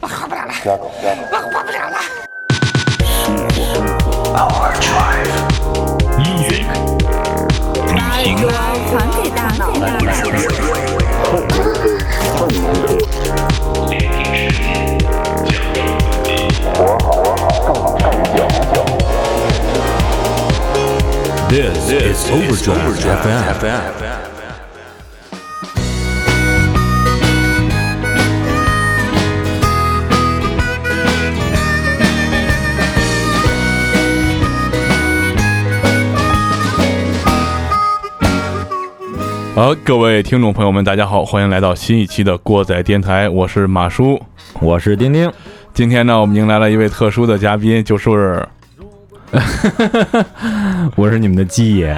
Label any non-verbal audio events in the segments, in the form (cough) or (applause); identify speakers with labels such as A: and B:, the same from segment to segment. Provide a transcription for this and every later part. A: 我活不了了，
B: 加狗加狗。
A: 我活不了了。
C: Music. Music.
D: 传给大脑。
C: This, is Overdrive, FM. 好，各位听众朋友们，大家好，欢迎来到新一期的过载电台，我是马叔。
E: 我是丁丁，
C: 今天呢，我们迎来了一位特殊的嘉宾，就是
E: 我是你们的鸡爷。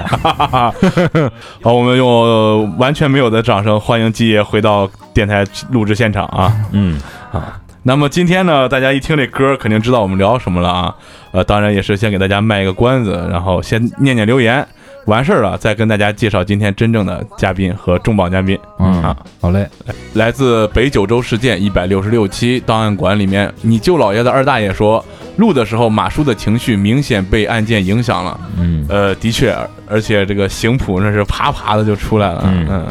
C: 好，我们用、呃完全没有的掌声欢迎季爷回到电台录制现场啊。
E: (laughs) 嗯，
C: 那么今天呢，大家一听这歌，肯定知道我们聊什么了啊。呃，当然也是先给大家卖一个关子，然后先念念留言，完事儿了再跟大家介绍今天真正的嘉宾和重磅嘉宾。
E: 嗯
C: 啊，
E: 好嘞，
C: 来自北九州事件一百六十六期档案馆里面，你舅老爷的二大爷说，录的时候马叔的情绪明显被案件影响了。
E: 嗯，
C: 呃，的确，而且这个行谱那是啪啪的就出来了。
E: 嗯
C: 嗯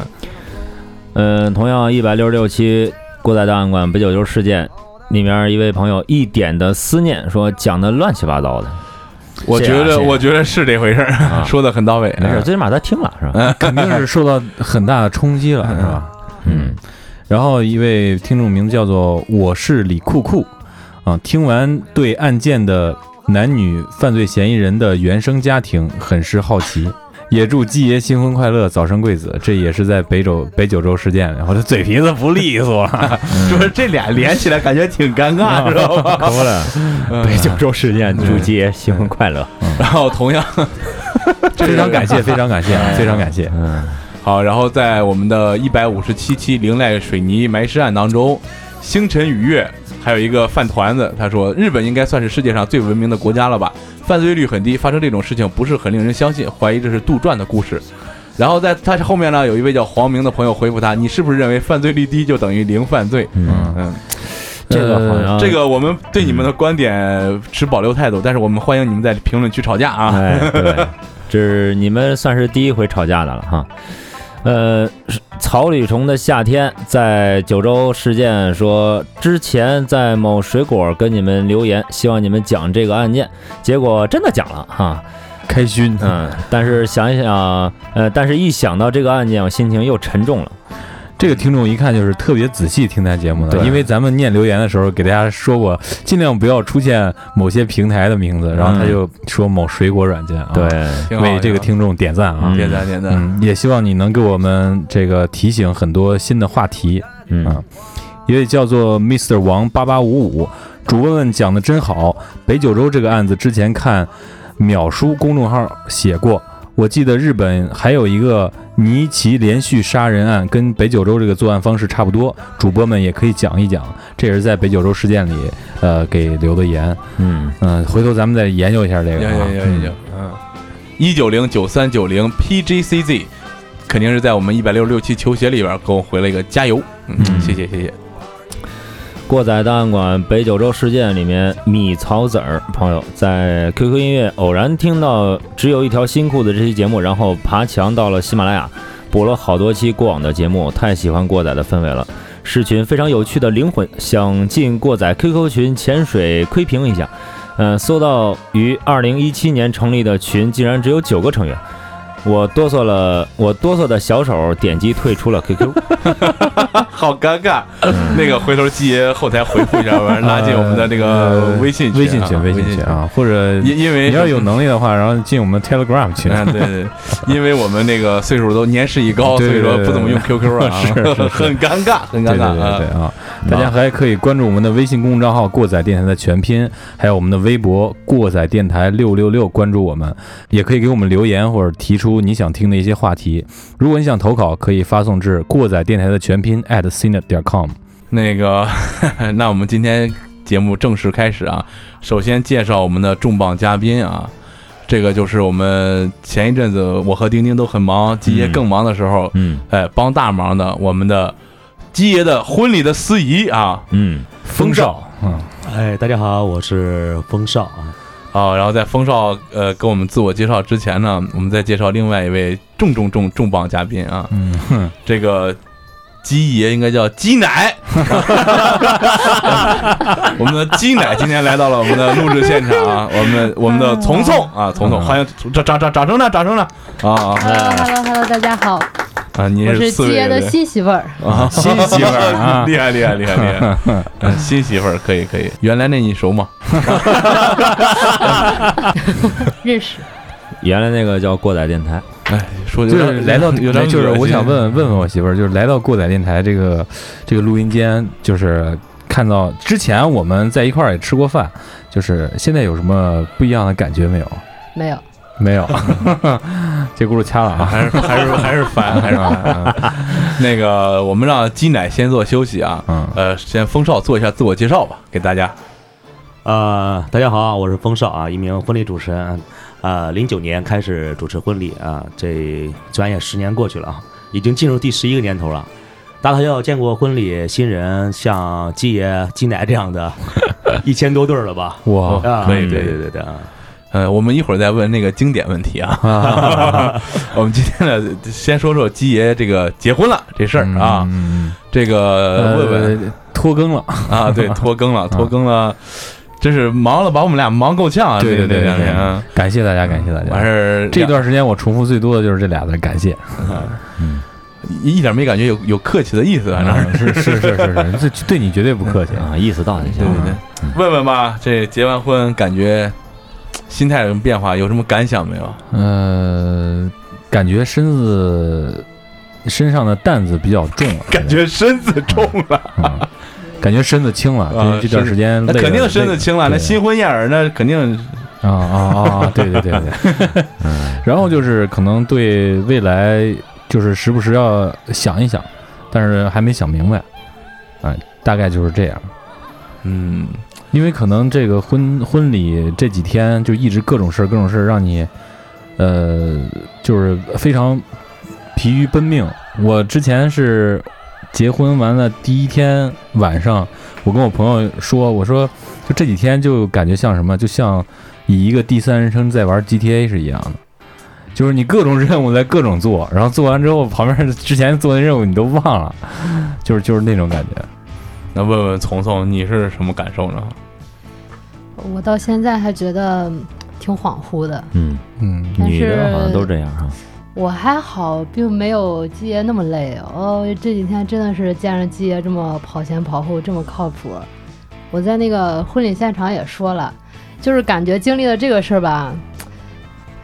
E: 嗯，同样一百六十六期过载档案馆北九州事件里面一位朋友一点的思念说讲的乱七八糟的，
C: 我
E: 谢
C: 觉
E: 谢啊
C: 得、
E: 谢谢
C: 我觉得是这回事儿，
E: 啊
C: 说的很到位。
E: 没事，
C: 嗯
E: 最起码他听了是吧？
F: 肯定是受到很大的冲击了，是吧？
E: 嗯，
F: 然后一位听众名字叫做我是李酷酷啊，听完对案件的男女犯罪嫌疑人的原生家庭很是好奇， (laughs) 也祝季爷新婚快乐，早生贵子。这也是在北九北九州事件，然后他嘴皮子不利
E: (laughs)
F: 索了，
C: 就是这俩连起来感觉挺尴尬，知道吧？
E: 可不了，北九州事件，祝鸡爷新婚快乐。
C: 然后同样
F: 非常感谢，非常感谢，非常感谢。
C: 好，然后在我们的一百五十七期《凌濑水泥埋尸案》当中，星辰雨月还有一个饭团子，他说日本应该算是世界上最文明的国家了吧？犯罪率很低，发生这种事情不是很令人相信，怀疑这是杜撰的故事。然后在他后面呢，有一位叫黄明的朋友回复他：“你是不是认为犯罪率低就等于零犯罪？”
E: 嗯，呃
C: 嗯，
E: 这个好像
C: 这个我们对你们的观点持保留态度，但是我们欢迎你们在评论区吵架啊。
E: 哎， (laughs) 对，这是你们算是第一回吵架的了哈。呃，草履虫的夏天在九州事件说，之前在某水果跟你们留言，希望你们讲这个案件，结果真的讲了哈。
F: 开心，
E: 嗯，但是想一想，呃，但是一想到这个案件，我心情又沉重了。
F: 这个听众一看就是特别仔细听咱节目的，
E: 对
F: 因为咱们念留言的时候给大家说过，尽量不要出现某些平台的名字，然后他就说某水果软件啊，
E: 对，，
C: 挺好
F: 为这个
C: 挺
F: 听众点赞
C: 好
F: 啊，
C: 点赞点赞，
F: 嗯，也希望你能给我们这个提醒很多新的话题。
E: 嗯
F: 啊一位叫做 Mr 王八八五五，主问问讲的真好。北九州这个案子之前看秒叔公众号写过，我记得日本还有一个尼奇连续杀人案，跟北九州这个作案方式差不多。主播们也可以讲一讲，这也是在北九州事件里呃给留的言。
E: 嗯，
F: 嗯、回头咱们再研究一下这
C: 有
F: 个、啊。
C: 有有有有，嗯，一九零九三九零 PGCZ，肯定是在我们一百六十六期球鞋里边给我回了一个加油，嗯，谢谢谢谢，
E: 过载档案馆北九州事件里面，米草籽儿朋友在 QQ 音乐偶然听到只有一条新裤子这期节目，然后爬墙到了喜马拉雅，补了好多期过往的节目，太喜欢过载的氛围了，是群非常有趣的灵魂，想进过载 QQ 群潜水窥屏一下。嗯、搜到于二零一七年成立的群，竟然只有九个成员。我哆嗦了，我哆嗦的小手点击退出了 QQ。
C: (laughs) 好尴尬，那个回头季爷后台回 (laughs) 复一下，完了拉进我们的这个
F: 嗯呃
C: 微信
F: 微信群，
C: 微
F: 微信群
C: 群，啊
F: 啊，或者
C: 因因为
F: 你要有。能力的话，然后进我们 Telegram 群。
C: (laughs) 啊，对对，因为我们那个岁数都年事已高，所
F: 对
C: 以
F: 对
C: 说
F: 对
C: 不怎么用 QQ 啊，
F: (laughs) 是是是
C: (laughs) 很尴尬，很
F: 对
C: 尴
F: 对
C: 尬
F: 对
C: 啊
F: 对。啊！大家还可以关注我们的微信公众账号“过载电台”的全拼，还有我们的微博“过载电台六六六”，关注我们，也可以给我们留言或者提出你想听的一些话题。如果你想投稿，可以发送至“过载电台”的全拼 at cnet 点 com。
C: 那个， (laughs) 那我们今天节目正式开始啊。首先介绍我们的重磅嘉宾啊，这个就是我们前一阵子我和丁丁都很忙，基爷更忙的时候，
E: 嗯
C: 哎，帮大忙的我们的基爷的婚礼的司仪啊，
E: 嗯，
C: 风
F: 风
C: 少
F: 少
A: 哎，大家好，我是风少啊。
C: 啊，然后在风少呃跟我们自我介绍之前呢，我们再介绍另外一位重重重重磅嘉宾啊，
F: 嗯，哼
C: 这个鸡爷应该叫鸡奶。 (laughs) 我们的鸡奶今天来到了我们的录制现场啊，我们的我们的丛丛啊，丛丛，
F: 嗯
C: 欢迎掌掌掌掌声呢，掌声呢啊
B: Hello Hello Hello，大家好，
C: 啊！你
B: 我是
C: 四
B: 鸡
C: 位
B: 爷的 (laughs) 新媳妇儿，
C: 啊，
F: 新媳妇儿啊
C: 厉害厉害厉害厉
F: (laughs)
C: 害，嗯新媳妇儿可以可以，原来那你熟吗？
B: 认识
E: 原来那个叫过载电台，
C: 哎，说有
F: 就
C: 点
F: 是来到
C: 有点恶心
F: 就是我想问问问我媳妇儿，就是来到过载电台这个这个录音间，就是看到之前我们在一块儿也吃过饭，就是现在有什么不一样的感觉没有？
B: 没有？
F: 没有， (laughs) 这轱辘掐了啊。
C: 还是还是还是烦还是烦。 (laughs) 那个，我们让鸡奶先做休息啊，
F: 嗯
C: 呃，先风少做一下自我介绍吧，给大家。
A: 呃，大家好，我是风少啊，一名婚礼主持人。呃，零九年开始主持婚礼啊，这转眼十年过去了啊，已经进入第十一个年头了。大头药见过婚礼新人，像鸡爷、鸡奶这样的，一千多对儿了吧？
F: 哇，
A: 啊，
C: 可以
A: 对
C: 可以
A: 对对对啊，
C: 呃，我们一会儿再问那个经典问 (laughs) 题啊。我们今天呢，先说说鸡爷这个结婚了这事儿啊，
F: 嗯，
C: 这个问问
F: 呃，拖更了，
C: (laughs) 啊，对，拖更了，拖更了，真是忙了，把我们俩忙够呛啊！这
F: 对对对
C: 这两
F: 对
C: 天啊，
F: 感谢大家，感谢大家。
C: 完事儿
F: 这段时间我重复最多的就是这俩字，感谢。
C: 一一点没感觉有有客气的意思，反啊正是。
F: 嗯是是是是是，这对你绝对不客气。
E: 啊，意思到就行
C: 对对
E: 了。
C: 对，问问吧，这结完婚感觉嘖心态有什么变化，有什么感想没有？
F: 嗯呃，感觉身子身上的担子比较重了，
C: (laughs) 感觉身子重了，
F: 嗯感觉身子轻了，
C: 啊
F: 这这段时间
C: 那
F: 嗯累了
C: 肯定身子轻了。
F: 累
C: 那
F: 了
C: 新婚燕尔，那肯定
F: 啊啊啊！对对对对，嗯然后就是可能对未来就是时不时要想一想，但是还没想明白，啊、大概就是这样。
C: 嗯，
F: 因为可能这个婚婚礼这几天就一直各种事儿各种事儿让你，呃，就是非常疲于奔命。我之前是结婚完了第一天晚上，我跟我朋友说，我说就这几天就感觉像什么，就像以一个第三人称在玩 GTA 是一样的。就是你各种任务在各种做，然后做完之后，旁边之前做的任务你都忘了，就是就是那种感觉。
C: 那问问丛丛，你是什么感受
F: (laughs)
C: 呢？
B: 我到现在还觉得嗯挺恍惚的。
E: 嗯，
F: 嗯
B: 但
E: 女的
B: 是
E: 好像都这样哈。
B: 我还好，并没有鸡爷那么累哦。这几天真的是见着鸡爷这么跑前跑后，这么靠谱。我在那个婚礼现场也说了，就是感觉经历了这个事儿吧，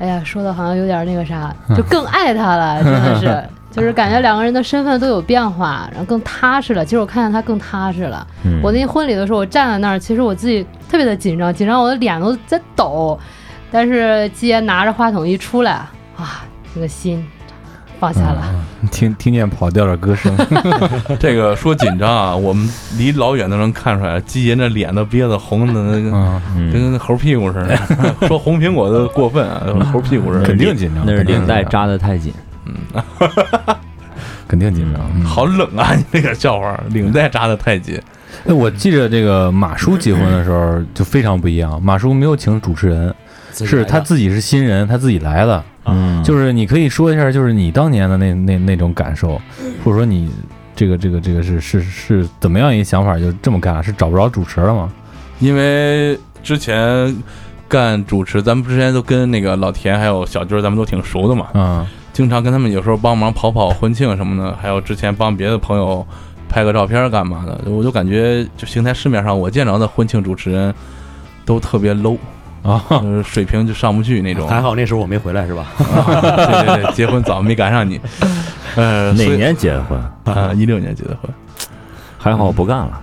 B: 哎呀，说的好像有点那个啥，就更爱他了，真的是，就是感觉两个人的身份都有变化，然后更踏实了。其实我看见他更踏实了。
E: 嗯
B: 我那婚礼的时候，我站在那儿，其实我自己特别的紧张，紧张我的脸都在抖。但是鸡爷拿着话筒一出来，啊，这个心放下了。
A: 嗯
F: 听听见跑调的歌声，
C: 这个说紧张啊，我们离老远都能看出来，鸡爷那脸都憋得红的那个，
F: 嗯，
C: 跟那猴屁股似
F: (laughs)
C: 的。说红苹果都过分啊，猴屁股似的。
F: 肯定紧张，
E: 那是
F: 肯定
E: 领带
F: 紧张，
E: 扎的太紧，
F: 肯定紧张。嗯
C: 好冷啊！你那个笑话，领带扎的太紧。
F: 哎，我记着这个马叔结婚的时候就非常不一样，马叔没有请主持人，是他自己是新人，他自己来的。
E: 嗯，
F: 就是你可以说一下，就是你当年的那那那种感受，或者说你这个这个这个是是是怎么样一个想法，就这么干，是找不着主持了吗？
C: 因为之前干主持，咱们之前都跟那个老田还有小军儿，咱们都挺熟的嘛，
F: 嗯
C: 经常跟他们有时候帮忙跑跑婚庆什么的，还有之前帮别的朋友拍个照片儿干嘛的，我就感觉就邢台市面上我见着的婚庆主持人都特别 low，
F: 啊，
C: 就是水平就上不去那种。
A: 还好那时候我没回来是吧？
C: 对对对，结婚早没赶上你。呃，
E: 哪年结的婚？
C: 啊？一六年结的婚。
E: 还好我不干了。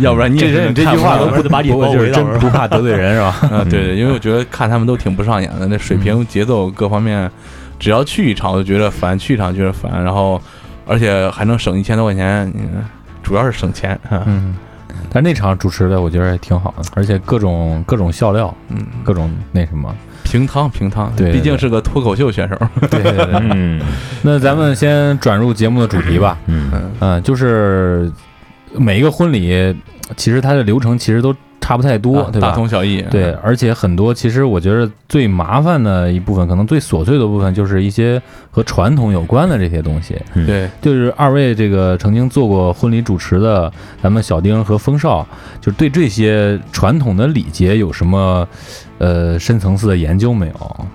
C: 要不然你也是
F: 这这
C: 看
F: 句
C: 不
F: 话
C: 上
A: 我儿子把你
F: 不过
A: 包
F: 就
A: 围
F: 是
A: 到
F: 真
A: 是吧
F: 不怕得罪人是吧？
C: 啊，对对，因为我觉得看他们都挺不上眼的，那
F: 嗯
C: 水平、节奏各方面，只要去一场我就觉得烦，去一场觉得烦，然后而且还能省一千多块钱，嗯主要是省钱。啊
F: (laughs) 嗯，但那场主持的我觉得也挺好的，而且各种各种笑料，
C: 嗯，
F: 各种那什么。
C: 平汤平汤，
F: 对对
C: 毕竟是个脱口秀选手。
F: 对对对，
E: 嗯
F: 那咱们先转入节目的主题吧。
E: 嗯
F: 呃嗯，就是每一个婚礼，其实它的流程其实都差不太多，
C: 啊
F: 对
C: 大
F: 吧？
C: 同小异。啊
F: 对，，而且很多其实我觉得最麻烦的一部分，可能最琐碎的部分，就是一些和传统有关的这些东西。
C: 对，
F: 就是二位这个曾经做过婚礼主持的，咱们小丁和风少，就是对这些传统的礼节有什么呃深层次的研究没有？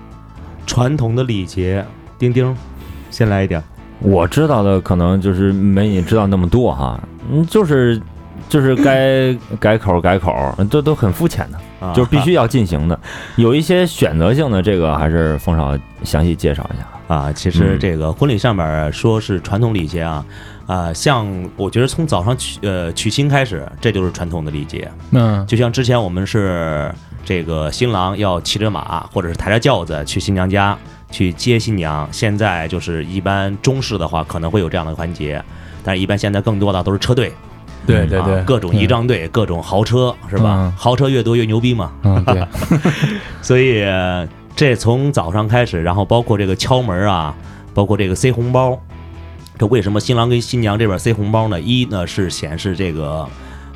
A: 传统的礼节，丁丁，先来一点儿。
E: 我知道的可能就是没你知道那么多哈，嗯，就是就是该改口改口，这都很肤浅的，
A: 啊
E: 就是必须要进行的。有一些选择性的，这个还是冯少详细介绍一下。
A: 啊，其实
E: 嗯
A: 这个婚礼上面儿说是传统礼节啊，啊、像我觉得从早上娶呃娶亲开始，这就是传统的礼节。
F: 那
A: 就像之前我们是这个新郎要骑着马或者是抬着轿子去新娘家去接新娘，现在就是一般中式的话可能会有这样的环节，但是一般现在更多的都是车队，
C: 对对对
A: 啊，各种仪仗队，各种豪车是吧
F: 嗯？
A: 豪车越多越牛逼嘛，
C: (laughs)
F: 嗯，对，
A: 所以呃这从早上开始，然后包括这个敲门啊，包括这个塞红包，这为什么新郎跟新娘这边塞红包呢？一呢是显示这个。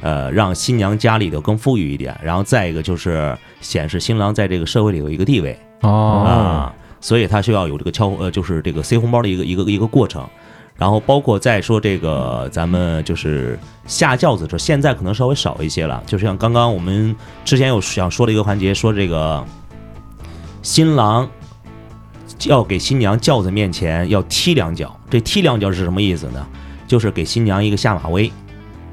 A: 呃，让新娘家里头更富裕一点，然后再一个就是显示新郎在这个社会里有一个地位
F: 哦，
A: 啊，所以他需要有这个敲呃，就是这个塞红包的一个一个一个过程，然后包括再说这个咱们就是下轿子的时候，现在可能稍微少一些了，就是像刚刚我们之前有想说的一个环节，说这个新郎要给新娘轿子面前要踢两脚，这踢两脚是什么意思呢？就是给新娘一个下马威，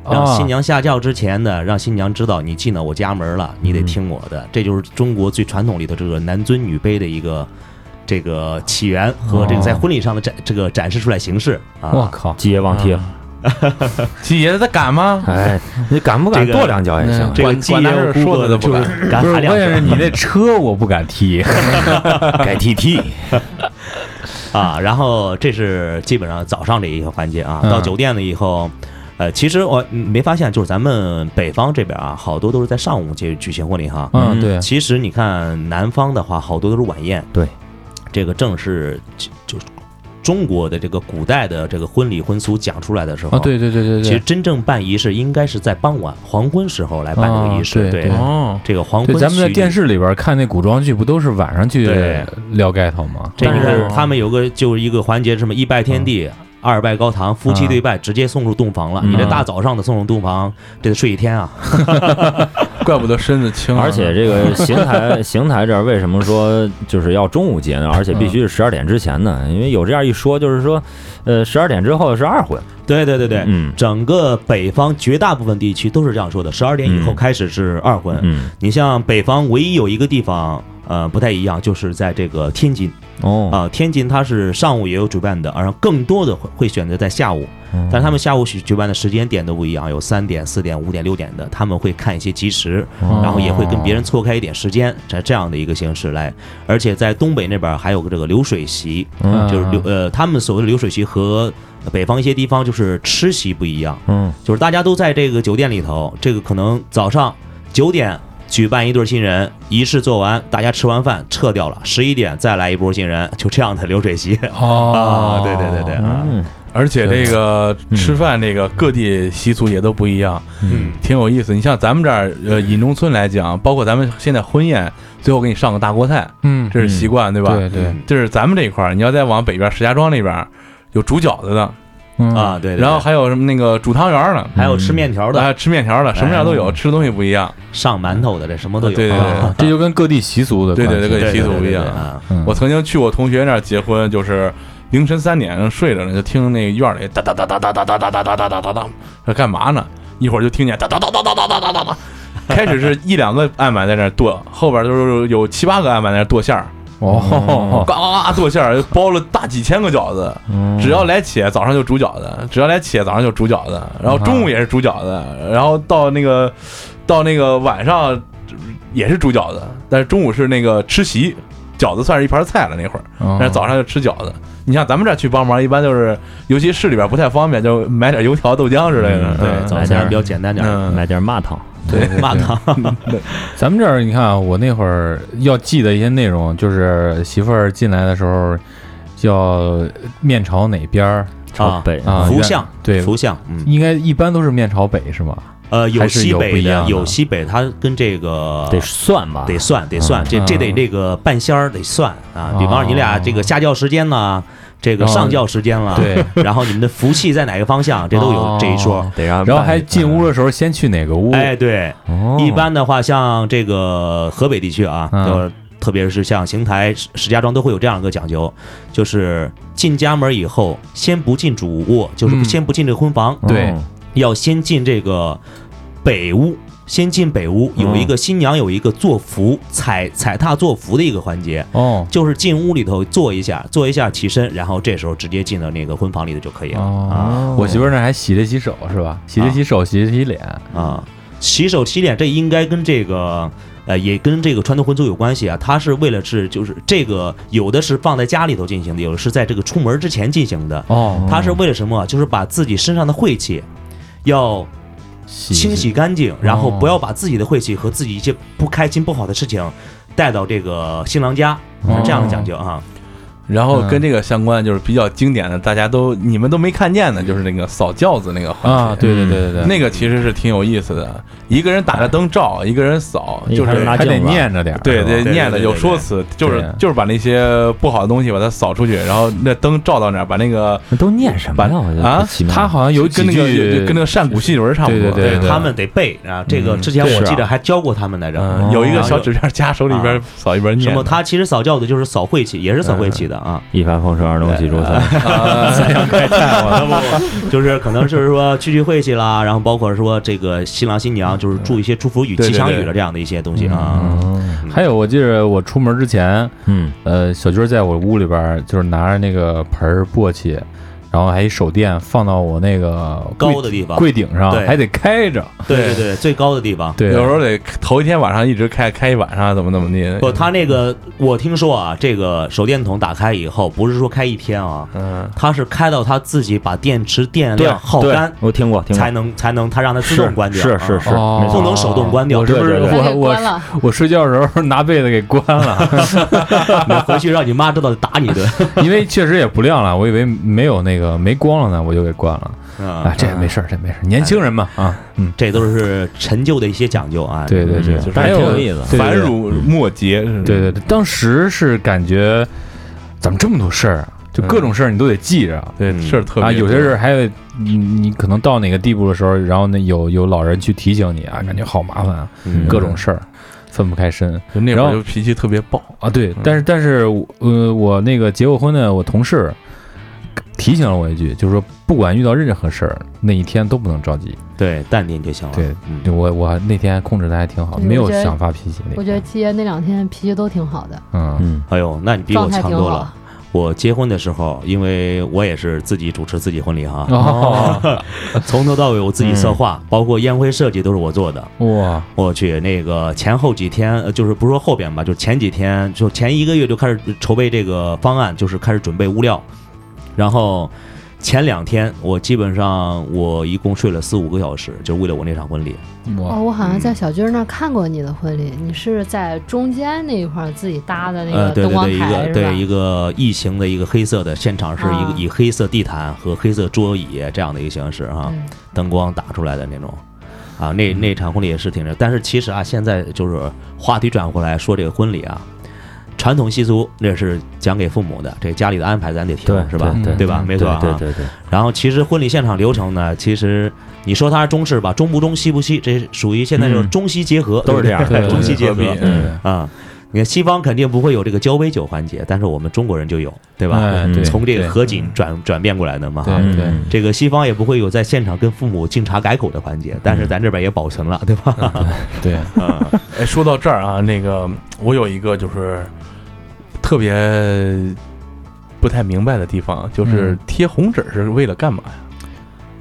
A: 让
F: 啊
A: 新娘下轿之前呢，让新娘知道你进了我家门了，你得听我的。这就是中国最传统里的这个男尊女卑的一个这个起源和这个在婚礼上的展、这个展示出来形式
F: 我
A: 啊。
F: 靠，
E: 鸡爷忘贴，
C: 七爷他敢
F: 啊
C: 吗？
F: 嗯
E: 哎，你敢不敢
A: 这个
E: 跺两脚也行啊
C: 嗯。
A: 这个
C: 管
A: 鸡
C: 管他
A: 爷
C: 是说的都不
A: (laughs)
C: 敢
A: 敢
F: 不是，
A: 喊两
F: 关键是
A: 声
F: 你那车我不敢踢，
E: 改 TT，
A: 啊。然后这是基本上早上的一个环节啊。
F: 嗯
A: 到酒店了以后，呃，其实我嗯没发现，就是咱们北方这边啊，好多都是在上午去举行婚礼哈。
F: 嗯，
E: 嗯
F: 对，
A: 其实你看南方的话，好多都是晚宴。
E: 对，
A: 这个正是就就是中国的这个古代的这个婚礼婚俗讲出来的时候，
F: 啊，对对对对
A: 其
F: 对
A: 实，真正办仪式应该是在傍晚黄昏时候来办这个仪式。
F: 啊对对
C: 哦，
A: 这个黄
F: 对，
A: 昏，
F: 咱们在电。视里边看那古装剧，不都是晚上去
A: 对
F: 撩盖头吗？
A: 这你
C: 但是
F: 啊
A: 看，他们有个就是一个环节，什么一拜天地，
F: 嗯
A: 二拜高堂，夫妻对拜，直接送入洞房了。
E: 嗯
A: 你这大早上的送入洞房，这得睡一天啊！
F: 嗯
C: 怪不得身子
F: (laughs)
C: 轻啊。
E: 而且这个邢台邢台这儿为什么说就是要中午结呢？而且必须是十二点之前呢？因为有这样一说，就是说，呃，十二点之后是二婚。
A: 对对对对，
E: 嗯
A: 整个北方绝大部分地区都是这样说的，十二点以后
E: 嗯
A: 开始是二婚，
E: 嗯，
A: 你像北方唯一有一个地方，呃，不太一样，就是在这个天津
E: 哦，
A: 啊、天津它是上午也有举办的，而更多的会会选择在下午，
E: 嗯
A: 但是他们下午举举办的时间点都不一样，有三点、四点、五点、六点的，他们会看一些及时，然后也会跟别人错开一点时间，在这样的一个形式来。而且在东北那边还有个这个流水席，
E: 嗯
A: 就是流呃，他们所谓的流水席和北方一些地方就是吃席不一样。
E: 嗯
A: 就是大家都在这个酒店里头，这个可能早上九点举办一对新人，仪式做完，大家吃完饭撤掉了，十一点再来一波新人，就这样的流水席。
F: 哦
A: 啊，对对对对啊，
E: 嗯，
C: 而且这个
E: 嗯
C: 吃饭，这个各地习俗也都不一样，
A: 嗯，
C: 挺有意思。你像咱们这儿，呃，尹中村来讲，包括咱们现在婚宴，最后给你上个大锅菜，
F: 嗯，
C: 这是习惯，对吧？
F: 对对
C: 这是咱们这一块儿。你要再往北边，石家庄那边有煮饺子的，
F: 嗯
A: 啊，对，对
C: 然后
A: 对
C: 还有什么那个煮汤圆儿的，
A: 还有吃面条
C: 还
A: 的、
C: 有吃面条的，什么样都有，
A: 哎
C: 吃的东西不一样。
A: 上馒头的，这什么都有。
C: 对对对
A: 啊
F: 这就跟各地习俗的
C: 对对
F: 关系
C: 对
A: 对
C: 习
A: 对
C: 俗
A: 对
C: 不一
A: 对
C: 样
A: 啊。
F: 嗯
C: 我曾经去我同学那儿结婚，就是凌晨三点睡着呢，就听那个院儿里哒哒哒哒哒哒哒哒哒哒哒哒哒哒，说干嘛呢？一会儿就听见哒哒哒哒哒哒哒哒哒哒。开始是一两个案板在那儿剁，后边都是有七八个案板在那儿剁馅儿，
A: 嗯
F: 哦，
C: 嘎 (laughs) 嘎嘎剁馅儿，包了大几千个饺子。只要来且早上就煮饺子，只要来且早上就煮饺子，然后中午也是煮饺子，然后到那个到那个晚上也是煮饺子，但是中午是那个吃席，饺子算是一盘菜了那会儿，
A: 嗯
F: 哦
C: 但是早上就吃饺子。你像咱们这儿去帮忙，一般就是尤其市里边不太方便，就买点油条、豆浆之类的。
E: 嗯
A: 对，早餐比较简单点儿，
C: 嗯，
E: 买点麻糖。
F: 对
A: 麻糖
F: 咱们这儿你看啊，我那会儿要记得一些内容，就是媳妇儿进来的时候要面朝哪边儿，
E: 朝北
F: 啊，
A: 福
F: 原
A: 相
F: 对，
A: 福相，嗯，
F: 应该一般都是面朝北是吗？
A: 呃，有
F: 还是
A: 西
F: 有不
A: 北
F: 一样的
A: 有西北，它跟这个
E: 得算吧，
A: 得算得算，
E: 嗯
A: 这这得
F: 嗯
A: 这个半仙儿得算啊。比方说
F: 哦
A: 你俩这个下教时间呢，这个
F: 哦
A: 上教时间
C: 啊 (laughs)
A: 了，
F: 对，
A: 然后你们的福气在哪个方向，这都有这一说
F: 哦。
E: 得让人
F: 然后
E: 拜
F: 还进屋的时候先去哪个屋？
A: 哎，对，
F: 哦，
A: 一般的话，像这个河北地区啊，
F: 嗯
A: 就特别是像邢台、石石家庄，都会有这样一个讲究，就是进家门以后，先不进主卧，就是
F: 嗯
A: 先不进这个婚房，
F: 对
E: 哦
A: 要先进这个北屋，先进北屋，有一个新娘有一个做福踩踩踏做福的一个环节，
F: 哦
A: 就是进屋里头坐一下，坐一下起身，然后这时候直接进到那个婚房里头就
C: 啊
A: 可以了
F: 哦，我媳妇儿那还洗了洗手是吧？洗了洗手，洗了洗脸。
A: 啊。洗手洗脸，这应该跟这个。呃，也跟这个传统婚俗有关系啊。它是为了是就是这个，有的是放在家里头进行的，有的是在这个出门之前进行的。
F: 哦，
A: 它是为了什么啊？就是把自己身上的晦气要清洗干
C: 哦
A: 净，然后不要把自己的晦气和自己一些不开心、不好的事情带到这个新郎家，
F: 哦
A: 是这样的讲究啊。
C: 然后跟这个相关的就是比较经典的，大家都你们都没看见的，就是那个扫轿子那个环节嗯
F: 啊，对对对对对，
C: 那个其实是挺有意思的，一个人打着灯照，一个人扫，
E: 一
C: 就
E: 个人
C: 是
E: 拿
F: 还得
E: 镜子
F: 念着点儿。
C: 对
F: 是吧
C: 对
A: 对
C: 念的
A: 对
C: 有
A: 对
C: 说
A: 对
C: 辞，就是
F: 对
C: 就是把那些不好的东西把它扫出去，然后那灯照到那儿，把那个
E: 那都念什么呀？我觉得
C: 啊
E: 很奇妙
F: 他好像有
C: 跟
F: 几
C: 那个有
F: 句
C: 跟那个善古戏文差不多，
F: 对对对
A: 他们得背啊，这个
F: 嗯
A: 之前我
E: 是啊
A: 记得还教过他们来着。
C: 嗯，有一个小纸片夹手里
F: 啊
C: 边扫一边
A: 什
C: 念
A: 么？
C: 的，
A: 他其实扫轿子就是扫晦气，也是扫晦气的啊。
E: 一帆风顺，二龙戏珠三，
C: 哎
A: (laughs) 就是可能就是说去去晦气啦，然后包括说这个新郎新娘就是祝一些祝福语、
C: 对对
A: 吉祥语
C: 对
A: 了这样的一些东西啊。
E: 嗯
F: 还有，我记得我出门之前，
E: 嗯，
F: 呃，小军在我屋里边儿就是拿着那个盆儿簸箕，然后还一手电放到我那个柜
A: 高的地方，
F: 柜顶上，
A: 对
F: 还得开着。
A: 对对对，最高的地方。
F: 对，啊
C: 有时候得头一天晚上一直开开一晚上，怎么怎么地。
A: 不，他那个我听说啊，这个手电筒打开以后，不是说开一天啊，
C: 嗯，
A: 他是开到他自己把电池电
E: 对
A: 量耗
E: 对
A: 干，
E: 我听过，听过
A: 才，能才能他让它自动关掉，
E: 是
A: 啊
E: 是是，
F: 哦
E: 没
A: 不
E: 错
A: 能手动关掉。
F: 我是不是
E: 对对
A: 嗯
B: 把
F: 我
B: 它给
F: 我
B: 关了。
F: 我睡觉的时候拿被子给关了， (laughs)
A: 啊你回去让你妈知道打你一顿。
F: 因为确实也不亮了，我以为没有那个没光了呢，我就给关了。啊
A: 啊，
F: 这没事儿，这没事儿，年轻人嘛啊，嗯，
A: 这都是陈旧的一些讲究啊。
F: 对对对
E: 嗯，
C: 但
E: 但
F: 还
E: 是
F: 有
E: 挺有意思的。
F: 对对对
C: 繁缛末节，是
F: 对对对，当时是感觉怎么这么多事儿啊，就各种事儿你都得记着。
C: 对
A: 嗯
C: 事儿特别
F: 啊，有些
C: 多
F: 事儿还有你，你可能到哪个地步的时候，然后那有有老人去提醒你啊，感觉好麻烦啊，
A: 嗯
F: 各种事儿分不开身
C: 就那会
F: 然
C: 儿
F: 后
C: 就脾气特别暴，
F: 啊。对，但是但是我，呃，我那个结过婚的我同事提醒了我一句，就是说不管遇到任何事儿，那一天都不能着急。
A: 对，淡定就行了。
F: 对
A: 嗯，
F: 我我那天控制的还挺好，
B: 嗯
F: 没有
B: 我觉得
F: 想发脾气那天。
B: 我觉得七爷那两天脾气都挺好的，
F: 嗯
E: 嗯，
A: 哎呦，那你比我
B: 状态
A: 强
B: 挺
A: 多
B: 好
A: 了。。我结婚的时候，因为我也是自己主持自己婚礼哈，
F: 哦
A: (laughs) 从头到尾我自己策划，包括宴会设计都是我做的。
F: 哇
A: 我去，那个前后几天，呃就是不是说后边吧，就是前几天，就前一个月就开始筹备这个方案，就是开始准备物料，然后前两天我基本上我一共睡了四五个小时，就是为了我那场婚礼。
B: 哦，
F: 哇，
B: 我好像在小军那儿看过你的婚礼，你是在中间那一块儿自己搭的那
A: 呃，
B: 个
A: 对
B: 灯
A: 对
B: 光
A: 对，一
B: 台
A: 个
B: 是吧？
A: 对一个异形的一个黑色的现场是一个
B: 啊
A: 以黑色地毯和黑色桌椅这样的一个啊形式哈、
B: 嗯
A: 灯光打出来的那种。啊，那
E: 嗯
A: 那场婚礼也是挺热，但是其实啊，现在就是话题转回来说这个婚礼啊，传统习俗那是讲给父母的，这家里的安排咱得听，
E: 对，
A: 是吧？
E: 对
A: 对吧没错啊
E: 对对对，
A: 然后其实婚礼现场流程呢，其实你说它是中式吧，中不中西不西，这属于现在就是
F: 嗯
A: 中西结合，
E: 都是这样
A: 对不对
F: 对
A: 中西
C: 对
A: 结
C: 合
A: 合
C: 璧
E: 嗯
A: 啊。你看西方肯定不会有这个交杯酒环节，但是我们中国人就有，对吧？嗯
F: 哎对
A: 从这个
F: 对
A: 合景转转变过来的嘛。
F: 对
E: 嗯
F: 对
A: 这个西方也不会有在现场跟父母敬茶改口的环节，但是咱这边也保存了，对吧？
F: 对，
C: 哎，说到这儿啊，那个我有一个就是特别不太明白的地方，就是
F: 嗯
C: 贴红纸是为了干嘛呀？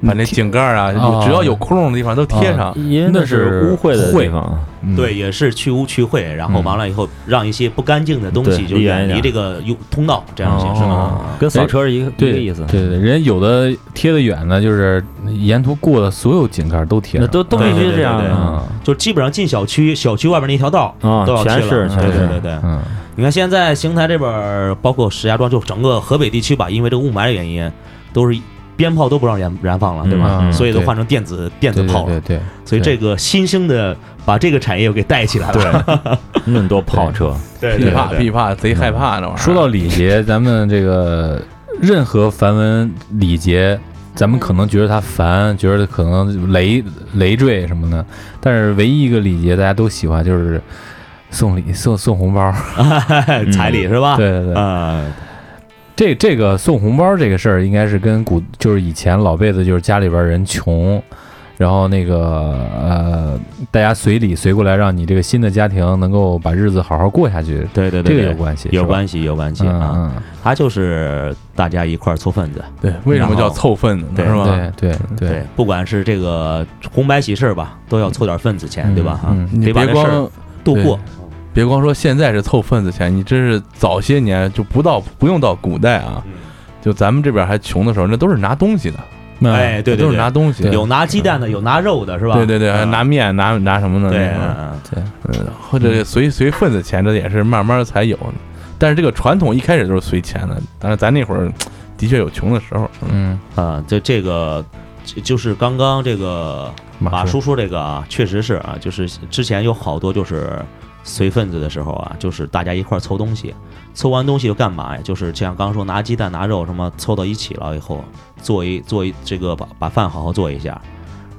C: 把那
F: 贴
C: 井盖儿啊，
A: 哦
C: 有只要有窟窿的地方都贴上。
E: 因为那是污秽的地方，
F: 嗯
A: 对，也是去污去秽，然后完了以后让一些不干净的东西
E: 对
A: 就
E: 离远一
A: 远
E: 点
A: 离这个有通道，这样的形式嘛。
F: 哦
E: 跟扫车是一个一
F: 对
E: 个意思。
F: 对对，人家有的贴的远的，就是沿途过的所有井盖都贴
E: 那
F: 上，
E: 都都必须这样啊
A: 对对对
E: 的
A: 啊
F: 嗯
A: 就基本上进小区，小区外边那一条道
E: 啊
A: 都要，
E: 全
A: 贴
E: 是
A: 了
E: 全
A: 对对
E: 是
A: 对对。
F: 嗯
A: 你看现在邢台这边儿，包括石家庄，就整个河北地区吧，因为这个雾霾的原因，都是鞭炮都不让燃燃放了，对吧？
E: 嗯
A: 所以都
F: 对
A: 换成电子电子
F: 对
A: 炮
F: 对
A: 了
F: 对。对，
A: 所以这个新兴的把这个产业又给带起来 (laughs) 了。
E: 那么多炮车，
A: 对嗯
C: 哎噼
A: 对
C: 里啪噼
A: 对对
C: 里啪，贼害怕那玩意儿。
F: 说到礼节，咱们这个任何繁文礼节，咱们可能觉得它烦，觉得可能累累赘什么的，但是唯一一个礼节大家都喜欢就是送礼送送红包。 (laughs)
A: 哎 (laughs) 彩礼是吧？
F: 对对对，
A: 啊，
F: 这这个送红包这个事儿，应该是跟古就是以前老辈子就是家里边人穷。然后那个呃，大家随礼随过来，让你这个新的家庭能够把日子好好过下去，
A: 对对
F: 这
A: 对，
F: 个有
A: 对
F: 关系，是
A: 有
F: 吧
A: 关系有关系
F: 嗯
A: 啊，
F: 嗯
A: 他就是大家一块儿凑份子。
C: 对，为什么叫凑份子呢？
A: 对
C: 是吧？
F: 对嗯对对
A: 对，不管是这个红白喜事吧，都要凑点份子钱，
F: 嗯
A: 对吧？啊，
F: 嗯
C: 你
A: 得把
C: 别
A: 这事儿
C: 光
A: 度过。
C: 别光说现在是凑份子钱，你真是早些年就不到不用到古代啊，
A: 嗯
C: 就咱们这边还穷的时候，那都是拿东西的，
F: 那
A: 哎，对对
C: 都是拿
A: 对，
C: 东西的，
A: 有拿鸡蛋的，有拿肉的，是吧？
C: 对对对，
A: 啊
C: 还拿面拿拿什么呢？那
A: 对，
C: 会儿
A: 嗯
C: 或者随随份子钱，这也是慢慢才有。但是这个传统一开始都是随钱的，但是咱那会儿的确有穷的时候。嗯，
F: 嗯，
A: 嗯啊，这这个就就是刚刚这个马叔说这个啊，确实是啊，就是之前有好多就是随份子的时候啊，就是大家一块儿凑东西，凑完东西又干嘛呀？就是像刚刚说拿鸡蛋拿肉什么凑到一起了以后，做一做一这个把把饭好好做一下，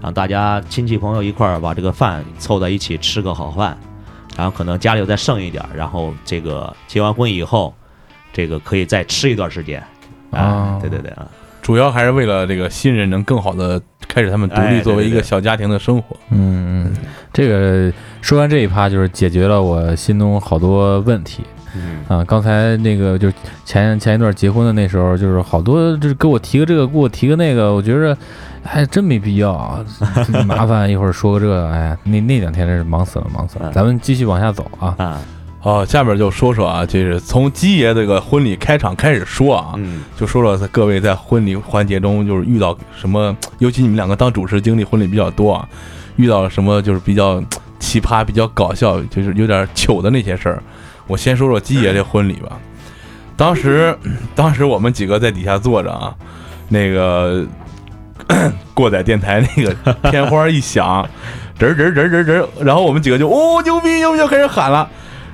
A: 然后大家亲戚朋友一块儿把这个饭凑在一起吃个好饭，然后可能家里有再剩一点儿，然后这个结完婚以后，这个可以再吃一段时间。啊
F: 哦，
A: 对对对啊，
C: 主要还是为了这个新人能更好的开始他们独
A: 哎对
C: 立作为
A: 对
C: 一
A: 对
C: 个小家庭的生活。
F: 嗯，嗯，这个说完这一趴，就是解决了我心中好多问题
A: 嗯，
F: 啊。刚才那个就是前前一段结婚的那时候，就是好多就是给我提个这个，给我提个那个，我觉着还真没必要，麻烦一会儿说个这个，哎呀，那那两天真是忙死了，忙死了。
A: 嗯
F: 咱们继续往下走啊，
A: 啊，
C: 哦，下面就说说啊，就是从鸡爷这个婚礼开场开始说啊，
A: 嗯，
C: 就说了各位在婚礼环节中就是遇到什么，尤其你们两个当主持经历婚礼比较多啊，遇到什么就是比较奇葩、比较搞笑，就是有点糗的那些事儿。我先说说鸡爷这婚礼吧。当时，当时我们几个在底下坐着啊，那个 (coughs) 过载电台那个天花一响，吱儿吱儿吱儿吱儿吱儿，然后我们几个就哦牛逼牛逼就开始喊了，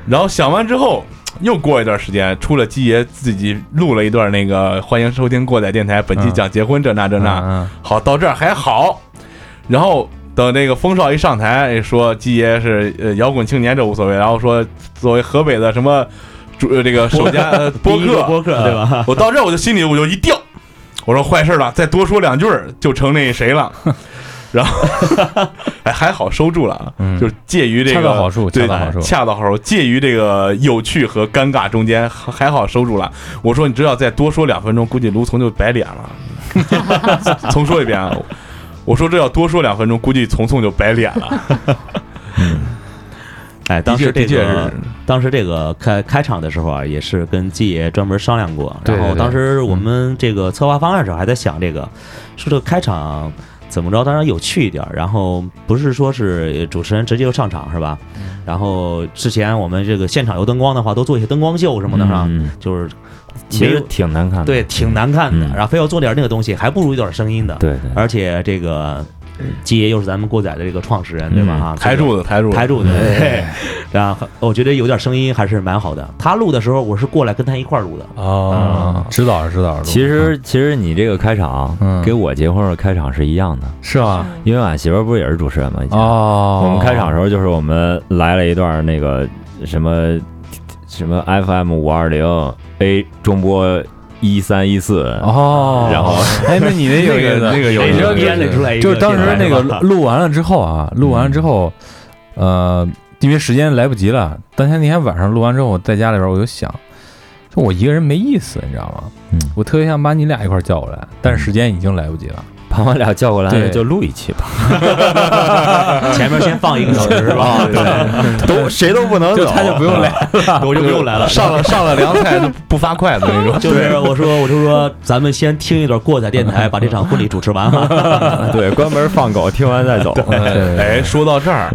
C: 然后响完之后。又过一段时间，出了鸡爷自己录了一段那个欢迎收听过载电台，本期
F: 嗯
C: 讲结婚这那这那，
F: 嗯
C: 好，到这儿还好。然后等那个风少一上台，说季爷是呃摇滚青年，这无所谓。然后说作为河北的什么主呃这个首家呃播
A: (laughs) 第一个
C: 客，呃
A: 播客对吧？
C: 我到这儿我就心里我就一掉，我说坏事了，再多说两句儿就成那谁了。然后， (laughs) 哎，还好收住了啊，
F: 嗯
C: 就是介于这
F: 恰
C: 个
F: 到好处，恰
C: 对
F: 到好处，
C: 恰到好处，介于这个有趣和尴尬中间，还还好收住了。我说你只要再多说两分钟，估计卢从就白脸了。 (laughs) 重说一遍啊，我说这要多说两分钟，估计从从就白脸
F: (laughs)
C: 了。
A: 哎，当时
C: 的
A: 这
C: 确
A: 个
C: 是，
A: 当时这个开开场的时候啊，也是跟季爷专门商量过。
F: 对
A: 然后
F: 对对
A: 当时我们这个策划方案的时候，还在想这个，说这个开场怎么着，当然有趣一点儿。然后不是说是主持人直接就上场是吧？然后之前我们这个现场有灯光的话，都做一些灯光秀什么的是吧？
E: 嗯，
A: 就是
E: 其
A: 没
E: 实
A: 有
E: 挺难看的。
A: 对挺难看的，
E: 嗯
A: 然后非要做点那个东西，还不如一点声音的。
E: 对对，
A: 而且这个季爷又是咱们过载的这个创始人对吧？
E: 嗯
A: 哈，
C: 台柱子，台柱子，
A: 台柱的，对然后我觉得有点声音还是蛮好的。他录的时候，我是过来跟他一块儿录的。
F: 哦，指导指导，
E: 其实
A: 嗯
E: 其实你这个开场
F: 嗯
E: 跟我结婚的开场是一样的，
F: 是吧？
E: 因为俺媳妇儿不是也是主持人嘛。以前
F: 哦，
E: 我们开场的时候就是我们来了一段那个什么什么 FM 五二零 A 中波一三一四，
F: 哦，
E: 然后
F: 哎，那你那有
C: (laughs) 那个
F: 意思
C: 那个有
F: 你
C: 意思
F: 知道
C: 编
A: 得出来一个
F: 就是当时那个
A: 电台吧嗯
F: 录完了之后啊，录完了之后，呃，因为时间来不及了，当天那天晚上录完之后，我在家里边我就想，说我一个人没意思，你知道吗？
E: 嗯
F: 我特别想把你俩一块儿叫过来，但是时间已经来不及了。
E: 把我俩叫过来
F: 对
E: 就录一期吧，
A: (laughs) 前面先放一个小时
F: (laughs)
A: 是
F: 啊
A: (laughs) 吧？对，
E: 都谁都不能
F: 就他就不用来，
A: 我就不用来了。
C: 上
F: (laughs)
C: 了上了凉菜就不发筷子那种。
A: 就是我说，我就说，咱们先听一段过载电台，把这场婚礼主持完哈。
E: 对，关门放狗，听完再走。
F: 对
C: 哎哎，说到这儿，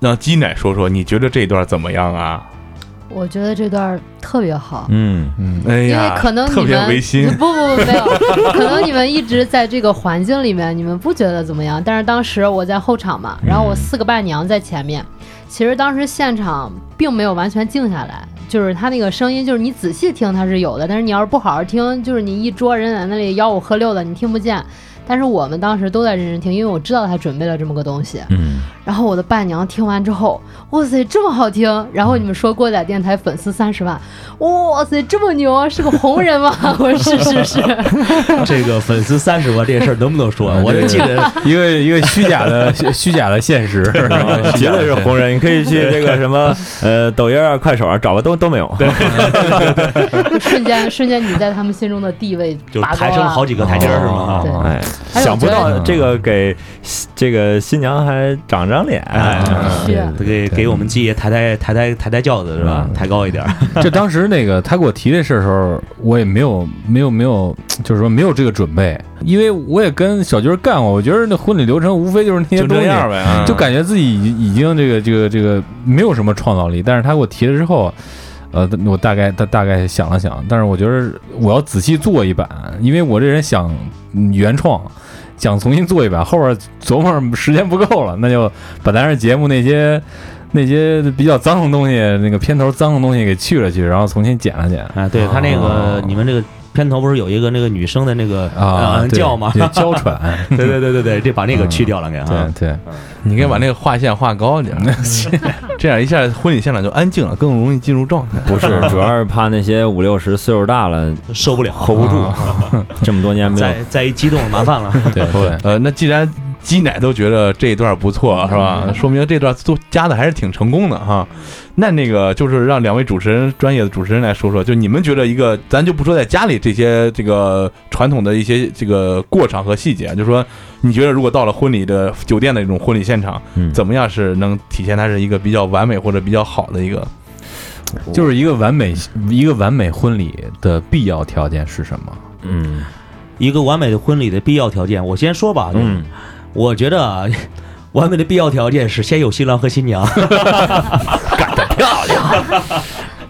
C: 让鸡奶说说，你觉得这一段怎么样啊？
B: 我觉得这段儿特别好。
E: 嗯，
C: 嗯，哎
B: 因为
C: 呀，
B: 可能
C: 特
B: 你
C: 别
B: 们
C: 违心，
B: (laughs) 不不不
C: (laughs)
B: 没有，可能你们一直在这个环境里面，你们不觉得怎么样。但是当时我在后
C: 嗯
B: 场嘛，然后我四个伴娘在前面，其实当时现场并没有完全静下来，就是他那个声音，就是你仔细听它是有的，但是你要是不好好听，就是你一桌人在那里吆五喝六的，你听不见。但是我们当时都在认真听，因为我知道他准备了这么个东西。
E: 嗯，
B: 然后我的伴娘听完之后，哇塞，这么好听！然后你们说过载电台粉丝三十万，哇塞，这么牛，啊是个红人 (laughs) 吗？我说是是是，
A: 这个粉丝三十万这事儿能不能说？我就记得
F: 一个一个虚假的虚虚假的现
A: (laughs)
F: 实， (laughs)
E: 绝对是红人，你可以去这个什么呃抖音啊、快手啊找吧，都都没 (laughs) 有。对，
B: 就瞬间瞬间你在他们心中的地位
A: 就
B: 拔高
A: 抬升了好几个台阶儿是吗？
B: 对
F: 啊
E: 哎，
B: 还有
E: 想不
B: 我觉得
E: 到这个给这个新娘还长张脸，
A: 哎，
B: 是啊
A: 给给我们季爷抬抬抬抬抬抬轿子是吧？抬高一点
C: (laughs)
A: 儿。
F: 就当时那个他给我提这事儿的时候，我也没有没有没有，就是说没有这个准备，因为我也跟小军干过，我觉得那婚礼流程无非就是那些
C: 就
F: 东
C: 这
F: 西，
C: 样呗，啊
F: 就感觉自己已已经这个这个这个没有什么创造力。但是他给我提了之后，呃，我大概大大概想了想，但是我觉得我要仔细做一版，因为我这人想嗯原创。想重新做一版，后边琢磨时间不够了，那就把咱这节目那些那些比较脏的东西，那个片头脏的东西给去了去，然后重新剪了剪。
A: 啊，对他那个
F: 哦
A: 你们这个片头不是有一个那个女生的那个
F: 啊
A: 呃，
F: 对
A: 叫 (laughs) 吗？
F: 对娇 (laughs) 喘，
A: 对对对对对，这把那个去掉了给啊
F: 对。对，
C: 你可以把那个画线画高一点， (laughs) 这样一下婚礼现场就安静了，更容易进入状态。
E: (laughs) 不是，主要是怕那些五六十岁数大了
A: 受不了，啊
E: hold 不住，这么多
A: (laughs)
E: 年没有
A: 再再一激动麻烦了。
F: 对对，
C: 呃，那既然鸡奶都觉得这一段不错，是吧？说明这段都加的还是挺成功的哈。那那个就是让两位主持人、专业的主持人来说说，就你们觉得一个，咱就不说在家里这些这个传统的一些这个过场和细节，就说你觉得如果到了婚礼的酒店的这种婚礼现场，
E: 嗯
C: 怎么样是能体现它是一个比较完美或者比较好的一个？
F: 就是一个完美一个完美婚礼的必要条件是什么？
E: 嗯
A: 一个完美的婚礼的必要条件，我先说吧，
E: (laughs) 嗯，
A: 我觉得啊， (laughs) 完美的必要条件是先有新郎和新娘。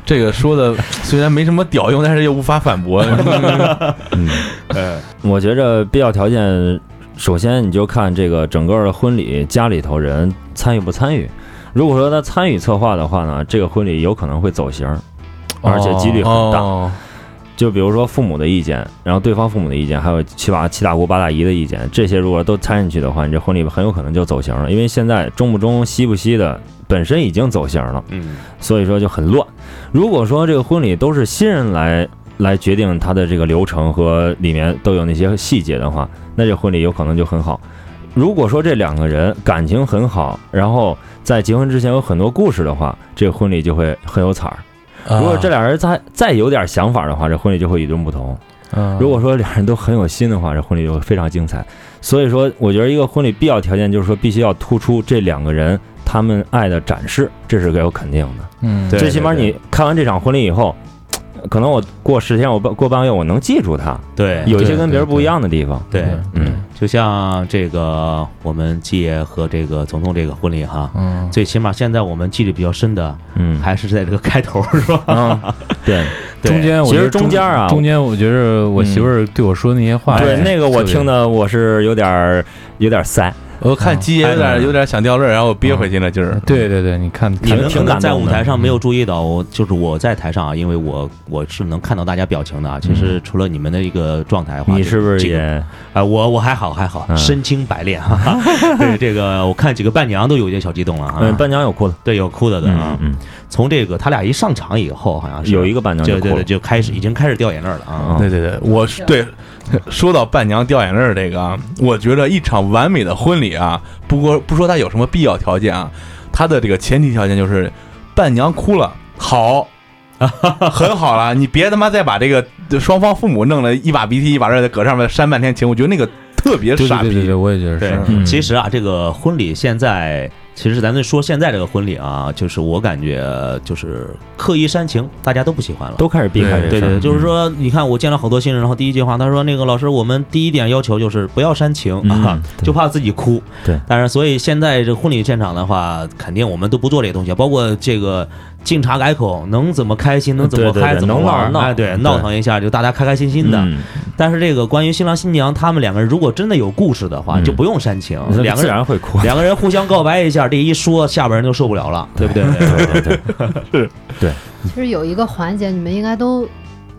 C: 这个说的虽然没什么屌用，但是也无法反驳。
E: 我觉着必要条件，首先你就看这个整个的婚礼家里头人参与不参与。如果说他参与策划的话呢，这个婚礼有可能会走形儿， (laughs) 而且几率很大。
C: 哦，
E: 就比如说父母的意见，然后对方父母的意见，还有七八七大姑八大姨的意见，这些如果都掺进去的话，你这婚礼很有可能就走形了。因为现在中不中、西不西的，本身已经走形了，
A: 嗯，
E: 所以说就很乱。如果说这个婚礼都是新人来来决定它的这个流程和里面都有那些细节的话，那这婚礼有可能就很好。如果说这两个人感情很好，然后在结婚之前有很多故事的话，这个婚礼就会很有彩儿。
A: 啊
E: 如
C: 哦
E: 果这俩人再再有点想法的话，这婚礼就会与众不同。
C: 啊
E: 如果说俩人都很有心的话，这婚礼就会非常精彩。所以说，我觉得一个婚礼必要条件就是说，必须要突出这两个人他们爱的展示，这是给我肯定的。
F: 嗯
C: 对
E: 最起码你看完这场婚礼以后，可能我过十天，我半过半个月，我能记住它，
A: 哎对
E: 有一些跟别人不一样的地方。
A: 对，
E: 嗯，
A: 就像这个我们季爷和这个总统这个婚礼哈，
F: 嗯，
A: 最起码现在我们记得比较深的
E: 嗯，
A: 还是在这个开头是吧？
E: 啊，对
A: 对
F: 中间我
E: 其
F: 觉
E: 实
F: 得
E: 中间啊
F: 中间我觉得我媳妇儿对我说那些话，
E: 对，那个我听的我是有点儿有点儿塞，
C: 我
E: 嗯
C: 看鸡爷有点有点想掉泪，然后憋回去了，就是。
F: 对对对，你看
A: 你们可
E: 挺
A: 能
E: 感动
A: 在舞
E: 的嗯
A: 台上没有注意到，我就是我在台上啊，因为我我是能看到大家表情的啊。其实除了你们的一个状态的
E: 嗯
A: 话，
E: 你
A: 这
E: 是不是
A: 这个
E: 也
A: 啊，我我还好还好，
E: 嗯
A: 身经百炼哈哈。 (laughs) 对这个，我看几个伴娘都有一些小激动了
E: 嗯
A: 啊，
E: 伴娘有哭的，
A: 对，有哭的的啊
E: 嗯。嗯，
A: 从这个他俩一上场以后，好像是
E: 有一个伴娘
A: 就
E: 就
A: 对
E: 哭
A: 对
E: 了，
A: 就开始已经开始掉眼泪了啊。
E: 嗯
C: 对对对，我是对说到伴娘掉眼泪儿这个啊，我觉得一场完美的婚礼啊，不过不说它有什么必要条件啊，它的这个前提条件就是伴娘哭了，好， (laughs) 很好了，你别他妈再把这个双方父母弄了一把鼻涕一把泪在搁上面煽半天情，我觉得那个特别
F: 对对
C: 傻
F: 对对
C: 逼
F: 对，。我也觉得
A: 对
F: 是，
E: 嗯
A: 其实啊，这个婚礼现在，其实咱们说现在这个婚礼啊，就是我感觉就是刻意煽情，大家都不喜欢了。
E: 都开始避开这
A: 对对
E: 事儿
A: 对，就是说，你看我见了好多新人，然后第一句话他说那个老师，我们第一点要求就是不要煽情啊
E: 嗯，对
A: (laughs) 就怕自己哭。
E: 对
A: 但是所以现在这婚礼现场的话，肯定我们都不做这些东西，包括这个敬茶改口，能怎么开心能怎
E: 对
A: 么
E: 对
A: 开
E: 对
A: 怎么
E: 能
A: 玩
E: 闹
A: 儿，
E: 闹
A: 哎，对，
E: 对
A: 闹腾一下就大家开开心心的。
E: 嗯
A: 但是这个关于新郎新娘他们两个人如果真的有故事的话，
E: 嗯
A: 就不用煽情，两个
E: 自
A: 人
E: 然会哭。
A: (laughs)
E: (laughs)
A: 两个人互相告白一下，这一说下边人就受不了了，对不对？
E: 对对对，
B: 其实有一个环节你们应该都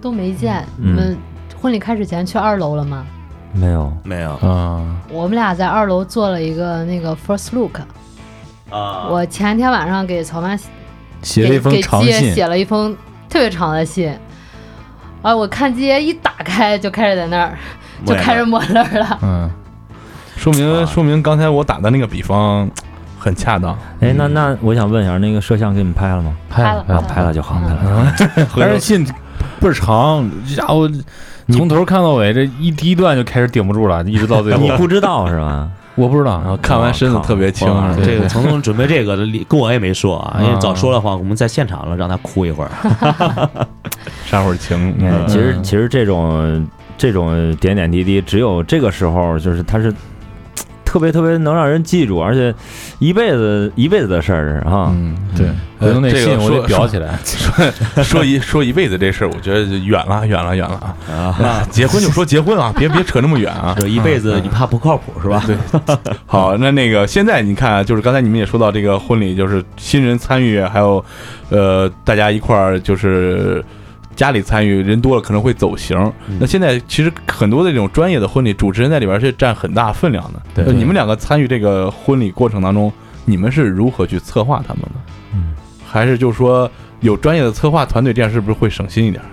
B: 都没见，
E: 嗯
B: 你们婚礼开始前去二楼了吗？
E: 没有，
A: 没有
F: 啊，
B: 我们俩在二楼做了一个那个 first look。
A: 啊，
B: 我前天晚上给曹妈写
F: 写了一封
B: 给
F: 长
B: 鸡爷
F: 信，
B: 写了一封特别长的信。啊！我看鸡爷一打开就开始在那儿就开始抹泪儿了。
F: 嗯，
C: 说
A: 啊
C: 明说明刚才我打的那个比方很恰当。
E: 哎，那那我想问一下，那个摄像给你们拍了吗？
F: 哎拍
B: 拍
F: 了
B: 了
F: 拍
E: 啊，
F: 了，
E: 拍了就好，
B: 嗯
E: 拍了就好。
F: 但是信倍儿长，这家伙从头看到尾，这一第一段就开始顶不住了，一直到最后
E: 你，不知道是吧？
F: 我不知
C: 然后
F: 道，
C: 看完身子特别轻，
E: 啊
C: 是吧
A: 这个程总准备这个的跟我也没说啊，因为
F: 啊
A: 早说的话，我们在现场了，让他哭一会儿。
C: 杀会儿轻。
E: 哎
C: 嗯
E: 其实其实这种这种点点滴滴，只有这个时候，就是它是特别特别能让人记住，而且一辈子一辈子的事儿啊。
F: 嗯，对，
C: 呃
F: 回头那
C: 这个
F: 信我得
C: 说
F: 裱起来，
C: (laughs) 说一说一辈子这事儿，我觉得就远了，远了，远了啊！
A: 啊，
C: 结婚就说结婚啊，别别扯那么远啊。
A: 就一辈子你怕不靠谱是
E: 啊
A: 吧？
E: (laughs)
C: 对，好，那那个现在你看啊，就是刚才你们也说到这个婚礼，就是新人参与，还有呃大家一块儿就是家里参与，人多了可能会走形。
A: 嗯
C: 那现在其实很多的这种专业的婚礼，主持人在里边是占很大分量的。
F: 对
C: 那你们两个参与这个婚礼过程当中，你们是如何去策划他们的？
E: 嗯，
C: 还是就是说有专业的策划团队，这样是不是会省心一点？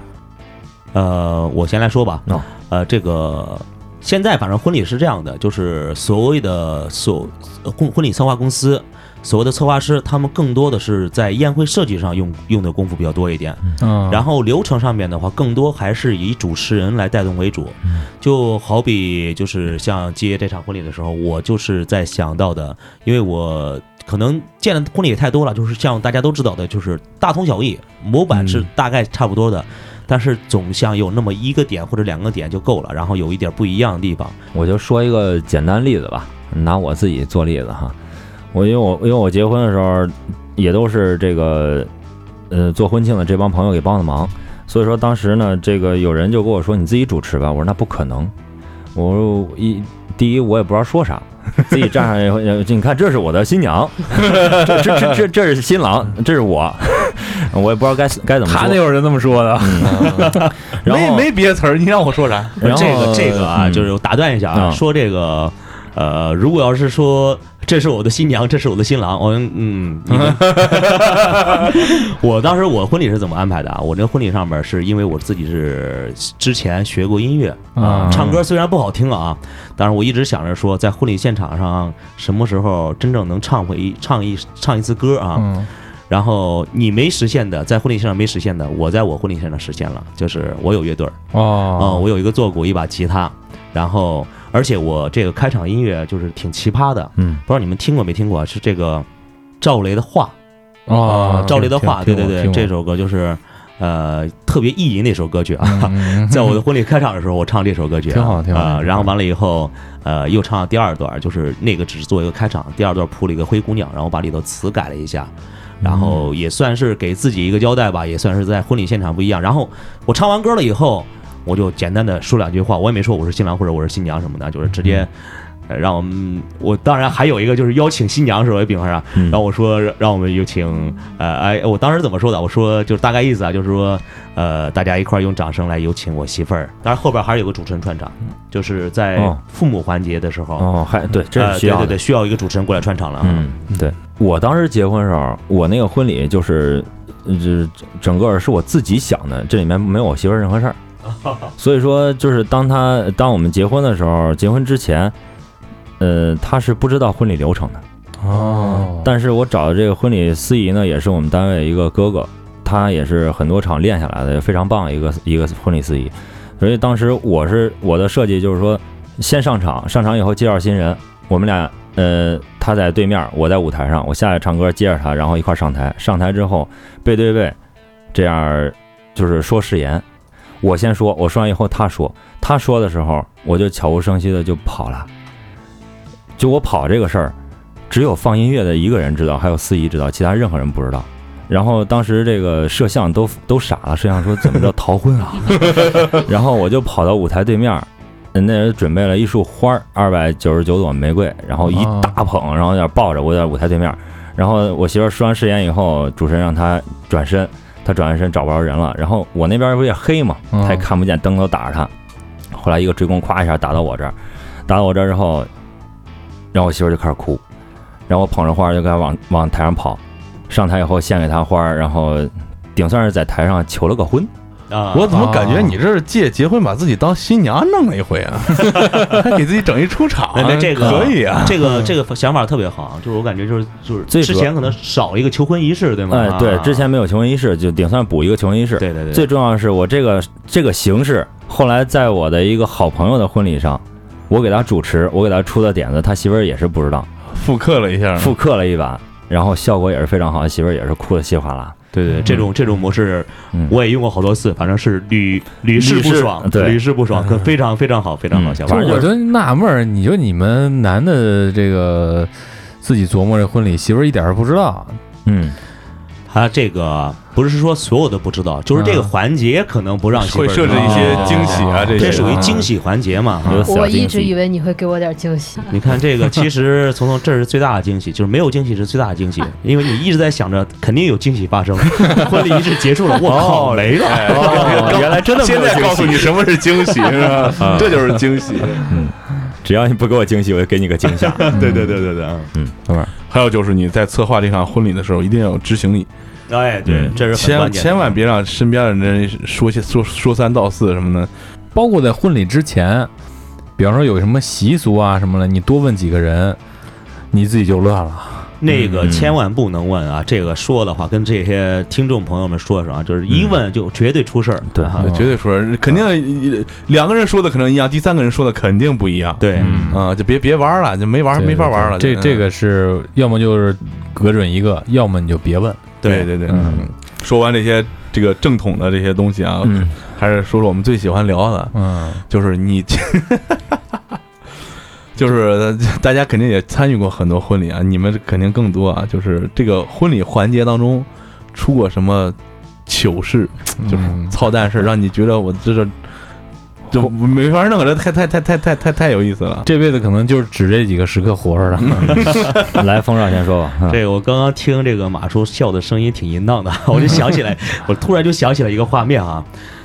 A: 呃，我先来说吧
E: 哦。
A: 呃，这个现在反正婚礼是这样的，就是所谓的所呃婚婚礼策划公司，所谓的策划师，他们更多的是在宴会设计上用用的功夫比较多一点。
F: 嗯，
A: 然后流程上面的话，更多还是以主持人来带动为主。
F: 嗯
A: 就好比就是像接这场婚礼的时候，我就是在想到的，因为我可能见的婚礼也太多了，就是像大家都知道的，就是大同小异，模板是
F: 嗯
A: 大概差不多的。但是总像有那么一个点或者两个点就够了，然后有一点不一样的地方。
E: 我就说一个简单例子吧，拿我自己做例子哈。我因为我因为我结婚的时候也都是这个呃做婚庆的这帮朋友给帮的忙，所以说当时呢，这个有人就跟我说你自己主持吧，我说那不可能，我说一第一我也不知道说啥。 (laughs) 自己站上以后，呃你看，这是我的新娘， (laughs) 这这这这这是新郎，这是我，我也不知道该该怎么
F: 他
E: 说
F: 那。会儿是这么说的，
E: 然后
C: 没没别的词儿，你让我说啥？
E: 然后
A: 这个这个啊，
E: 嗯
A: 就是我打断一下啊，
E: 嗯
A: 说这个。呃，如果要是说这是我的新娘，这是我的新郎，我嗯，
E: (laughs)
A: 你们我当时我婚礼是怎么安排的啊？我这婚礼上面是因为我自己是之前学过音乐啊、
F: 嗯
A: 唱歌虽然不好听啊，但是我一直想着说，在婚礼现场上什么时候真正能唱回唱一唱一次歌啊？
F: 嗯
A: 然后你没实现的，在婚礼现场没实现的，我在我婚礼现场实现了，就是我有乐队儿。哦，
F: 哦，
A: 我有一个坐骨，一把吉他，然后而且我这个开场音乐就是挺奇葩的，
E: 嗯，
A: 不知道你们听过没听过？是这个赵雷的《画》
F: 哦，
A: 赵雷的《画》，对
F: 听
A: 对
F: 过
A: 对，这，首歌就是呃特别意淫的一首歌曲
F: 嗯
A: 啊。在我的婚礼开场的时候，我唱这首歌曲啊，
F: 挺好挺好
A: 啊然后完了以后，呃，又唱第二段，就是那个只是做一个开场，第二段铺了一个灰姑娘，然后把里头词改了一下，然
F: 嗯
A: 后也算是给自己一个交代吧，也算是在婚礼现场不一样。然后我唱完歌了以后，我就简单的说两句话，我也没说我是新郎或者我是新娘什么的，就是直
F: 嗯
A: 接。呃让我们，我当然还有一个就是邀请新娘时候，比方上，
E: 嗯
A: 然后我说让我们有请，呃，哎，我当时怎么说的？我说就是大概意思啊，就是说，呃，大家一块儿用掌声来有请我媳妇儿。当然后边还是有个主持人串场，就是在
E: 哦
A: 父母环节的时候，
E: 嗯哦，还对，这
A: 呃
E: 是需要的
A: 对对对，需要一个主持人过来串场了啊。
E: 嗯，对我当时结婚的时候，我那个婚礼就是，呃就是整个是我自己想的，这里面没有我媳妇儿任何事 (laughs) 儿。所以说，就是当他当我们结婚的时候，结婚之前，呃，他是不知道婚礼流程的。
F: 哦，
E: 但是我找的这个婚礼司仪呢，也是我们单位一个哥哥，他也是很多场练下来的，也非常棒一个一个婚礼司仪。所以当时我是我的设计就是说，先上场，上场以后介绍新人，我们俩呃他在对面，我在舞台上，我下来唱歌接着他，然后一块儿上台，上台之后背对背，这样儿就是说誓言。我先说，我说完以后他说，他说的时候我就悄无声息的就跑了。就我跑这个事儿，只有放音乐的一个人知道，还有司仪知道，其他任何人不知道。然后当时这个摄像都都傻了，摄像说怎么着逃婚啊？ (laughs) 然后我就跑到舞台对面儿，那人准备了一束花儿，二百九十九朵玫瑰，然后一
F: 啊
E: 大捧，然后有点抱着我在舞台对面儿。然后我媳妇儿说完誓言以后，主持人让她转身，她转完身找不着人了。然后我那边不也黑嘛，
F: 嗯
E: 她也看不见，灯都打着她。后来一个追光，咵一下打到我这儿，打到我这儿之后，然后我媳妇儿就开始哭，然后我捧着花儿就给她往往台上跑，上台以后献给她花儿，然后顶算是在台上求了个婚。
A: 啊，
C: 我怎么感觉你这是借结婚把自己当新娘弄了一回 (laughs) 啊？还给自己整一出场啊
A: 那那，呃这个
C: 可以啊。
A: 这个这个想法特别好，就是我感觉就是就是
E: 嗯最主
A: 之
E: 要
A: 前可能少一个求婚仪式，对吗？
E: 哎，对，之前
A: 啊
E: 没有求婚仪式，就顶算补一个求婚仪式。
A: 对对对，
E: 最重要的是，我这个这个形式，后来在我的一个好朋友的婚礼上，我给他主持，我给他出的点子，他媳妇儿也是不知道，
C: 复刻了一
A: 嗯
C: 下，
E: 复刻了一把，然后效果也是非常好，媳妇儿也是哭的稀里哗啦。
A: 对对，这种这种模式
E: 嗯
A: 我也用过好多次，反正是屡屡试不爽，
E: 屡试对
A: 屡试不爽，可非常非常好，非常好
E: 嗯
A: 想
F: 就
A: 法
E: 反。正
F: 我
E: 就是
F: 就纳闷儿，你说你们男的这个自己琢磨这婚礼，媳妇儿一点儿不知道，
E: 嗯，
A: 他这个不是说所有的不知道，就是这个
F: 嗯
A: 环节可能不让媳妇
C: 会
A: 儿
C: 设置
A: 知道
C: 一些惊喜啊，这些
A: 这属于惊喜环节嘛？
E: 有
A: 啊
E: 小
B: 我
E: 惊
B: 一直
E: 喜
B: 以为你会给我点惊喜，
A: 你看这个，其实从从这是最大的惊喜，就是没有惊喜是最大的惊喜，因为你一直在想着肯定有惊喜发生， (laughs) 婚礼仪式结束了，我靠，没了。
C: 啊哎
E: 哦，原来真的没
C: 现
E: 有
C: 在
E: 惊
C: 告诉
E: 喜。啊
C: 你什么是惊喜，是吧？这就是惊喜。
E: 嗯只要你不给我惊喜，我就给你个惊
C: (laughs)
E: 吓。
A: 对对对对对，嗯
C: 还有就是你在策划这场婚礼的时候，一定要有执行力，
A: 哎，对，
E: 嗯
A: 这是很
C: 千
A: 关键的
C: 千万别让身边的人说些说说三道四什么的。
F: 包括在婚礼之前，比方说有什么习俗啊什么的，你多问几个人，你自己就乱了。
A: 那个
E: 嗯
A: 千万不能问啊！这个说的话，跟这些听众朋友们说说啊，就是一问就绝对出事儿。
E: 对
A: 啊
F: 嗯
C: 绝对说，肯定两个人说的可能一样，第三个人说的肯定不一样。
A: 对，
C: 啊，就别别玩了，就没玩
F: 嗯对
C: 没法玩了。
F: 这
C: 就
F: 这个是要么就是隔准一个，要么你就别问。
C: 对
A: 对
C: 对对，
E: 嗯
C: 说完这些这个正统的这些东西啊，
E: 嗯，
C: 还是说说我们最喜欢聊的，
F: 嗯，
C: 就是你， (laughs) 就是大家肯定也参与过很多婚礼啊，你们肯定更多啊，就是这个婚礼环节当中出过什么糗事，就是
F: 嗯
C: 操蛋事儿，让你觉得我这是就没法弄了，太太太太太太太有意思了。
F: 这辈子可能就是指这几个时刻活着了。
E: (laughs) 来，冯少先说吧。
C: 啊
E: 嗯
A: 这个我刚刚听这个马叔笑的声音挺淫荡的， (laughs) 我就
C: (laughs)
A: 想起来，我突然就想起来一个画面啊，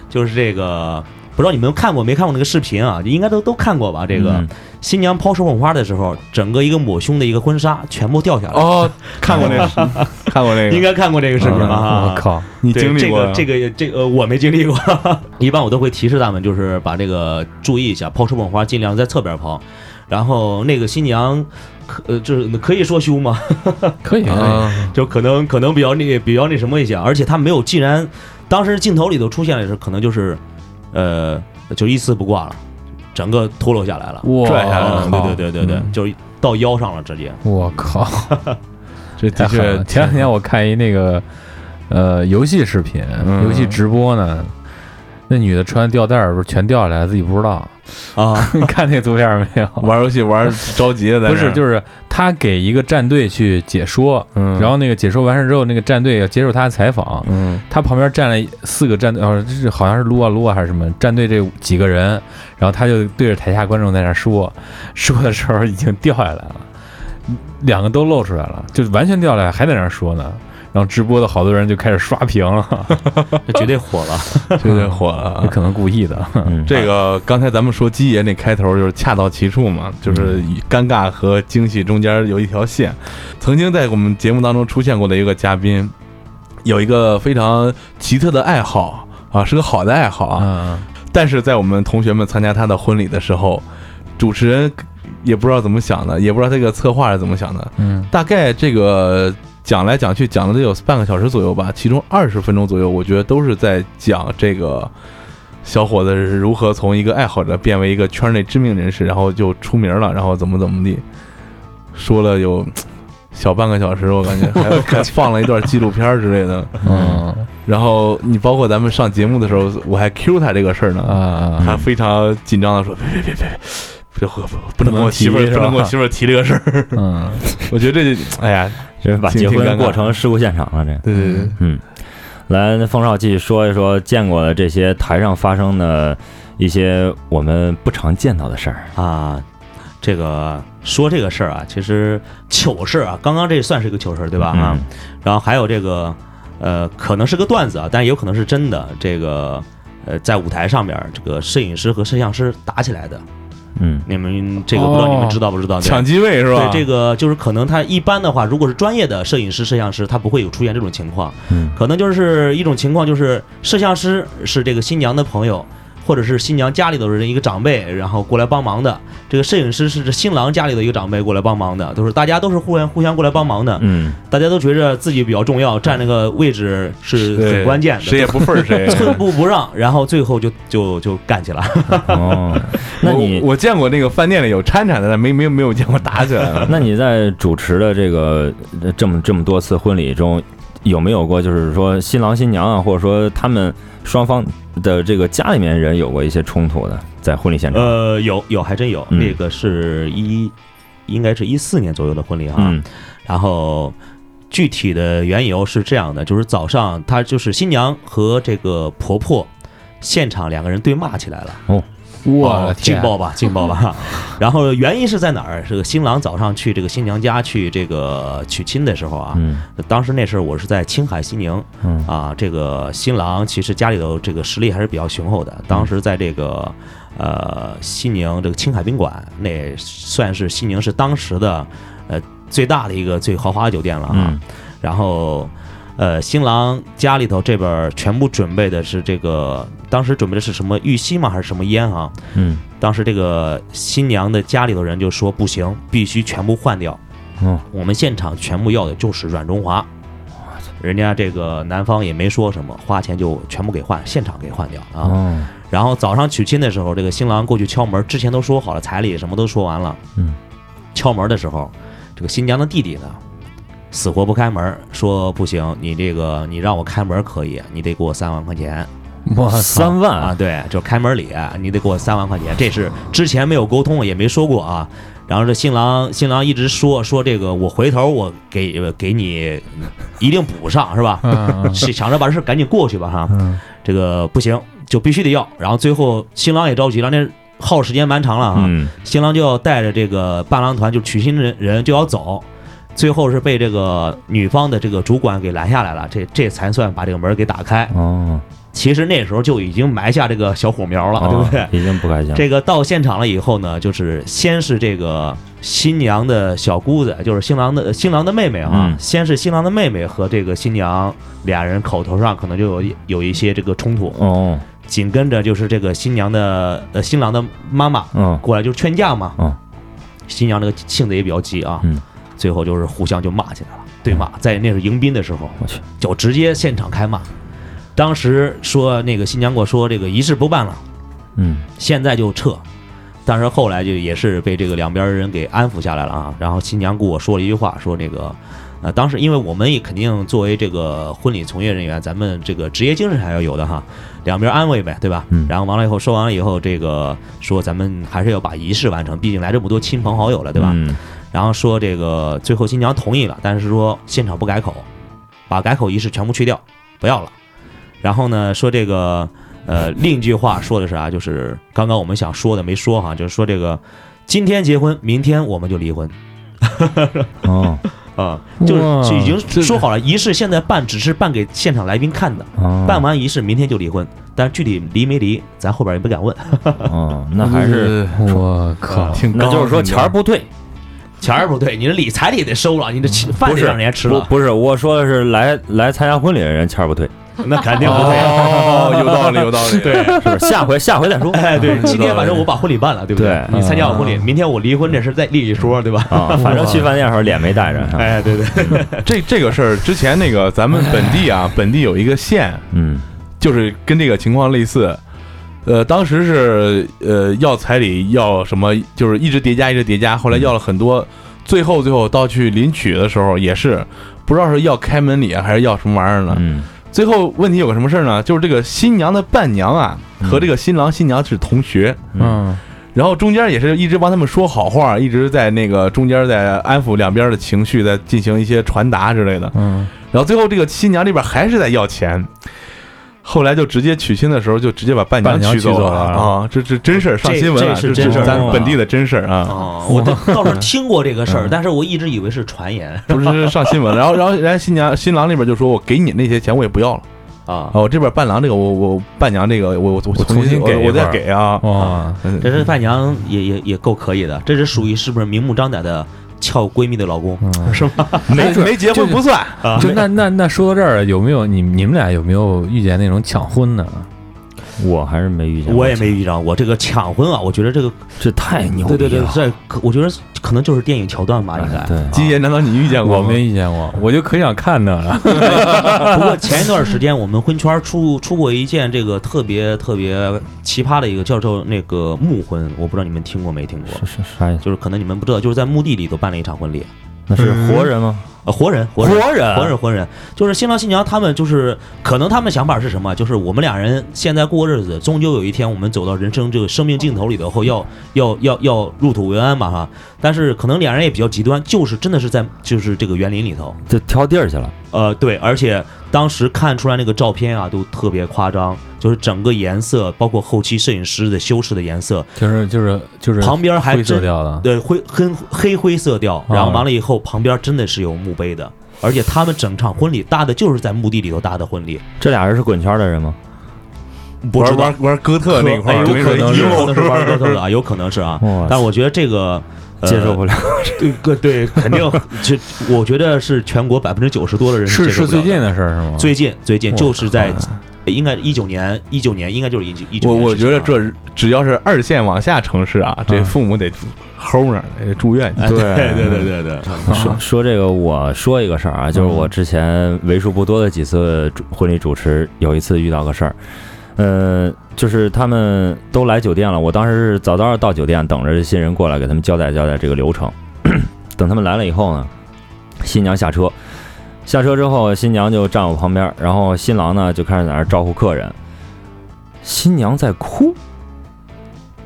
A: 就是这个不知道你们看过没看过那个视频啊？应该都都看过吧？这个、
E: 嗯
A: 新娘抛手捧花的时候，整个一个抹胸的一个婚纱全部掉下来，
C: 哦，看过那个， (laughs) 看过那
A: (laughs) 应
C: 个，
A: 该看过这个视频吧？
F: 我
A: 啊
F: 靠，
C: 你
A: 对
C: 经历过
A: 这个这个这个、呃我没经历过， (laughs) 一般我都会提示他们，就是把这个注意一下，抛手捧花尽量在侧边抛，然后那个新娘。可呃，就是可以说胸吗？
F: 可以可以，
C: 啊？
A: 就可能可能比较那比较那什么一些，而且他没有，既然当时镜头里头出现了是，可能就是，呃，就一丝不挂了，整个脱落下来了，
F: 哇
C: 拽下来了
A: 啊，对对对对对，
F: 嗯
A: 就到腰上了直接。
F: 我靠，
C: (laughs) 这
F: 太
C: 的
F: 狠了
C: 确，
F: 前两天我看一那个呃游戏视频，
C: 嗯
F: 游戏直播呢，那女的穿吊带儿不是全掉下来，自己不知道。 (laughs)
A: (laughs) 啊，
F: 你看那图片没有？
C: 玩游戏玩着急了，在
F: 不是，
C: 是
F: 就是他给一个战队去解说，
C: 嗯
F: 然后那个解说完事之后，那个战队要接受他的采访，
C: 嗯
F: 他旁边站了四个战队，哦，这是好像是撸啊撸啊还是什么战队这几个人，然后他就对着台下观众在那说， (laughs) 说的时候已经掉下来了，两个都露出来了，就完全掉下来，还在那说呢。然后直播的好多人就开始刷屏了， (laughs)
A: 这绝对火了。
C: 这就火了啊
F: 有。可能故意的。
E: 嗯，
C: 这个刚才咱们说鸡爷那开头就是恰到其处嘛，就是尴尬和惊喜中间有一条线。曾经在我们节目当中出现过的一个嘉宾，有一个非常奇特的爱好啊，是个好的爱好啊。
F: 嗯，
C: 但是在我们同学们参加他的婚礼的时候，主持人也不知道怎么想的，也不知道这个策划是怎么想的，
F: 嗯
C: 大概这个讲来讲去讲了得有半个小时左右吧，其中二十分钟左右，我觉得都是在讲这个小伙子是如何从一个爱好者变为一个圈内知名人士，然后就出名了，然后怎么怎么地，说了有 (laughs) 小半个小时，我 (laughs) 感觉还还放了一段纪录片儿之类的。
F: 嗯
C: 然后你包括咱们上节目的时候，我还 Q 他这个事儿呢，
F: 啊，
C: 他非常紧张的说：“别别别别。”别不不不能跟我媳妇儿
F: 不能提
C: 不能跟
F: 是
C: (laughs) 我
F: 吧
C: 媳妇儿提这个事儿，
F: 嗯，
C: 我觉得这就哎呀，
E: 这是把
C: 挺
E: 结
C: 挺尴
E: 婚
C: 尬
E: 过成事故现场了，这。
C: 对对对，
E: 来，那冯少继续说一说见过的这些台上发生的一些我们不常见到的事儿。
A: 啊，这个说这个事儿啊，其实糗事儿啊，刚刚这算是一个糗事儿，对吧？啊，然后还有这个，呃，可能是个段子啊，但也有可能是真的。这个，呃，在舞台上面儿，这个摄影师和摄像师打起来的，
E: 嗯，
A: 你们这个不知道你们知道不知道？对
C: 哦抢机位是吧？
A: 对，这个就是可能他一般的话，如果是专业的摄影师、摄像师，他不会有出现这种情况。
E: 嗯，
A: 可能就是一种情况，就是摄像师是这个新娘的朋友，或者是新娘家里头的一个长辈，然后过来帮忙的。这个摄影师是这新郎家里的一个长辈过来帮忙的，都是大家都是互相互相过来帮忙的，
E: 嗯，
A: 大家都觉着自己比较重要，占那个位置是
C: 对
A: 很关键
C: 谁
A: 的，
C: 也不忿儿
A: (laughs)
C: 谁。
A: 寸步不让，然后最后就就就干起来了。
C: (laughs)
E: 哦，那你
C: 我我见过那个饭店里有掺掺的，但没没有没有见过打起来的。
E: 那你在主持的这个呃这么这么多次婚礼中，有没有过就是说新郎新娘啊，或者说他们双方的这个家里面人有过一些冲突的，在婚礼现场？
A: 呃，有有还真有，
E: 嗯
A: 那个是一应该是一四年左右的婚礼啊，
E: 嗯
A: 然后具体的缘由是这样的，就是早上她就是新娘和这个婆婆现场两个人对骂起来了，
D: 我
A: 哦
D: 的
A: 劲
D: 天，
A: 爆吧，劲爆吧。然后原因是在哪儿？这个新郎早上去这个新娘家去这个娶亲的时候啊，
E: 嗯
A: 当时那时候我是在青海西宁，
E: 嗯
A: 啊，这个新郎其实家里头这个实力还是比较雄厚的。当时在这个呃西宁这个青海宾馆，那算是西宁是当时的呃最大的一个最豪华的酒店了啊。
E: 嗯
A: 然后呃新郎家里头这边儿全部准备的是这个，当时准备的是什么玉溪吗？还是什么烟啊？
E: 嗯
A: 当时这个新娘的家里头人就说不行，必须全部换掉。
E: 嗯，
A: 我们现场全部要的就是软中华。人家这个男方也没说什么，花钱就全部给换，现场给换掉啊。
E: 哦
A: 然后早上娶亲的时候，这个新郎过去敲门，之前都说好了，彩礼什么都说完了。
E: 嗯，
A: 敲门的时候，这个新娘的弟弟呢，死活不开门，说不行，你这个你让我开门可以，你得给我三万块钱
D: 我操，
E: 三万
A: 啊！！对，就开门礼，你得给我三万块钱，这是之前没有沟通，也没说过啊。然后这新郎新郎一直说说这个，我回头我给给你一定补上是吧？
D: 嗯，
A: 是想着把这事赶紧过去吧哈。这个不行，就必须得要。然后最后新郎也着急了，那耗时间蛮长了啊。
E: 嗯
A: 新郎就要带着这个伴郎团，就娶亲人人就要走，最后是被这个女方的这个主管给拦下来了，这这才算把这个门给打开。
E: 哦，
A: 其实那时候就已经埋下这个小火苗了，
E: 哦
A: 对不对？
E: 已经不开心了。
A: 这个到现场了以后呢，就是先是这个新娘的小姑子，就是新郎的新郎的妹妹啊，
E: 嗯
A: 先是新郎的妹妹和这个新娘俩人口头上可能就有一有一些这个冲突，
E: 哦
A: 紧跟着就是这个新娘的呃新郎的妈妈
E: 嗯
A: 过来就劝架嘛，
E: 嗯
A: 新娘这个性子也比较急啊，
E: 嗯
A: 最后就是互相就骂起来了，对骂，在那是迎宾的时候，
E: 我去，
A: 就直接现场开骂，当时说那个新娘给我说这个仪式不办了。
E: 嗯
A: 现在就撤。但是后来就也是被这个两边人给安抚下来了啊。然后新娘跟我说了一句话，说那个，呃，当时因为我们也肯定作为这个婚礼从业人员，咱们这个职业精神还要有的哈，两边安慰呗，对吧？
E: 嗯
A: 然后完了以后说完了以后，这个说咱们还是要把仪式完成，毕竟来这么多亲朋好友了，对吧？
E: 嗯
A: 然后说这个最后新娘同意了，但是说现场不改口，把改口仪式全部去掉，不要了。然后呢，说这个呃另一句话说的是啥？就是刚刚我们想说的没说哈，就是说这个今天结婚，明天我们就离婚
E: 哦
A: 啊、
D: 哇
A: 就是已经说好了，仪式现在办只是办给现场来宾看的，啊
E: 哦，
A: 办完仪式明天就离婚，但是具体离没离，咱后边也不敢问。
E: 哦， (laughs) 那还是
F: 嗯
D: 我靠，
C: 挺高，
E: 那就是说钱儿
A: (laughs)
E: 不退，
A: 钱儿不对，你的理财也得收了，你的钱饭
E: 不
A: 得
E: 是
A: 让人家吃
E: 不
A: 了，
E: 不是，我说的是来来参加婚礼的人钱儿
A: (laughs)
E: 不退，
A: 那肯定不 (laughs) 对。
C: 哦，有道理有道理， (laughs) 对，
E: 是不是？下回下回再说。
A: 哎，对，今天反正我把婚礼办了，对不
E: 对
A: 你参加我婚礼，明天我离婚这事再另一说，对吧？
C: 嗯
E: 啊，反正去饭店的时候脸没带着。
A: (laughs) 哎，对对，
C: 这这个事儿之前那个咱们本地啊，本地有一个县，
E: 嗯
C: 就是跟这个情况类似。呃，当时是呃要彩礼，要什么，就是一直叠加，一直叠加，后来要了很多，最后最后到去领取的时候也是不知道是要开门礼啊还是要什么玩意儿呢。
E: 嗯
C: 最后问题有个什么事儿呢？就是这个新娘的伴娘啊和这个新郎新娘是同学，
E: 嗯，
C: 然后中间也是一直帮他们说好话，一直在那个中间在安抚两边的情绪，在进行一些传达之类的。
F: 嗯，
C: 然后最后这个新娘这边还是在要钱，后来就直接娶亲的时候就直接把伴娘
F: 伴娘
C: 娶
F: 娶
C: 走
F: 走
C: 了
F: 了
C: 啊！这这真事儿上
A: 这
C: 新闻了，
A: 这是
C: 这
A: 真事儿
C: 咱本地的真事儿啊，
A: 啊， (laughs) 我倒倒是听过这个事儿，但是我一直以为是传言
C: 不是是上新闻。然后然后人家新娘新郎那边就说：“我给你那些钱我也不要了，
A: 啊，
C: 哦，我这边伴郎这个我我伴娘这个我我我
F: 重新给
C: 我
F: 一
C: 我再
F: 份儿
C: 给啊。
F: 哇，
C: 嗯
A: 这是伴娘也也也够可以的，这是属于是不是明目张胆的撬闺蜜的老公？
F: 嗯
A: 是吗？
C: 没
F: 没准
C: 哎没结婚
F: 就是
C: 不算，
F: 就那那那说到这儿，有没有你你们俩有没有遇见那种抢婚的？
E: 我还是没遇见过，
A: 我也没遇着，我这个抢婚啊，我觉得这个
E: 这太牛逼
A: 对
E: 了，哎
A: 对对，这可我觉得可能就是电影桥段吧，应该。
E: 嗯对，
C: 金爷，难道你遇见过
F: 我
C: 吗？
F: 没遇见过，我就可想看那了。
A: 不过前一段时间，我们婚圈出出过一件这个特别特别奇葩的一个叫做那个木婚，我不知道你们听过没听过，
E: 是是啥意思？
A: 就是可能你们不知道，就是在墓地里头办了一场婚礼，
E: 哎那是活人吗？
A: 呃，活人，活人。
E: 人
A: 活人，活人，就是新郎新娘，他们就是可能他们想法是什么？就是我们俩人现在过日子，终究有一天我们走到人生这个生命尽头里头后，要要要要入土为安嘛哈。但是可能俩人也比较极端，就是真的是在就是这个园林里头，
F: 嗯
E: 就挑地儿去了，
A: 呃，对，而且当时看出来那个照片啊，都特别夸张，就是整个颜色，包括后期摄影师的修饰的颜色，
F: 就是就是就是
A: 旁边还
F: (laughs) 灰色
A: 真
F: 调的，
A: 对呃灰黑黑灰色调，然后
F: 啊
A: 完了以后旁边真的是有墓碑的，而且他们整场婚礼搭的就是在墓地里头搭的婚礼，
E: 这俩人是滚圈的人吗？
A: 不知
C: 玩
A: 道
C: 玩玩哥特那块
A: 哎
C: 儿，
A: 有
C: 我跟你说
A: 可能是有
C: 一
A: 可能是玩哥特的啊，有可能是啊，
E: 哇
A: 但是我觉得这个。呃
E: 接受不了，
A: 对个 (laughs) 对，肯定，这我觉得是全国百分之九十多的人
F: 是
A: 接受
F: 是
A: 不了
F: 最
A: 的
F: 近的事儿是吗？ (laughs)
A: 最近最近
F: 我
A: 就是在
F: 靠，
A: 应该一九年，一九年应该就是一九一九。
C: 我我觉得这只要是二线往下城市啊，这
F: 嗯
C: 父母得齁那儿得住院去。
A: 哎，对 (laughs) 对对对对，
E: (laughs) 说说这个，我说一个事儿啊，就是我之前为数不多的几次主婚礼主持，有一次遇到个事儿，呃，就是他们都来酒店了，我当时是早早地到酒店等着这新人过来，给他们交代交代这个流程。 (clears throat) 等他们来了以后呢，新娘下车，下车之后，新娘就站我旁边，然后新郎呢就开始在那儿招呼客人，新娘在哭，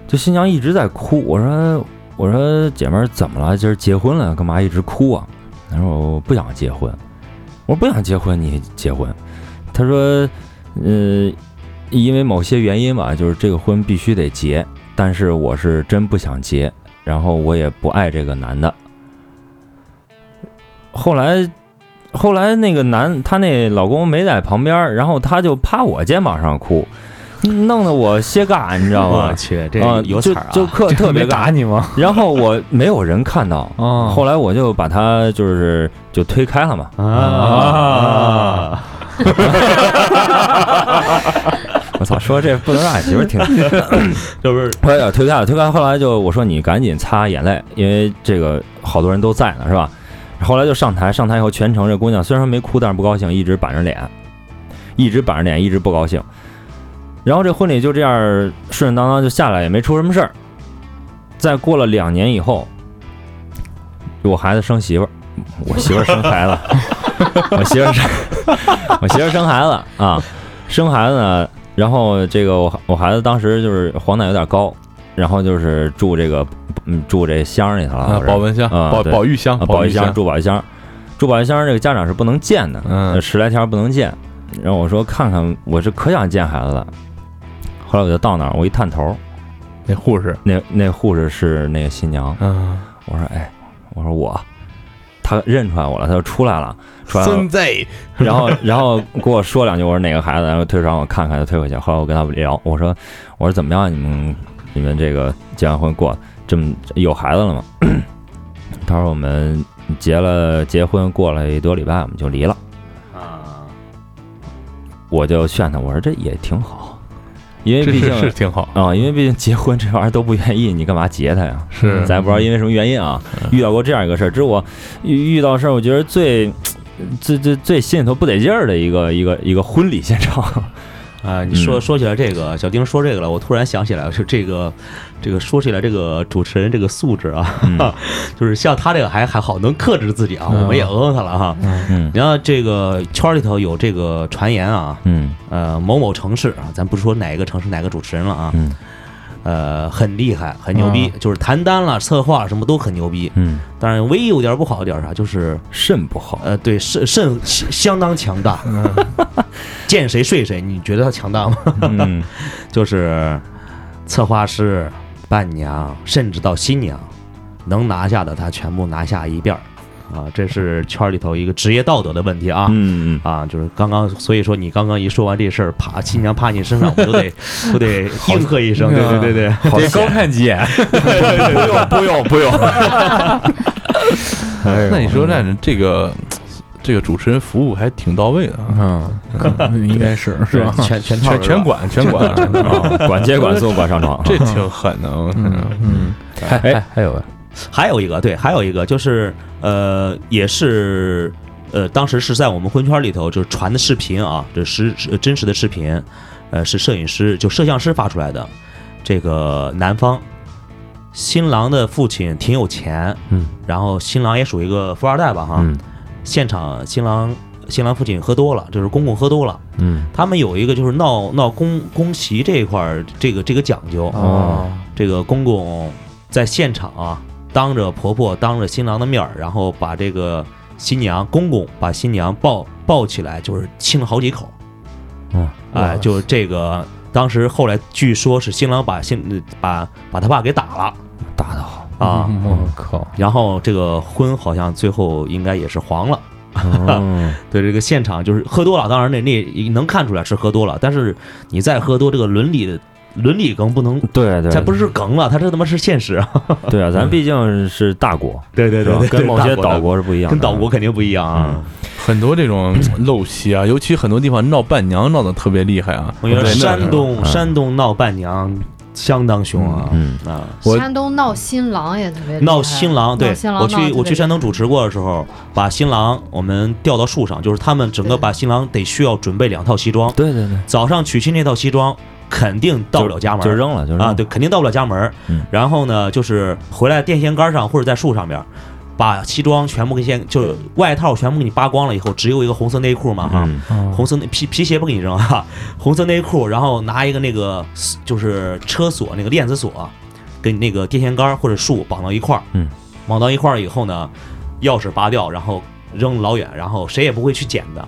E: 就新娘一直在哭，我说我说姐们儿怎么了？今儿结婚了，干嘛一直哭啊？她说我不想结婚。我说不想结婚，你结婚。她说，呃，因为某些原因吧，就是这个婚必须得结，但是我是真不想结，然后我也不爱这个男的。后来，后来那个男，她那老公没在旁边儿，然后她就趴我肩膀上哭，弄得我歇尬，你知道吗
A: 我？去，这
E: 啊，
A: 有
E: 就
A: 彩儿啊！
E: 就特特别
F: 没
E: 尬
F: 打。你吗？
E: (laughs) 然后我没有人看到，
F: 哦
E: 后来我就把他就是就推开了嘛。
A: 啊，
E: 我操，说这不能让俺媳妇儿听。
A: (laughs)
E: (laughs)
A: 这不是
E: 后来就推开了，推开。后来就我说你赶紧擦眼泪，因为这个好多人都在呢，是吧？后来就上台，上台以后全程这姑娘虽然说没哭，但是不高兴，一直板着脸，一直板着脸，一直不高兴。然后这婚礼就这样顺顺当当就下来，也没出什么事儿。再过了两年以后，我孩子生媳妇儿，我媳妇儿生孩子， (laughs) 我媳妇儿生， (laughs) 我媳妇儿生孩子啊，生孩子呢，然后这个我我孩子当时就是黄疸有点高，然后就是住这个嗯住这箱里头了，
C: 啊
E: 我，是
C: 保温箱、
E: 啊
C: 保
E: 对
C: 保育箱、
E: 啊保
C: 育
E: 育箱住保育箱，住保育箱这个家长是不能见的，
C: 嗯
E: (laughs) 呃，十来条不能见。然后我说看看，我是可想见孩子了。后来我就到那儿，我一探头，
C: 那护士，
E: 那那护士是那个新娘，
C: 嗯，
E: 我说哎，我说我，她认出来我了，她就出来了，出来了
C: 孙，子，
E: 然后然后给我说两句，我说哪个孩子，然后推让我看看，就推回去。后来我跟他聊，我说我说怎么样，你们你们这个结完婚过这么有孩子了吗？ (coughs) 他说我们结了结婚过了一多礼拜我们就离了。
A: 啊，
E: 我就劝他，我说这也挺好，因为
C: 这
E: 毕竟
C: 是是挺好，
E: 啊、因为毕竟结婚这玩意儿都不愿意，你干嘛结他呀？嗯
C: 是
E: 咱也不知道因为什么原因啊，
A: 嗯
E: 遇到过这样一个事儿，这是我遇遇到事儿，我觉得最。最最最心里头不得劲儿的一个一个一个婚礼现场，
A: 啊，你
E: 嗯
A: 说说起来这个，小丁说这个了，我突然想起来，就这个，这个说起来这个主持人这个素质啊，
E: 嗯
A: 就是像他这个还还好，能克制自己啊，我们也讹他了哈。
E: 嗯
A: 然后这个圈里头有这个传言啊，
E: (laughs) 嗯
A: 呃，某某城市啊，咱不说哪个城市哪个主持人了啊，
E: 嗯
A: 呃，很厉害，很牛逼，就是谈单了、策划什么都很牛逼。
E: 嗯，
A: 当然，唯一有点不好的点儿啥，啊就是
E: 肾不好，
A: 呃，对肾肾相相当强大， (laughs) 见谁睡谁。你觉得他强大吗？
E: 嗯，
A: 就是策划师、伴娘，甚至到新娘，能拿下的他全部拿下一遍儿啊！这是圈儿里头一个职业道德的问题啊。
C: (laughs)
E: 嗯
A: 啊，就是刚刚，所以说你刚刚一说完这事儿，啪，新娘趴你身上，我都得 (laughs) 我得应和一声，对对对对，
E: 好
F: 得高看几眼，
C: 哎
E: 不用不用不用，
C: 那你说那这个这个主持人服务还挺到位的啊，
F: 嗯，应该是是吧？
A: 全全套
C: 全全
A: 管。
C: 管全管，啊
E: 啊管接管送管上床，
C: 这挺狠的。啊我看着
F: 嗯，还还还有啊
A: 还有一个，对，还有一个就是呃，也是呃，当时是在我们婚圈里头就是传的视频啊，这实是真实的视频，呃，是摄影师就摄像师发出来的，这个男方。新郎的父亲挺有钱，
E: 嗯，
A: 然后新郎也属于一个富二代吧，哈，
E: 嗯
A: 现场新郎新郎父亲喝多了，就是公公喝多了，
E: 嗯
A: 他们有一个就是闹闹公公席这一块儿，这个这个讲究，
E: 哦，
A: 这个公公在现场啊，当着婆婆、当着新郎的面儿，然后把这个新娘公公把新娘抱抱起来，就是亲了好几口。
E: 嗯，
A: 哎，就这个，当时后来据说是新郎把新呃把把他爸给打了
E: 打得好，
A: 啊，
F: 我靠，
A: 然后这个婚好像最后应该也是黄了。
E: 嗯
A: 对这个现场就是喝多了，当然那那能看出来是喝多了，但是你再喝多，这个伦理的伦理梗不能， (laughs)
E: 对对，
A: 这不是梗了，它这他妈是现实啊！
E: 对啊，咱毕竟是大国，
A: 对 (laughs) 对
E: 是吧跟某些岛
A: 岛
E: 国是嗯不一样的，
A: 跟岛国肯定不一样啊！
C: 很多这种陋习啊，尤其很多地方闹伴娘闹得特别厉害啊。
A: 我觉得
C: 对那
A: 哦山东
E: 嗯
A: 山东闹伴娘相当凶啊
E: 嗯
A: 啊！
F: 我
B: 山东闹新郎也特别厉害
A: 闹新郎，对
B: 闹新郎
A: 我
B: 闹得
A: 去
B: 特
A: 我
B: 别
A: 去山东主持过的时候，把新郎我们吊到树上，就是他们整个
B: 对
A: 把新郎得需要准备两套西装，
E: 对对对，
A: 早上娶亲那套西装肯定到不了家门，
E: 就扔了，就扔
A: 啊，对，肯定到不了家门儿。
E: 嗯
A: 然后呢，就是回来电线杆上或者在树上边儿，把西装全部给先就是外套全部给你扒光了以后，只有一个红色内裤嘛哈。
E: 嗯
A: 红色内皮皮鞋不给你扔啊， (laughs) 红色内裤，然后拿一个那个就是车锁那个链子锁，跟你那个电线杆儿或者树绑到一块儿，
E: 嗯，
A: 绑到一块儿以后呢，钥匙拔掉，然后扔老远，然后谁也不会去捡的，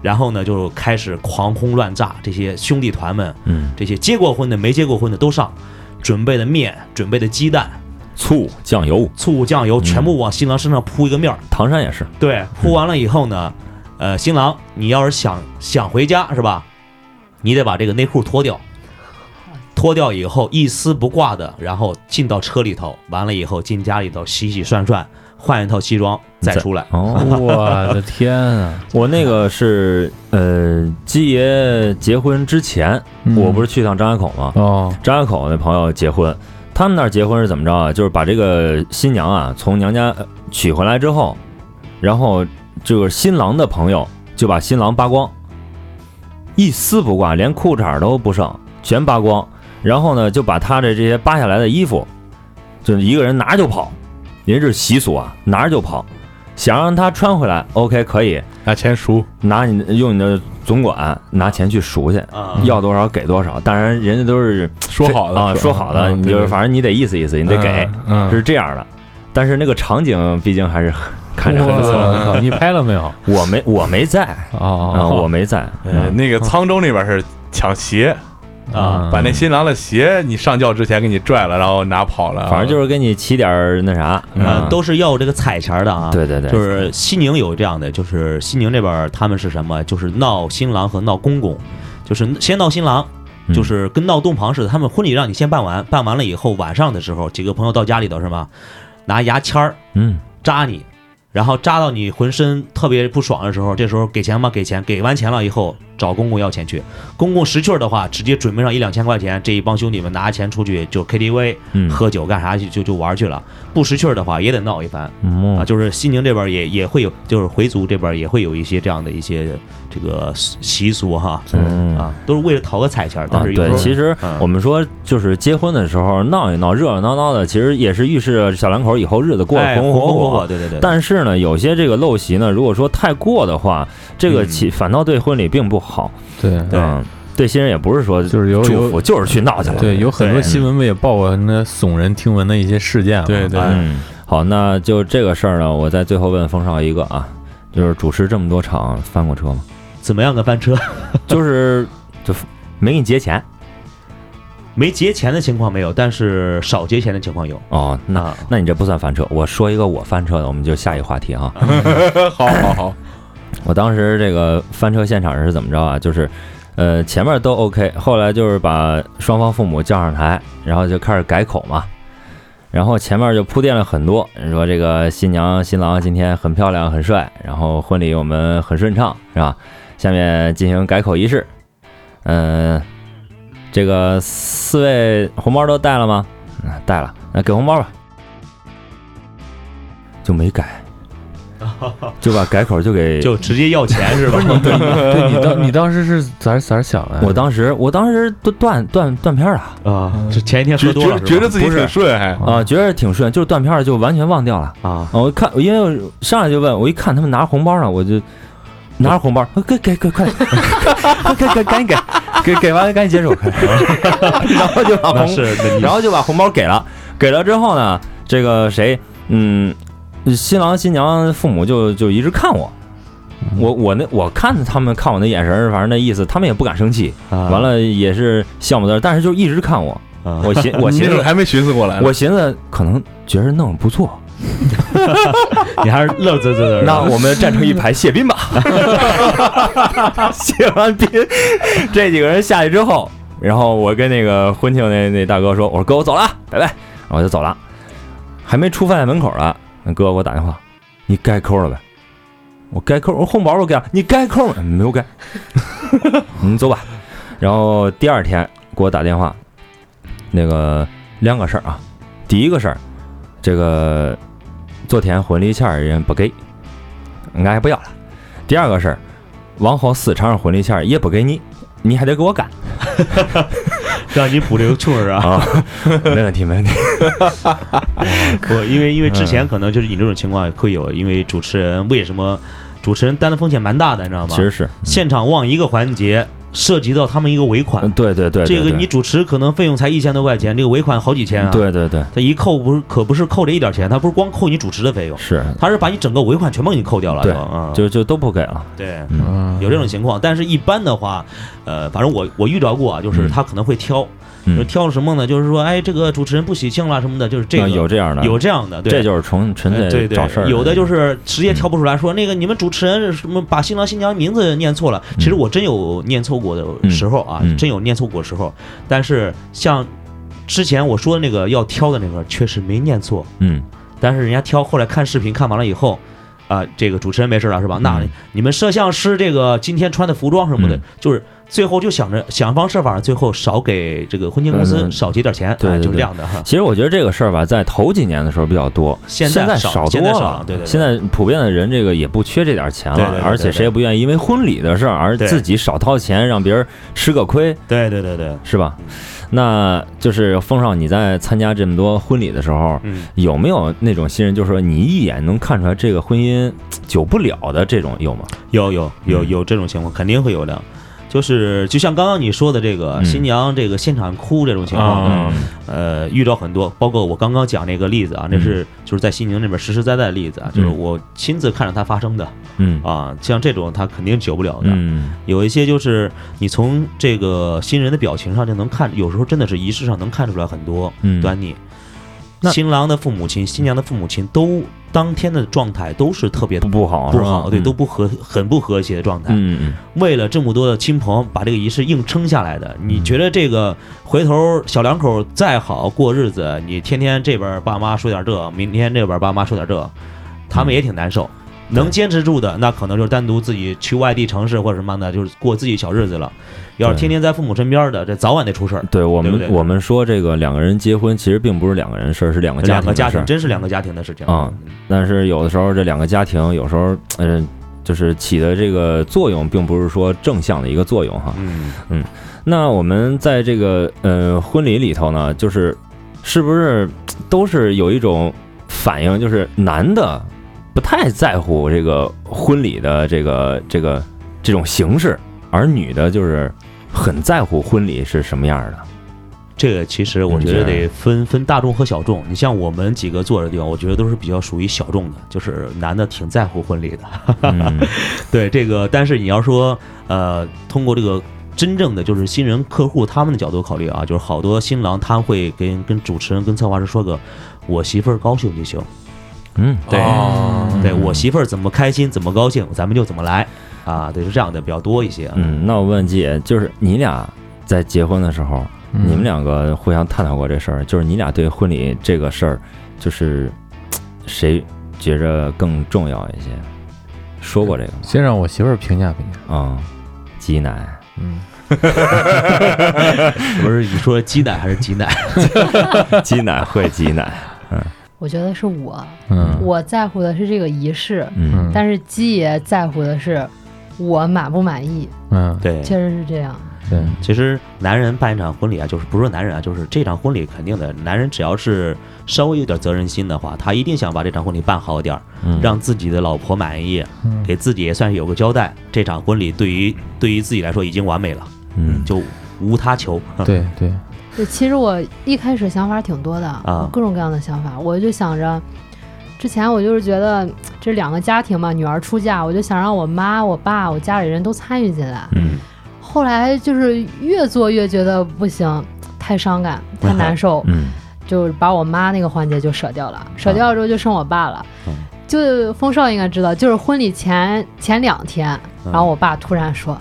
A: 然后呢就开始狂轰乱炸，这些兄弟团们
E: 嗯，
A: 这些结过婚的、没结过婚的都上，准备的面、准备的鸡蛋、
E: 醋、酱油、
A: 醋、酱油，全部往新郎身上铺一个面儿。
E: 唐山也是，
A: 对，铺完了以后呢，呃，新郎你要是想想回家是吧，你得把这个内裤脱掉，脱掉以后一丝不挂的，然后进到车里头，完了以后进家里头洗洗涮涮，换一套西装再出来。
E: 哦，
F: 我的天啊！
E: (laughs) 我那个是呃，鸡爷结婚之前，我不
F: 是
E: 是去趟张家口吗？
F: 哦，
E: 张家口那朋友结婚，他们那儿结婚是怎么着啊？就是把这个新娘啊从娘家呃娶回来之后，然后这个新郎的朋友就把新郎扒光，一丝不挂，连裤衩都不剩，全扒光。然后呢，就把他的这些扒下来的衣服，就一个人拿就跑，人家这是习俗啊，拿着就跑。想让他穿回来，OK 可以，
C: 拿钱赎，
E: 拿你的用你的总管拿钱去赎去，
A: 啊、
E: 要多少给多少。当然，人家都是
C: 说好的
E: 啊，说好的，你就是反正你得意思意思，你
C: 你
E: 得给，，
C: 嗯，
E: 是这样的。但是那个场景毕竟还是看着很
F: 我
E: 惨，
F: 操！你拍了没有？
E: 我没我没在啊，
F: 哦，
E: 我没在，
C: 呃，那个沧州那边是抢鞋，
E: 嗯
A: 啊，
C: 把那新郎的鞋你上轿之前给你拽了，然后拿跑了，
E: 反正就是给你起点儿那啥，
A: 呃
E: 啊，
A: 都是要这个彩钱儿的啊。
E: 对对对，
A: 就是西宁有这样的，就是西宁这边儿他们是什么？就是闹新郎和闹公公，就是先闹新郎，
E: 嗯
A: 就是跟闹洞房似的。他们婚礼让你先办完，办完了以后晚上的时候，几个朋友到家里头是吗？拿牙签儿
E: 嗯，
A: 扎你，然后扎到你浑身特别不爽的时候，这时候给钱吗？给钱，给完钱了以后找公公要钱去。公公识趣儿的话，直接准备上一两千块钱，这一帮兄弟们拿钱出去就 KTV
E: 嗯
A: 喝酒干啥去就就玩儿去了。不识趣儿的话也得闹一番。
E: 嗯
A: 啊，就是西宁这边儿也也会有，就是回族这边儿也会有一些这样的一些这个习俗哈，
E: 嗯
A: 啊，都是为了讨个彩钱儿，但
E: 啊
A: 是，有时
E: 对，
A: 候
E: 其实
A: 嗯
E: 我们说就是结婚的时候闹一闹，热热闹闹的，其实也是预示着小两口以后日子过得
A: 哎
E: 红
A: 红
E: 红火
A: 火
E: 火。
A: 对对对，
E: 但是呢，有些这个陋习呢，如果说太过的话，这个
A: 嗯
E: 其反倒对婚礼并不好。
F: 对，
A: 对
E: 嗯对新人也不是说
F: 就是有
E: 祝
F: 有
E: 福，就是去闹去了。
F: 对有很多
E: 对
F: 新闻不也报过那耸人听闻的一些事件嘛？
C: 对对
F: 哎
E: 嗯，好，那就这个事儿呢，我在最后问冯少一个啊，就是主持这么多场翻过车
F: (laughs)
E: 吗？
A: 怎么样个翻车？
E: 就是就没给你结钱
A: 没结钱的情况没有，但是少结钱的情况有。
E: 哦，那
A: 啊，
E: 那你这不算翻车。我说一个我翻车的，我们就下一话题啊。
C: (laughs) 好好好，
E: 我当时这个翻车现场是怎么着啊？就是，呃，前面都 OK，后来就是把双方父母叫上台，然后就开始改口嘛。然后前面就铺垫了很多，说这个新娘新郎今天很漂亮很帅，然后婚礼我们很顺畅，是吧？下面进行改口仪式。嗯、这个四位红包都带了吗？嗯，带了，那给红包吧。就没改，就把改口就给
A: 就直接要
E: (laughs)
A: 钱是吧？
F: 对你当你当时是咋咋想
A: 嗯
F: 的？
E: 我当时，我当时都断断断片儿了
A: 啊，这前一天喝
C: 觉
A: 多
C: 觉
A: 了是吧
C: 觉得自己挺顺，哎还
E: 啊、
A: 哦
E: 觉得挺顺，就是断片儿了，就完全忘掉了。
A: 啊，
E: 啊我看，因为我上来就问，我一看他们拿红包呢，我就拿着红包，
A: 哦
E: 啊给给给，快点， (laughs) 给给赶紧给，给给完了赶紧结束， (laughs) 然后就把
A: 那
E: 红
A: 是那你
E: 然后就把红包给了，给了之后呢，这个谁，嗯，新郎新娘父母就就一直看我，我我那我看他们看我那眼神儿，反正那意思，他们也不敢生气，
A: 啊
E: 完了也是笑模子，但是就一直看我，
A: 啊
E: 我寻我
C: 你
E: 寻
C: 那会
E: 思
C: 儿 (laughs) 还没寻思过来呢，
E: 我寻思可能觉着弄得不错，
A: 你还是乐滋滋的。
E: 那我们站成一排谢宾吧。 (laughs) 谢完宾，这几个人下去之后，然后我跟那个婚庆那那大哥说：“我说哥，我走了啊，拜拜。”然后我就走了，还没出饭店门口了，那哥给我打电话：“你该扣了呗？”我该扣，我红包我给了，你该扣了没有该？ (laughs) 你走吧。然后第二天给我打电话，那个两个事儿啊，第一个事儿，这个昨天婚礼钱儿人不给，俺也不要了。第二个事儿，往后四场婚礼钱儿也不给你，你还得给我干
A: 让你补这个处是吧？
E: 啊！ (laughs) 没问题，没问题。
A: (laughs) 不，因为因为之前可能就是你这种情况会有，因为主持人为什么主持人担的风险蛮大的，你知道吗？
E: 其实是，
A: 现场忘一个环节，涉及到他们一个尾款
E: 嗯，，对对对，对
A: 这个
E: 对
A: 你主持可能费用才一千多块钱，这个尾款好几千啊。，
E: 对对对
A: 他一扣不是可不是扣这一点钱，他不是光扣你主持的费用，
E: 是，
A: 他是把你整个尾款全部给你扣掉了。
E: 对
A: 就啊，
E: 就就都不给了。
A: 对。
F: 嗯
A: 有这种情况，但是一般的话，呃，反正我我遇到过啊，就
E: 嗯
A: 是他可能会挑，就
E: 嗯，
A: 挑了什么呢？就是说，哎，这个主持人不喜庆了什么的，就是这
E: 啊
A: 个
E: 有这样的，
A: 有这样的，对
E: 这就是纯纯
A: 哎
E: 粹
A: 对对
E: 找事儿。嗯
A: 有的就是是直接挑不出来说，那个你们主持人是什么把新郎新娘名字念错了。其实我真有念错过的时候啊，
E: 嗯嗯嗯
A: 真有念错过的时候。但是像之前我说的那个要挑的那个，确实没念错，
E: 嗯，
A: 但是人家挑后来看视频看完了以后。啊、这个主持人没事了是吧？那
E: 嗯
A: 你们摄像师这个今天穿的服装什么的，
E: 嗯
A: 就是最后就想着想方设法，最后少给这个婚庆公司
E: 嗯
A: 少结点钱，
E: 对
A: 哎
E: 对
A: 就是
E: 对
A: 这样的哈。
E: 其实我觉得这个事儿吧，在头几年的时候比较多，
A: 现在
E: 现在
A: 少
E: 少多
A: 现在少
E: 了
A: 了。对对对
E: 现在普遍的人这个也不缺这点钱
A: 对对
E: 了
A: 对，对
E: 而且谁也不愿意因为婚礼的事儿而
A: 对
E: 自己少掏钱，让别人吃个亏，
A: 对对对对，
E: 是吧？那就是风少，你在参加这么多婚礼的时候，
A: 嗯，
E: 有没有那种新人，就是说你一眼能看出来这个婚姻久不了的这种有吗？
A: 有有有
E: 嗯
A: 有这种情况，肯定会有的。就是就像刚刚你说的这个
E: 嗯
A: 新娘这个现场哭这种情况，
F: 啊
E: 嗯
A: 呃，遇到很多，包括我刚刚讲那个例子啊，那是就是在西宁那边实实在在的例子啊，就是
E: 嗯
A: 我亲自看着它发生的
E: 嗯
A: 啊。像这种它肯定久不了的。
E: 嗯
A: 有一些就是你从这个新人的表情上就能看，有时候真的是仪式上能看出来很多
E: 嗯，
A: 端倪。
E: 那
A: 新郎的父母亲、新娘的父母亲都当天的状态都是特别
E: 不不好是
A: 不
E: 吧
A: 好，对，
E: 嗯
A: 都不和很不和谐的状态。
E: 嗯嗯
A: 为了这么多的亲朋把这个仪式硬撑下来
E: 嗯
A: 的，你觉得这个回头小两口再好过日子，你天天这边爸妈说点这，明天这边爸妈说点
E: 嗯
A: 这，他们也挺难受。能坚持住的，那可能就是单独自己去外地城市或者什么的，就是过自己小日子了。要是
E: 对
A: 天天在父母身边的，这早晚得出事儿。
E: 对我们
A: 对不对
E: 我们说这个两个人结婚，其实并不是两个人的事儿，是两个家
A: 两
E: 庭
A: 个
E: 的
A: 家
E: 事
A: 庭
E: 儿。
A: 真是两个家庭的事情
E: 啊！但是有的时候这两个家庭有时候嗯、就是起的这个作用，并不是说正向的一个作用哈。
A: 嗯，
E: 那我们在这个呃婚礼里头呢，就是是不是都是有一种反应，就是男的不太在乎这个婚礼的这个这个这种形式，而女的就是很在乎婚礼是什么样的。
A: 这个其实我觉得
E: 嗯
A: 得分分大众和小众。你像我们几个坐的地方，我觉得都是比较属于小众的，就是男的挺在乎婚礼的。 (laughs)
E: 嗯，
A: 对这个，但是你要说呃，通过这个真正的就是新人客户他们的角度考虑啊，就是好多新郎他会跟跟主持人跟策划师说个。我媳妇儿高兴就行，
E: 嗯，
A: 对
C: 哦
A: 对
E: 嗯
A: 我媳妇儿怎么开心怎么高兴，咱们就怎么来啊，对，是这样的比较多一些。啊
E: 嗯，那我问姐，就是你俩在结婚的时候，
F: 嗯
E: 你们两个互相探讨过这事儿，就是你俩对婚礼这个事儿，就是嘖谁觉着更重要一些？说过这个吗？
F: 先让我媳妇儿评价评价。
E: 啊、鸡 (laughs) 奶，
F: 嗯，
A: 不是你说鸡奶还是鸡奶？ (laughs)
E: 鸡奶会鸡奶，
B: 我觉得是我，
F: 嗯
B: 我在乎的是这个仪式，
E: 嗯
F: 嗯
B: 但是鸡爷在乎的是我满不满意，
F: 嗯，
A: 对，
B: 确实是这样。
F: 对，
A: 其实男人办一场婚礼啊，就是不是说男人啊，就是这场婚礼肯定的，男人只要是稍微有点责任心的话，他一定想把这场婚礼办好点儿，
E: 嗯，
A: 让自己的老婆满意，
F: 嗯
A: 给自己也算是有个交代。这场婚礼对于对于自己来说已经完美了，
E: 嗯
A: 就无他求。
F: 对对，
B: 对，其实我一开始想法挺多的，
A: 啊
B: 各种各样的想法，我就想着，之前我就是觉得这两个家庭嘛，女儿出嫁，我就想让我妈、我爸、我家里人都参与进来。
E: 嗯
B: 后来就是越做越觉得不行，太伤感，太难受，
E: 嗯
B: 就是把我妈那个环节就舍掉了，舍掉了之后就剩我爸了。
A: 嗯
B: 就风少应该知道，就是婚礼前前两天，
A: 嗯
B: 然后我爸突然说：“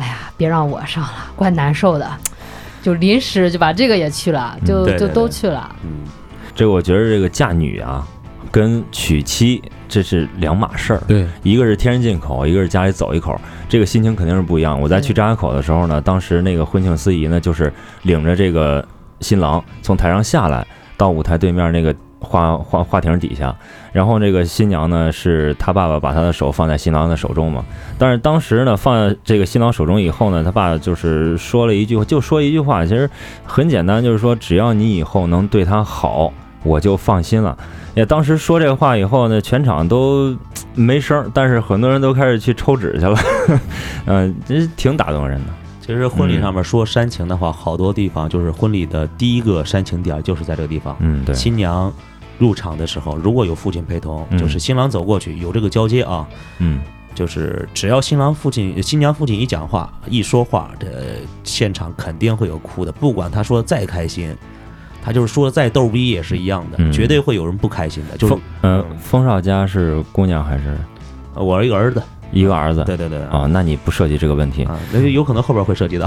B: 哎呀，别让我上了，怪难受的。”就临时就把这个也去了，就、
A: 对对
B: 就都
A: 对
B: 去了。
A: 嗯，
E: 这个我觉得这个嫁女啊，跟娶妻这是两码事儿。
F: 对，
E: 一个是天然进口，一个是家里走一口，这个心情肯定是不一样。我在去张家口的时候呢，当时那个婚庆司仪呢，就是领着这个新郎从台上下来，到舞台对面那个花花花亭底下，然后这个新娘呢是她爸爸把她的手放在新郎的手中嘛，但是当时呢放在这个新郎手中以后呢，他爸就是说了一句，就说一句话，其实很简单，就是说只要你以后能对她好，我就放心了。也当时说这个话以后呢，全场都没声儿，但是很多人都开始去抽纸去了， (laughs) 嗯、这挺打动人的。
A: 其实婚礼上面说煽情的话，好多地方就是婚礼的第一个煽情点儿就是在这个地方。
E: 嗯，对，
A: 新娘入场的时候，如果有父亲陪同，
E: 嗯
A: 就是新郎走过去有这个交接啊，
E: 嗯
A: 就是只要新郎父亲、新娘父亲一讲话、一说话，这现场肯定会有哭的。不管他说再开心，他就是说再逗逼也是一样的，
E: 嗯
A: 绝对会有人不开心的。就是
E: 风呃，风少家是姑娘还是
A: 呃我一
E: (laughs)
A: 个儿子，
E: 一个儿子？
A: 对对对啊
E: 啊，那你不涉及这个问
A: (laughs)
E: 题啊
A: 啊，那就有可能后边会涉
E: (laughs)
A: 及到。？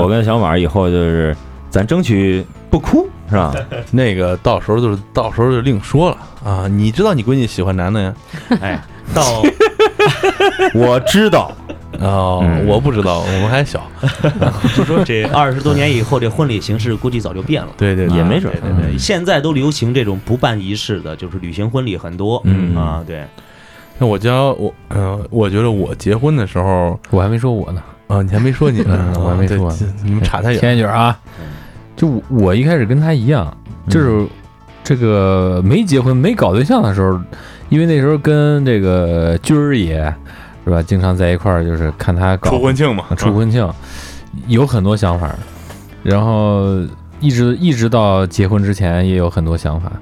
E: 我跟小马以后就是咱争取不哭，是吧？
C: 那个到时候就是到时候就另说了啊！你知道你闺女喜欢男的呀？
A: 哎，到
E: 我知道，
C: 哦，
E: 嗯
C: 我不知道，我们还小。
A: 就说这二十多年以后，这婚礼形式估计早就变了。
C: 对对
E: 也没
A: 对
E: 准儿。嗯
A: 对对，现在都流行这种不办仪式的，就是旅行婚礼很多。
E: 嗯
A: 啊，对，
C: 那我家我嗯、我觉得我结婚的时候
F: 我还没说我呢，，
C: 啊、你还没说你呢
F: 我还没说呢
C: 对你们差太远。
F: 天一卷啊
A: 嗯，
F: 就我我一开始跟他一样，
E: 嗯
F: 就是这个没结婚、没搞对象的时候，因为那时候跟这个军儿爷是吧，经常在一块儿，就是看他搞
C: 出啊婚庆嘛，
F: 出婚啊庆，有很多想法儿，然后一直一直到结婚之前也有很多想法，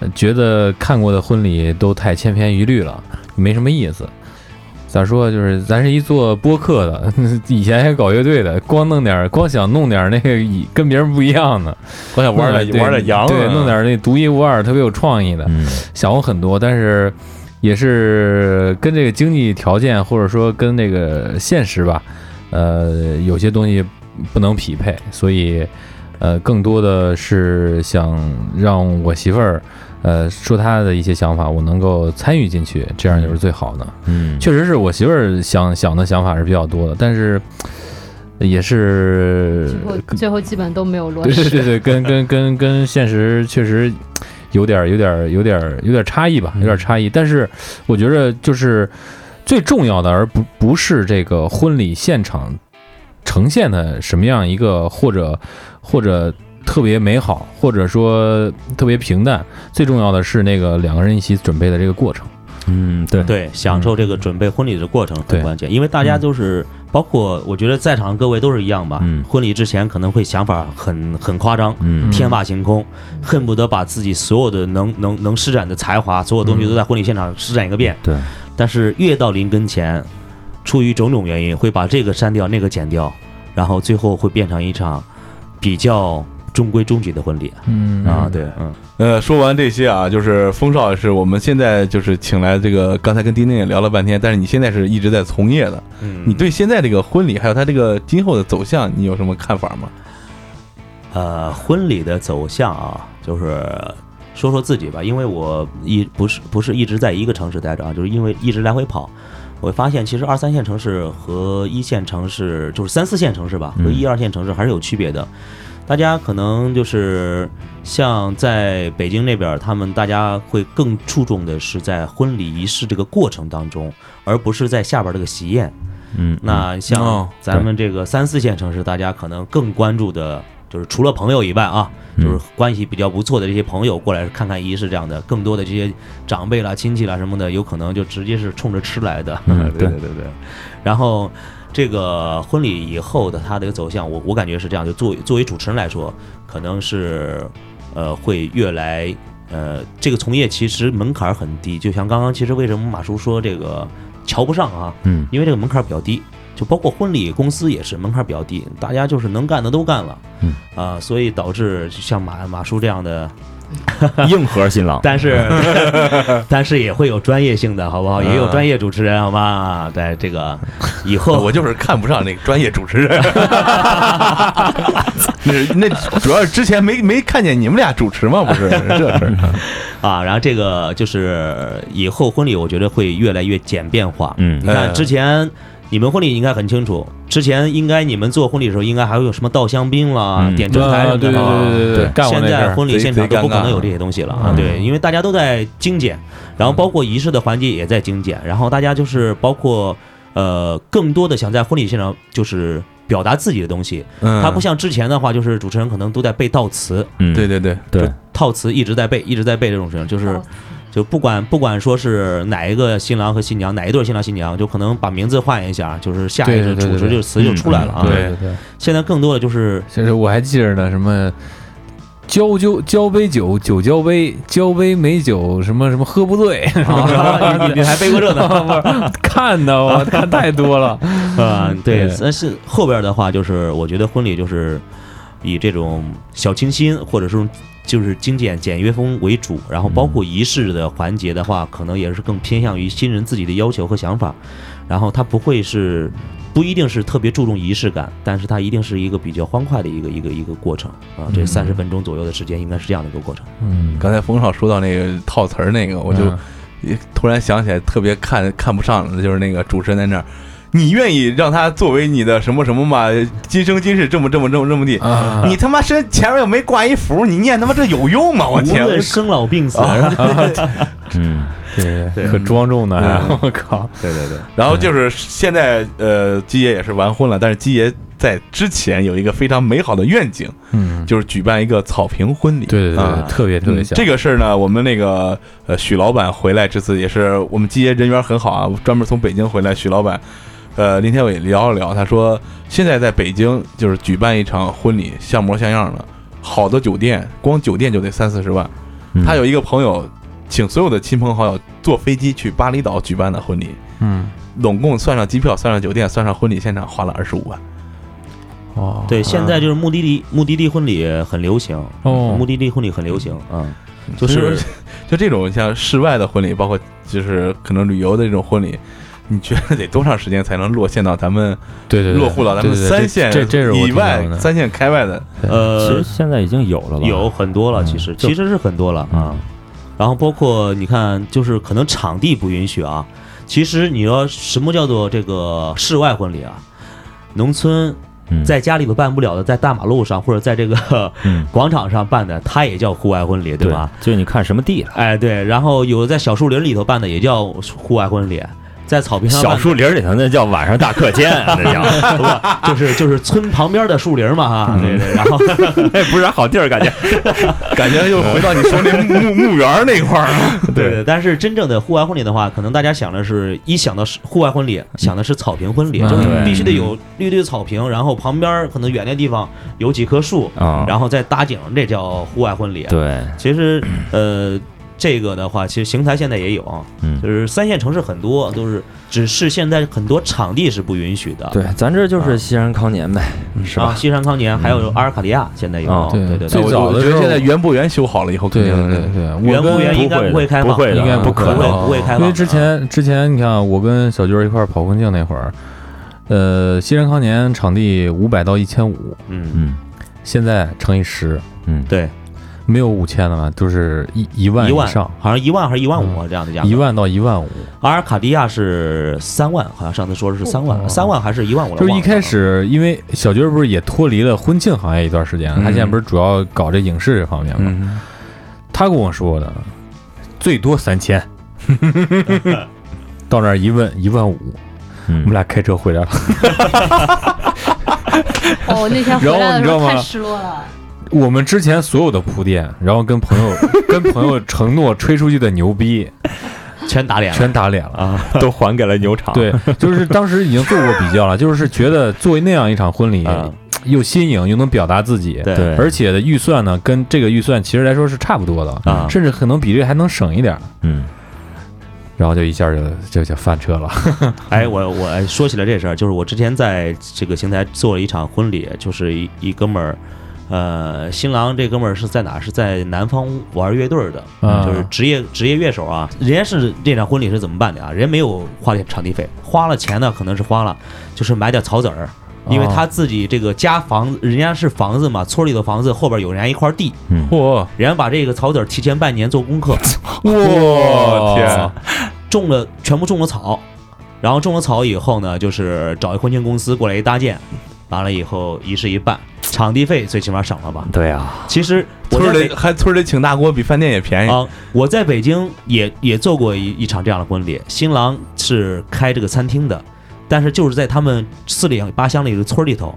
F: 呃觉得看过的婚礼都太千篇一律了，没什么意思。咋说？啊就是咱是一做播客的， (laughs) 以前还搞乐队的，光弄点儿，光想弄点儿那个以跟别人不一样的，
C: 光想玩啊点
F: 对
C: 玩点洋啊，
F: 对，弄点儿那独一无二、特别有创意的。
E: 嗯
F: 想过很多，但是也是跟这个经济条件或者说跟那个现实吧，呃，有些东西不能匹配，所以呃，更多的是想让我媳妇儿。呃，说她的一些想法，我能够参与进去，这样就是最好的。
E: 嗯，
F: 确实是我媳妇儿想想的想法是比较多的，但是呃也是
B: 最后最后基本都没有落
F: 对对
B: 实。
F: 对对，跟跟跟跟现实确实有点儿有点儿有点儿有点儿差异吧，有点儿差异。但是我觉着就是最重要的，而不不是这个婚礼现场呈现的什么样一个，或者或者特别美好，或者说特别平淡。最重要的是那个两个人一起准备的这个过程。
E: 嗯，对，
A: 对，享受这个准备婚礼的过程很
D: 对
A: 关键，因为大家都是，包括我觉得在场各位都是一样吧。
E: 嗯
A: 婚礼之前可能会想法很很夸张，
E: 嗯
A: 天马行空，恨不得把自己所有的能能能施展的才华，所有东西都在婚礼现场施展一个遍。
E: 对，
A: 但是越到临跟前，出于种种原因，会把这个删掉，那个剪掉，然后最后会变成一场比较中规中矩的婚礼
D: 嗯
A: 啊。对，嗯，
C: 呃，说完这些啊，就是风少也是我们现在就是请来这个，刚才跟丁丁也聊了半天，但是你现在是一直在从业的，你对现在这个婚礼还有它这个今后的走向，你有什么看法吗？
A: 呃，婚礼的走向啊，就是说说自己吧，因为我一不是不是一直在一个城市待着啊，就是因为一直来回跑，我发现其实二三线城市和一线城市，就是三四线城市吧，和一二线城市还是有区别的。大家可能就是像在北京那边儿，他们大家会更注重的是在婚礼仪式这个过程当中，而不是在下边儿这个喜宴。
E: 嗯，
A: 那
C: 哦
A: 像咱们这个三四线城市，大家可能更关注的就是除了朋友以外啊，
E: 嗯
A: 就是关系比较不错的这些朋友过来看看仪式这样的，更多的这些长辈啦、亲戚啦什么的，有可能就直接是冲着吃来的。 (laughs)
E: 嗯
A: 对对对。然后这个婚礼以后的它的一个走向，我我感觉是这样，就作为作为主持人来说，可能是呃会越来。呃，这个从业其实门槛儿很低，就像刚刚其实为什么马叔说这个瞧不上啊，
E: 嗯
A: 因为这个门槛比较低，就包括婚礼公司也是门槛比较低，大家就是能干的都干了，
E: 嗯
A: 啊、所以导致像马马叔这样的，
E: 嗯硬核新郎，
A: (laughs) 但 (laughs) 是但是也会有专业性的，好不好？也有专业主持人，好吧？在这个以后
C: 哦 (laughs)
A: (laughs)
C: 我就是看不上那个专业主持人， (laughs) 那是那主要是之前没没看见你们俩主持吗？不是这事儿，
A: 啊，然后这个就是以后婚礼，我觉得会越来越简便化，
E: 嗯
A: 你看
C: 嗯
A: 之前你们婚礼应该很清楚，之前应该你们做婚礼的时候，应该还会有什么倒香槟啦、
E: 嗯
A: 点烛台什么的
D: 啊对对对对对，干我
A: 现
D: 那事
A: 在
D: 儿，
A: 婚礼
C: 贼
A: 现场
C: 贼
A: 都不
C: 尴
A: 可能
C: 尬
A: 有这些东西了啊
E: 嗯！
A: 对，因为大家都在精简，然后包括仪式的环节也在精简，然后大家就是包括呃更多的想在婚礼现场就是表达自己的东西，
C: 嗯
A: 它不像之前的话，就是主持人可能都在背套词，
E: 嗯，
C: 对对对，
E: 对，
A: 套词一直在背，一直在背这种事情，就是
B: 哦
A: 就不管不管说是哪一个新郎和新娘，哪一对新郎新娘，就可能把名字换一下，就是下一
D: 对对
A: 个
D: 对
A: 主持
D: 对对
A: 就词就出来了啊。
D: 对对对，
A: 现在更多的就是
D: 就是我还记着呢，什么交酒交杯酒，酒交杯，交杯美酒，什么什么喝不醉，
A: 啊，你你你还背过
D: (laughs)
A: 这呢？
D: 看的我看太多了。
A: (laughs) 啊，对
D: 对，
A: 但是后边的话就是，我觉得婚礼就是以这种呃小清新，或者是就是精简简约风为主，然后包括仪式的环节的话，可能也是更偏向于新人自己的要求和想法，然后它不会是。不一定是特别注重仪式感，但是它一定是一个比较欢快的一个一个一个过程啊，这三十分钟左右的时间应该是这样的一个过程。
D: 嗯，
C: 刚才冯少说到那个套词儿那个，我就也突然想起来，特别看看不上的就是那个主持人在那儿，你愿意让他作为你的什么什么嘛，今生今世这么这么这么这么地，
D: 啊，
C: 你他妈身前面又没挂一符，你念他妈这有用吗？我
A: 无
C: 天！
A: 论生老病死，
E: 嗯
D: 对
A: 对
D: 可庄重呢，还我靠，
A: 对对对，
C: 然后就是现在，呃，基爷也是完婚了，但是基爷在之前有一个非常美好的愿景，
D: 嗯，
C: 就是举办一个草坪婚礼。
D: 对对
C: 啊
D: 对，特别特别
C: 嗯
D: 像
C: 这个事儿呢，我们那个呃许老板回来这次也是我们基业人缘很好啊，专门从北京回来。许老板，呃，那天我也聊了聊，他说现在在北京就是举办一场婚礼，像模像样的，好的酒店，光酒店就得三四十万。
E: 嗯
C: 他有一个朋友，请所有的亲朋好友坐飞机去巴厘岛举办的婚礼，
D: 嗯，
C: 总共算上机票、算上酒店、算上婚礼现场，花了二十五万。
D: 哦，
A: 对，现在就是目的地目的地婚礼很流行，
D: 哦
A: 目的地婚礼很流行，嗯，就
C: 所以
A: 是
C: 说就这种像室外的婚礼，包括就是可能旅游的这种婚礼，你觉得得多长时间才能落线到咱们
D: 对对对
C: 落户到咱们
D: 对对对
C: 三线
D: 这这是我
C: 以
D: 听到
C: 外
D: 的、
C: 三线开外的？
E: 其
A: 呃
E: 实，现在已经有了吧？嗯
A: 有很多了，其实
E: 就嗯
A: 其实是很多了啊。然后包括你看，就是可能场地不允许啊。其实你要什么叫做这个室外婚礼啊？农村
E: 嗯
A: 在家里头办不了的，在大马路上或者在这个
E: 嗯
A: (laughs) 广场上办的，它也叫户外婚礼，对
E: 对
A: 吧？？
E: 就你看什么地了？
A: 哎，对，然后有的在小树林里头办的也叫户外婚礼，在草坪上
E: 小
A: 漫
E: 树林里头那叫晚上大课间，那 (laughs) 叫
A: 不啊就是就是村旁边的树林
E: 嗯
A: 嘛哈，对对，然后
E: 那不是啥好地儿，感觉
C: (laughs) 感觉又回到你说那墓墓墓园儿那块儿了。
A: 对对，但是真正的户外婚礼的话，可能大家想的是一想到是户外婚礼，想的是草坪婚礼，
F: 嗯
A: 就是
E: 对
A: 必须得有绿地草坪，然后旁边可能远的地方有几棵树，
E: 啊，
A: 然后再搭景，这叫户外婚礼。啊
E: 对，
A: 其实呃，这个的话，其实邢台现在也有啊，
E: 嗯
A: 就是三线城市很多都是，只是现在很多场地是不允许的。
E: (laughs) 对，咱这就是西安康年呗，是
A: 啊，
E: 吧？
A: 西山康年还有阿尔卡利亚，现在有
E: 啊，
A: 对
F: 对
A: 对
F: 最
A: 对
C: 哎我，
F: 早的
C: 我觉
F: 时
C: 得
F: 候
C: 现在园博园修好了以后，肯
F: 对
C: 定
F: 对
C: (laughs)
F: 对，
A: 园
F: 我
A: 博
F: 跟
A: 园应该
E: 不会的
A: 会开放，
E: 不会的
F: 应该不
A: 不
F: 可
A: 会
F: 能，
A: 不会开放的，啊
F: 因为之前之前你看，我跟小军儿一块儿跑婚庆那会儿，呃，西山康年场地五百到一千五，
A: 嗯，
E: 嗯
F: 现在乘以十，
E: 嗯，
A: 对，
F: 没有五千的嘛，就是一一万
A: 一
F: 以
A: 万
F: 上，嗯
A: 好像一万还是一万五啊这样的价格
F: 一。万到一万五。
A: 阿尔卡迪亚是三万，好像上次说的是三万，
F: 哦
A: 三万还是一万五？
F: 就是一开，始，因为小军儿不是也脱离了婚庆行业一段时间了，他现在不是主要搞这影视这方面嘛，
C: 嗯，
F: 他跟我说的，最多三千。到那儿一问一万五，我们
E: 嗯，
F: 俩开车回来了。
B: 哦，我那天回
F: 然后
B: 来的
F: 你
B: 时
F: 知道
B: 候太
F: 吗
B: 失落了。
F: 我们之前所有的铺垫，然后跟朋友跟朋友承诺吹出去的牛逼，
A: 全打脸了。啊
F: 全打脸了。
E: 都还给了牛
C: 啊
E: 场，
F: 对，就是当时已经做过比较了，就是觉得做那样一场婚礼
A: 嗯，
F: 又新颖又能表达自己，
A: 对
E: 对，
F: 而且的预算呢，跟这个预算其实来说是差不多的，
A: 啊
F: 甚至可能比这还能省一点儿。
E: 嗯，
F: 然后就一下就就就翻车
A: (laughs)
F: 了。
A: 哎，我我说起来这事儿，就是我之前在这个邢台做了一场婚礼，就是一一哥们儿，呃，新郎这哥们儿是在哪儿？是在南方玩乐队儿的，
F: 啊
A: 就是职业职业乐手啊。人家是这场婚礼是怎么办的啊？人家没有花场地费，花了钱呢，可能是花了，就是买点草籽儿。因为
F: 哦
A: 他自己这个家房，人家是房子嘛，村里的房子后边有人家一块地，
F: 哇
A: 人家把这个草籽儿提前半年做功课，
C: 我哦天，
A: 种哦了全部种了草，然后种了草以后呢，就是找一婚庆公司过来一搭建，完了以后仪式一办，场地费最起码省了吧？
E: 对啊，
A: 其实我在
C: 村
A: 北
C: 里还村里请大锅比饭店也便宜。
A: 啊、我在北京也也做过一一场这样的婚礼，新郎是开这个餐厅的，但是就是在他们四里八乡里的村里头。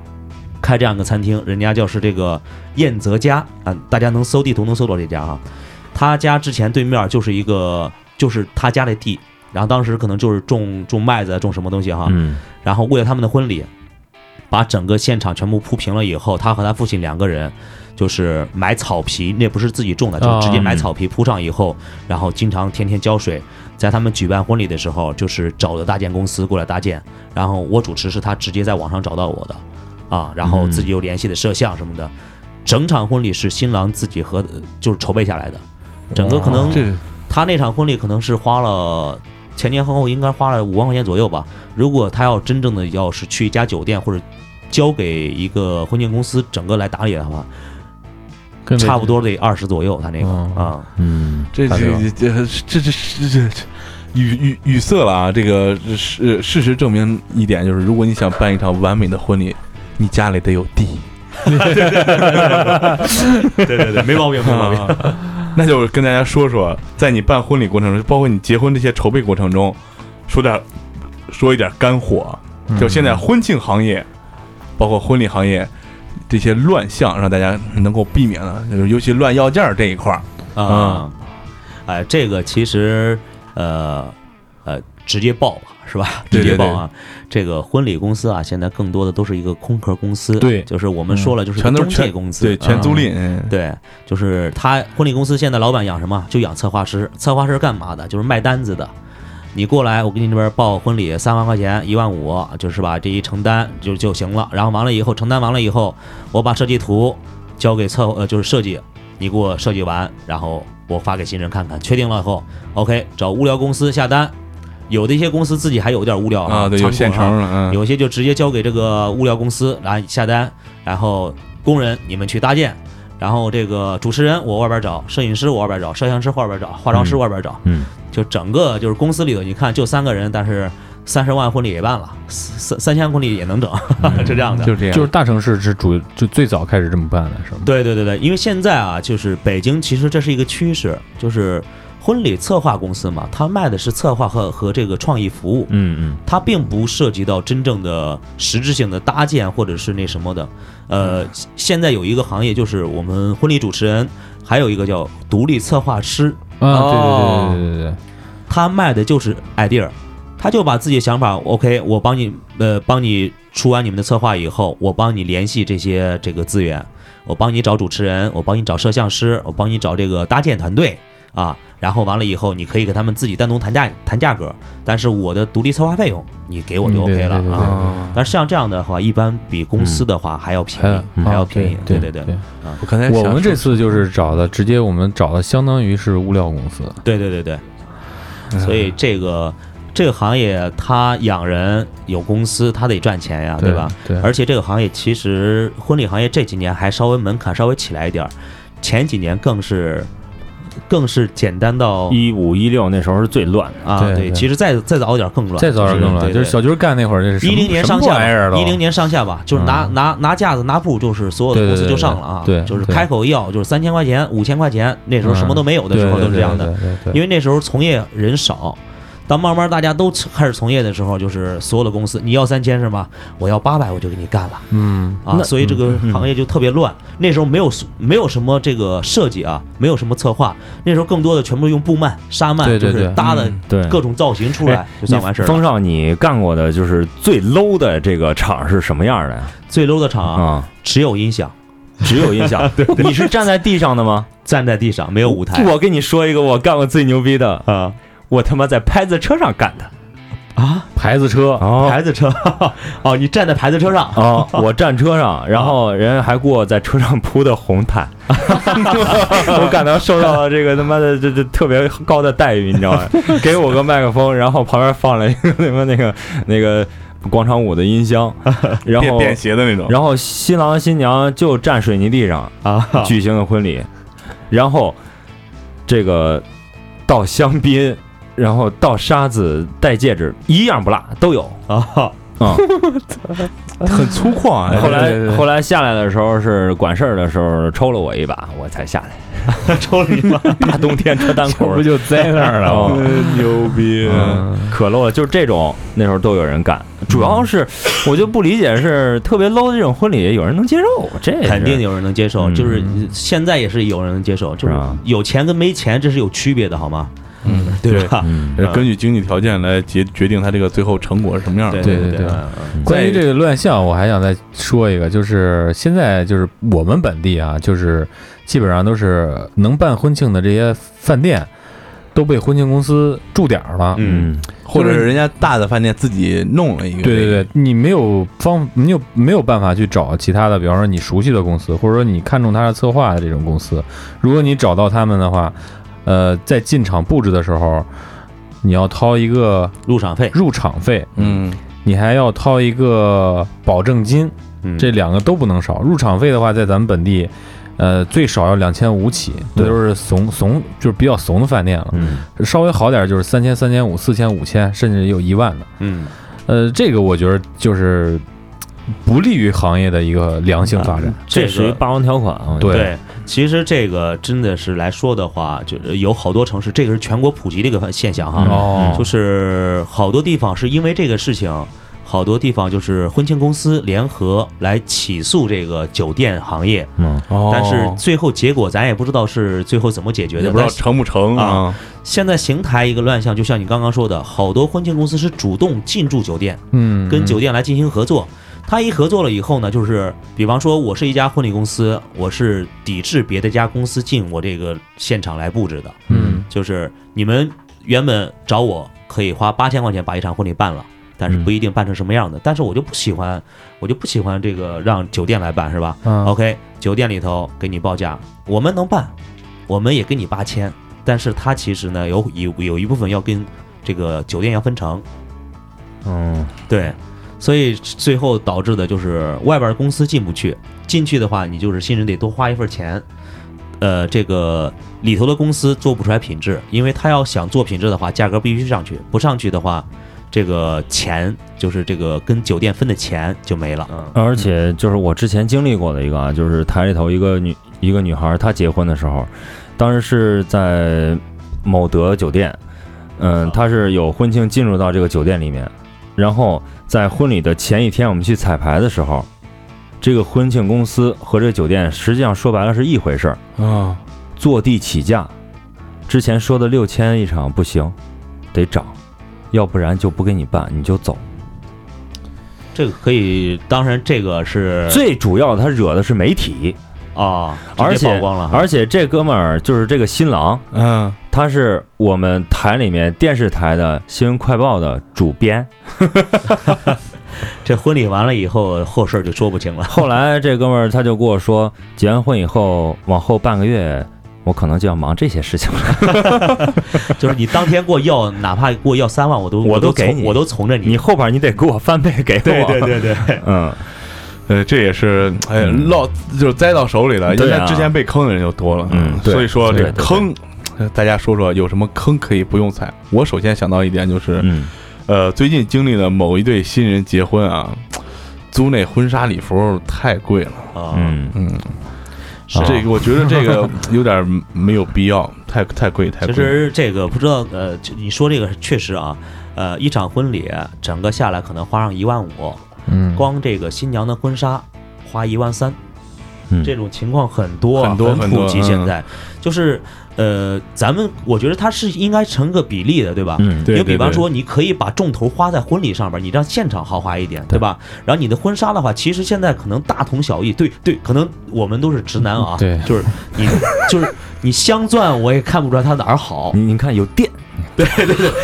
A: 开这样一个餐厅，人家就是这个燕泽家啊，大家能搜地图能搜到这家啊。他家之前对面就是一个，就是他家的地，然后当时可能就是种种麦子，啊种什么东西哈。
E: 嗯
A: 然后为了他们的婚礼，把整个现场全部铺平了以后，他和他父亲两个人就是买草皮，那不是自己种的，就是直接买草皮铺上以后，然后经常天天浇水。在他们举办婚礼的时候，就是找的搭建公司过来搭建，然后我主持是他直接在网上找到我的，啊，然后自己又联系的摄像什么的，整场婚礼是新郎自己和呃就是筹备下来的，整个可能
C: 这
A: 他那场婚礼可能是花了前前后后应该花了五万块钱左右吧。如果他要真正的要是去一家酒店或者交给一个婚庆公司整个来打理的话，
F: 跟北
A: 差不多得二十左右。他那个
F: 哦
A: 啊，
E: 嗯，
C: 这
F: 大
C: 这
F: 刘
C: 这这这这这这语语语塞了啊！这个事事实证明一点就是，如果你想办一场完美的婚礼，你家里得有地，
A: (laughs) 对对对，没毛病，没毛病。
C: 啊那就是跟大家说说，在你办婚礼过程中，包括你结婚这些筹备过程中，说点说一点干货，就现在婚庆行业，包括婚礼行业这些乱象，让大家能够避免了，就是尤其乱要价这一块儿。嗯
A: 啊，哎，这个其实呃呃，直接报吧，是吧？
C: 对
A: 直接
C: 对
A: 报啊！这个婚礼公司啊，现在更多的都是一个空壳公司，
F: 对
A: 就是我们说了，就是
C: 全都
A: 个
C: 是
A: 中介
C: 全
A: 公司，
C: 对，全
A: 啊
C: 租赁，嗯
A: 对，就是他婚礼公司现在老板养什么？就养策划师。策划师干嘛的？就是卖单子的。你过来，我给你这边报婚礼三万块钱，一万五，就是把这一承担就就行了。然后完了以后，承担完了以后，我把设计图交给策呃就是设计，你给我设计完，然后我发给新人看看，确定了以后，OK，找物料公司下单。有的一些公司自己还有点物料
C: 啊，对，有
A: 仓库
C: 现
A: 啊
C: 成的，嗯，
A: 有些就直接交给这个物料公司来下单，然后工人你们去搭建，然后这个主持人我外边找，摄影师我外边找，摄像师外边找，化妆师外边找，
E: 嗯嗯
A: 就整个就是公司里头，你看就三个人，但是三十万婚礼也办了，三三千婚礼也能整， (laughs) 就这样的。
C: 就这样，
F: 就是大城市是主就最早开始这么办的，是吗？
A: 对对对对，因为现在啊，就是北京其实这是一个趋势，就是婚礼策划公司嘛，它卖的是策划和和这个创意服务，
E: 嗯嗯，
A: 它并不涉及到真正的实质性的搭建或者是那什么的。呃，现在有一个行业就是我们婚礼主持人，还有一个叫独立策划师，
F: 啊，对对对对对对
A: 他卖的就是 idea，他就把自己的想法，OK，我帮你呃帮你出完你们的策划以后，我帮你联系这些这个资源，我帮你找主持人，我帮你找摄像师，我帮你找这个搭建团队啊，然后完了以后，你可以给他们自己单独谈价谈价格，但是我的独立策划费用你给我就
F: 嗯对
A: OK 了
F: 对对对
A: 啊。
C: 啊，
A: 但是像这样的话，一般比公司的话还要便
F: 还有
A: 宜，还要便宜。嗯
F: 嗯
A: 对
F: 哦对
A: 对
F: 对。
C: 我刚才
F: 我
C: 想
F: 们这
C: 说
F: 次
A: 嗯
F: 就是找的，直接我们找的相当于是物料公司，
A: 对对对对，所以这个这个行业它养人有公司，它得赚钱呀，对吧？？
F: 对，
A: 而且这个行业其实婚礼行业这几年还稍微门槛稍微起来一点儿，前几年更是更是简单到
E: 一五一六那时候是最乱的，
A: 啊，
F: 对
A: 对，
F: 对
A: 其实再再早一点更乱，
F: 再早点弄了，
A: 对
F: 就是小军干那会儿，这是什
A: 一
F: 么
A: 零年
F: 什么
A: 上下
F: 玩意儿
A: 吧，
F: 都
A: 一零年上下吧，就是拿、
F: 嗯
A: 拿拿架子拿布，就是所有的
F: 对对
A: 公司
F: 对
A: 就
F: 对
A: 上了啊，
F: 对
A: 就是
F: 对嗯
A: 开口一要就是三千块钱、五千块钱，那时候什么都没有的时候
F: 对
A: 都是这样的。，
F: 对对对对对
A: 因为那时候从业人少。当慢慢大家都开始从业的时候，就是所有的公司，你要三千是吗？我要八百，我就给你干了
F: 嗯，
A: 啊！所以这个行业就特别乱。那时候没有没有什么这个设计啊，没有什么策划，那时候更多的全部用布幔、纱幔，
F: 对对
A: 就是
F: 对哎
A: 搭的
C: 嗯
E: 对，
A: 各种造型出来就算完事儿了。
E: 风少，你干过的就是最 low 的这个厂是什么样的呀？
A: 最 low 的厂啊
E: 啊，
A: 只有音响，
E: 只有音响。你是站在地上的吗？
A: 站在地上没有舞台
E: 我跟你说一个我干过最牛逼的，
A: 啊
E: 我他妈在拍子车上干的。
A: 啊！
F: 牌子车，
E: 哦
A: 牌子车 (laughs) 哦，你站在牌子车上，
E: 哦，我站车上，然后人还给我在车上铺的红毯，我感到受到了这个他妈的这这特别高的待遇，你知道吗？给我个麦克风，然后旁边放了一个他妈那个 (laughs) 那个广场舞的音箱，然
C: 便
E: 后
C: 便携的那种，
E: 然后新郎新娘就站水泥地上
A: 啊
E: 举行的婚礼，然后这个倒香槟，然后倒沙子、戴戒指，一样不落，都有。
A: 啊！
C: 很粗犷啊。
E: 后
F: 对对
E: 来
F: 对
E: 后来下来的时候是管事儿的时候抽了我一把，我才下来。
A: 抽了你妈！
E: 大冬天车单口
F: 不 (laughs) 就在那儿了
E: 哦
F: 吗？
C: 真牛逼啊！
F: 嗯
E: 可漏了，就是这种那时候都有人干。主要是我就不理解是特别 low 的这种婚礼有人能接受，这是
A: (laughs) 肯定有人能接受，
E: 嗯
A: 就是现在也是有人能接受，就是
E: 是吧
A: 有钱跟没钱这是有区别的，好吗？
C: 嗯，
A: 对吧？
E: 嗯
C: 呃根据经济条件来决决定他这个最后成果是什么样的。
A: 对
F: 对
A: 对，
F: 对
A: 嗯嗯
F: 关于这个乱象，我还想再说一个，就是现在就是我们本地啊，就是基本上都是能办婚庆的这些饭店都被婚庆公司驻点儿了。
A: 嗯，
E: 嗯
C: 或者是人家大的饭店自己弄了一个，
F: 对对对，你没有方，没有没有办法去找其他的，比方说你熟悉的公司，或者说你看中他的策划的这种公司，如果你找到他们的话，呃，在进场布置的时候，你要掏一个
A: 入场费，
F: 入场费，
C: 嗯，
F: 你还要掏一个保证金，
A: 嗯
F: 这两个都不能少。入场费的话，在咱们本地，呃，最少要两千五起，这
E: 对
F: 都是怂怂，就是比较怂的饭店了。
E: 嗯，
F: 稍微好点儿就是三千、三千五、四千、五千，甚至有一万的。
A: 嗯，
F: 呃，这个我觉得就是不利于行业的一个良性发展。
A: 这
E: 这属于
A: 个
E: 霸王条款啊。
F: 对
A: 对，其实这个真的是来说的话，就是有好多城市，这个是全国普及的一个现象哈。
E: 嗯
F: 哦
A: 就是好多地方是因为这个事情，好多地方就是婚庆公司联合来起诉这个酒店行业，
E: 嗯，
C: 哦
A: 但是最后结果咱也不知道是最后怎么解决
C: 也
A: 的，
C: 不知道
A: 但是
C: 成不成啊。
A: 现在邢台一个乱象，就像你刚刚说的，好多婚庆公司是主动进驻酒店，
F: 嗯，
A: 跟酒店来进行合作。他一合作了以后呢，就是比方说，我是一家婚礼公司，我是抵制别的家公司进我这个现场来布置的，
F: 嗯
A: 就是你们原本找我可以花八千块钱把一场婚礼办了。但是不一定办成什么样的，但是我就不喜欢，我就不喜欢这个让酒店来办，是吧？
F: 啊
A: OK，酒店里头给你报价，我们能办，我们也给你八千，但是它其实呢有有有一部分要跟这个酒店要分成，
E: 嗯，
A: 对，所以最后导致的就是外边公司进不去，进去的话你就是新人得多花一份钱，呃，这个里头的公司做不出来品质，因为他要想做品质的话，价格必须上去，不上去的话，这个钱就是这个跟酒店分的钱就没了，嗯
E: 而且就是我之前经历过的一个啊，就是台里头一个女一个女孩，她结婚的时候，当时是在某德酒店，嗯，他是有婚庆进入到这个酒店里面，然后在婚礼的前一天，我们去彩排的时候，这个婚庆公司和这个酒店实际上说白了是一回事儿，
C: 啊，
E: 坐地起价，之前说的六千一场不行，得涨，要不然就不给你办，你就走。
A: 这个可以，当然这个是
E: 最主要他惹的是媒体，
A: 啊，直接
E: 而且
A: 曝光了哈，
E: 而且这哥们儿就是这个新郎，
C: 嗯，
E: 他是我们台里面电视台的新闻快报的主编。
A: 这婚礼完了以后，后事儿就说不 (laughs) 清了。
E: 后来这哥们儿他就跟我说，结完婚以后，往后半个月我可能就要忙这些事情了。
A: 就是你当天给我要，哪怕给我要三万，我都
E: 我
A: 都
E: 都给
A: 从
E: 你
A: 我都从着你。
E: 你后边你得给我翻倍给我。
A: 对 (laughs) 对，
E: 嗯，
C: 呃，这也是哎呀
E: 嗯
C: 落就是栽到手里了，因
E: 对
C: 为
E: 啊
C: 之前被坑的人就多了，
E: 嗯对
C: 所以说这
E: 对对对
C: 坑，呃大家说说有什么坑可以不用踩？我首先想到一点就是，
E: 嗯，
C: 呃，最近经历了某一对新人结婚啊，租那婚纱礼服太贵了，
A: 啊，
E: 嗯，
C: 嗯，
E: 啊
A: 是
C: 这个我觉得这个有点没有必要，太太贵太贵。
A: 其实这个不知道，呃，就你说这个确实啊，呃，一场婚礼整个下来可能花上一万五，
F: 嗯，
A: 光这个新娘的婚纱花一万三，
E: 嗯
A: 这种情况很多啊
C: 很多很
A: 普
C: 多嗯
A: 及。现在就是呃，咱们我觉得它是应该成个比例的，对吧？
E: 嗯，
C: 对
A: 因为比方
C: 对
A: 说，你可以把重头花在婚礼上边，你让现场豪华一点，对吧？然后你的婚纱的话，其实现在可能大同小异，对对，可能我们都是直男啊，
F: 对
A: 就是你就是你镶钻，我也看不出来它哪儿好，
E: 你你看有电，
C: 呃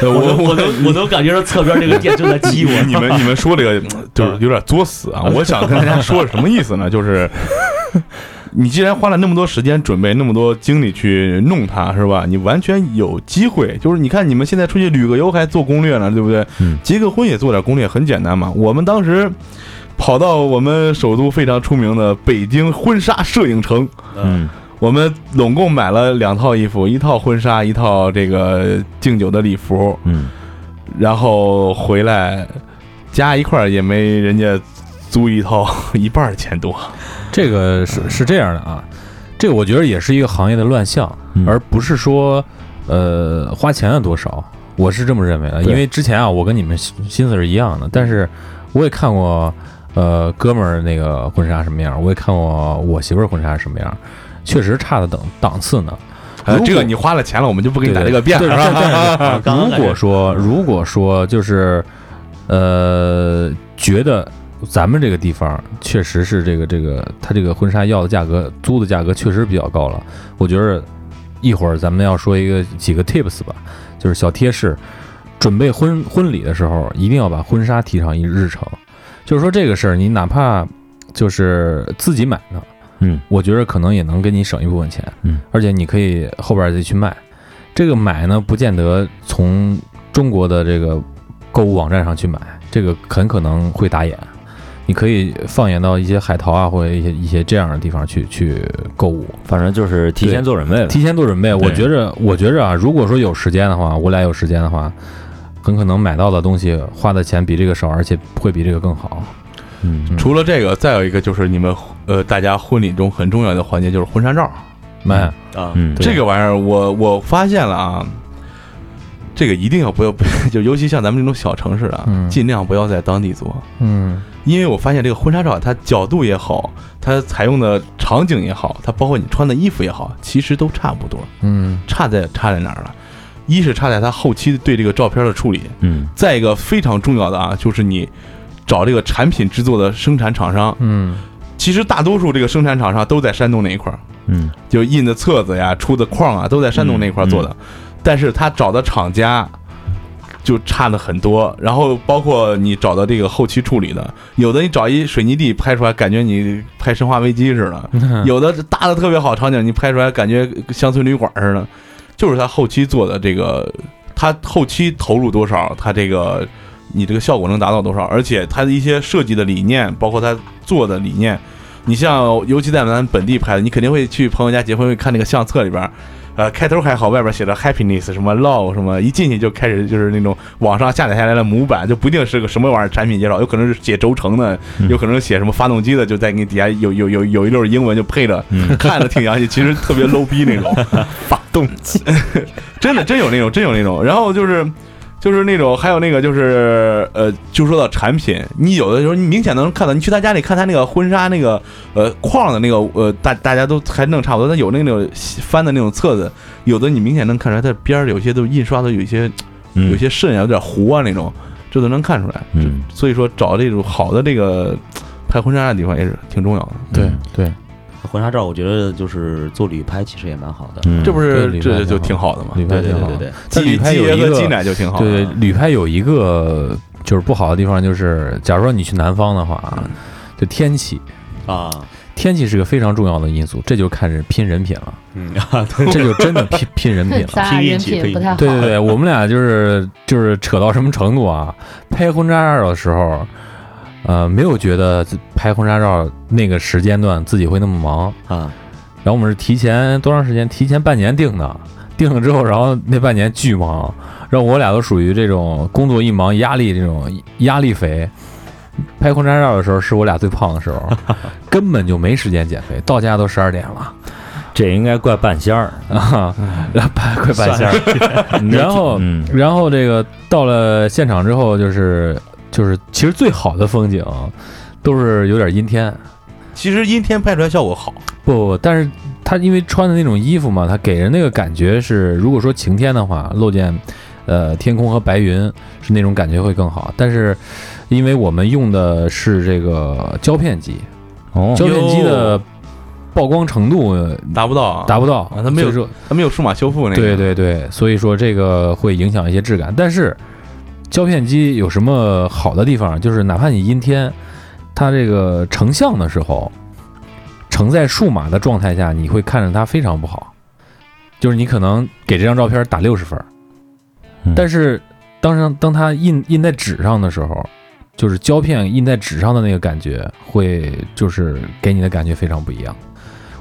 A: 我
C: 我
A: 能我能我能感觉到侧边这个店正在激我，
C: 你们你们说这个就是有点作死啊！我想跟大家说什么意思呢？就是你既然花了那么多时间准备，那么多精力去弄它，是吧？你完全有机会。就是你看你们现在出去旅个游还做攻略呢，对不对
E: 嗯？
C: 结个婚也做点攻略，很简单嘛。我们当时。跑到我们首都非常出名的北京婚纱摄影城，
A: (laughs) 嗯，
E: 嗯
C: 我们总共买了两套衣服，一套婚纱，一套这个敬酒的礼服。
E: 嗯，
C: 然后回来加一块儿也没人家租一套一半儿钱多。
F: 这个
C: 嗯
F: 是是这样的啊，这个我觉得也是一个行业的乱象，
E: 嗯
F: 而不是说呃花钱有多少，我是这么认为的。
E: 对
F: 因为之前啊，我跟你们心心思是一样的，但是我也看过呃哥们儿那个婚纱什么样，我也看过我媳妇儿婚纱什么样，确实差的等档次呢。
C: 哎
F: 如果
C: 这个你花了钱了，我们就不给你打这
F: 对
C: 个变了，
F: 对
C: 是
F: 对对
C: 吧？
F: (laughs)
A: 啊刚刚
F: 如
A: 感觉
F: 果说如果说就是呃，觉得咱们这个地方确实是这个这个，他这个婚纱要的价格、租的价格确实比较高了。我觉得一会儿咱们要说一个几个 tips 吧，就是小贴士，准备婚婚礼的时候一定要把婚纱提上一日程。就是说这个事儿，你哪怕就是自己买呢，
E: 嗯，
F: 我觉得可能也能给你省一部分钱，
E: 嗯，
F: 而且你可以后边再去卖。这个买呢，不见得从中国的这个购物网站上去买，这个很可能会打眼。你可以放眼到一些海淘啊，或者一些一些这样的地方去去购物，
E: 反正就是提前
F: 对
E: 做准备了。
F: 提前做准备。我觉着，我觉着啊，如果说有时间的话，我俩有时间的话，很可能买到的东西花的钱比这个少，而且会比这个更好。
E: 嗯，
C: 除了这个，再有一个就是你们呃，大家婚礼中很重要的环节就是婚纱照，
F: 买，
A: 啊，
E: 嗯，
C: 这个玩意儿我我发现了啊，这个一定要不要， (laughs) 就尤其像咱们这种小城市啊，
F: 嗯
C: 尽量不要在当地做。
F: 嗯，
C: 因为我发现这个婚纱照，它角度也好，它采用的场景也好，它包括你穿的衣服也好，其实都差不多。
F: 嗯，
C: 差在差在哪儿了？一是差在他后期对这个照片的处理，
E: 嗯
C: 再一个非常重要的啊，就是你找这个产品制作的生产厂商。
F: 嗯，
C: 其实大多数这个生产厂商都在山东那一块儿，
E: 嗯
C: 就印的册子呀、出的框啊，都在山东那一块儿做的。但是他找的厂家就差的很多，然后包括你找的这个后期处理的，有的你找一水泥地拍出来，感觉你拍《生化危机》似的，有的搭的特别好场景，你拍出来感觉乡村旅馆似的，就是他后期做的这个，他后期投入多少，他这个你这个效果能达到多少，而且他的一些设计的理念，包括他做的理念，你像尤其在咱本地拍的，你肯定会去朋友家结婚，会看那个相册里边。呃，开头还好，外边写着 happiness 什么 love 什么，一进去就开始就是那种网上下载下来的模板，就不定是个什么玩意儿产品介绍，有可能是写轴承的，有可能是写什么发动机的，就在你底下有有有有一溜英文就配着，看着挺洋气，其实特别 low 逼那种。发动机， (laughs) 真的真有那种，真有那种。然后就是。就是那种，还有那个，就是呃，就说到产品，你有的时候你明显能看到，你去他家里看他那个婚纱那个呃框的那个呃，大大家都还弄差不多，但有那种翻的那种册子，有的你明显能看出来，它边儿有些都印刷的有一些
E: 嗯
C: 有些渗啊，有点糊啊那种，这都能看出来。
E: 嗯，
C: 所以说找这种好的这个拍婚纱的地方也是挺重要的。
F: 对对，
A: 婚纱照我觉得就是做旅拍其实也蛮好的。
E: 嗯
C: 这不
F: 对
C: 是
F: 旅拍
C: 这
F: 挺
C: 就
F: 好
C: 挺好的嘛？
F: 旅拍
A: 对对
F: 挺好
A: 对对。对，
F: 但
C: 鸡
F: 旅拍
C: 鸡
F: 有
C: 爷
F: 一
C: 和
F: 个
C: 鸡奶就挺好啊的。
F: 对，旅拍有一个就是不好的地方，就是假如说你去南方的话啊，就天气，
A: 啊，
F: 天气是个非常重要的因素，这就看是拼人品了，
A: 嗯 (laughs) 啊，对，
F: 这就真的拼拼人
B: (laughs)
F: 品了。
B: 咱俩
A: 拼运
B: 人
A: 气
B: 品
A: 可以
B: 不太好。
F: 对对对，我们俩就是就是扯到什么程度啊？拍婚纱照的时候，呃，没有觉得拍婚纱照那个时间段自己会那么忙，
A: 啊，
F: 然后我们是提前多长时间？提前半年定的，定了之后，然后那半年巨忙，然后我俩都属于这种工作一忙压力这种压力肥。拍婚纱照的时候是我俩最胖的时候，根本就没时间减肥，到家都十二点了
E: 这应该怪半仙儿，
F: 啊，然后拍 (laughs) 快
E: (laughs)
F: 半仙儿，然后
E: 嗯
F: 然后这个到了现场之后，就是就是其实最好的风景都是有点阴天，
C: 其实阴天拍出来效果好，
F: 不不，不，但是他因为穿的那种衣服嘛，他给人那个感觉是，如果说晴天的话，露见呃天空和白云是那种感觉会更好。但是因为我们用的是这个胶片机，
E: 哦
F: 胶片机的曝光程度
C: 达不到啊，
F: 达不到，
C: 啊它没有
F: 所以说
C: 它没有数码修复那个。
F: 对对对，所以说这个会影响一些质感。但是胶片机有什么好的地方？就是哪怕你阴天，它这个成像的时候，呈在数码的状态下，你会看着它非常不好。就是你可能给这张照片打六十分儿，
E: 嗯
F: 但是当上当它印印在纸上的时候，就是胶片印在纸上的那个感觉，会就是给你的感觉非常不一样。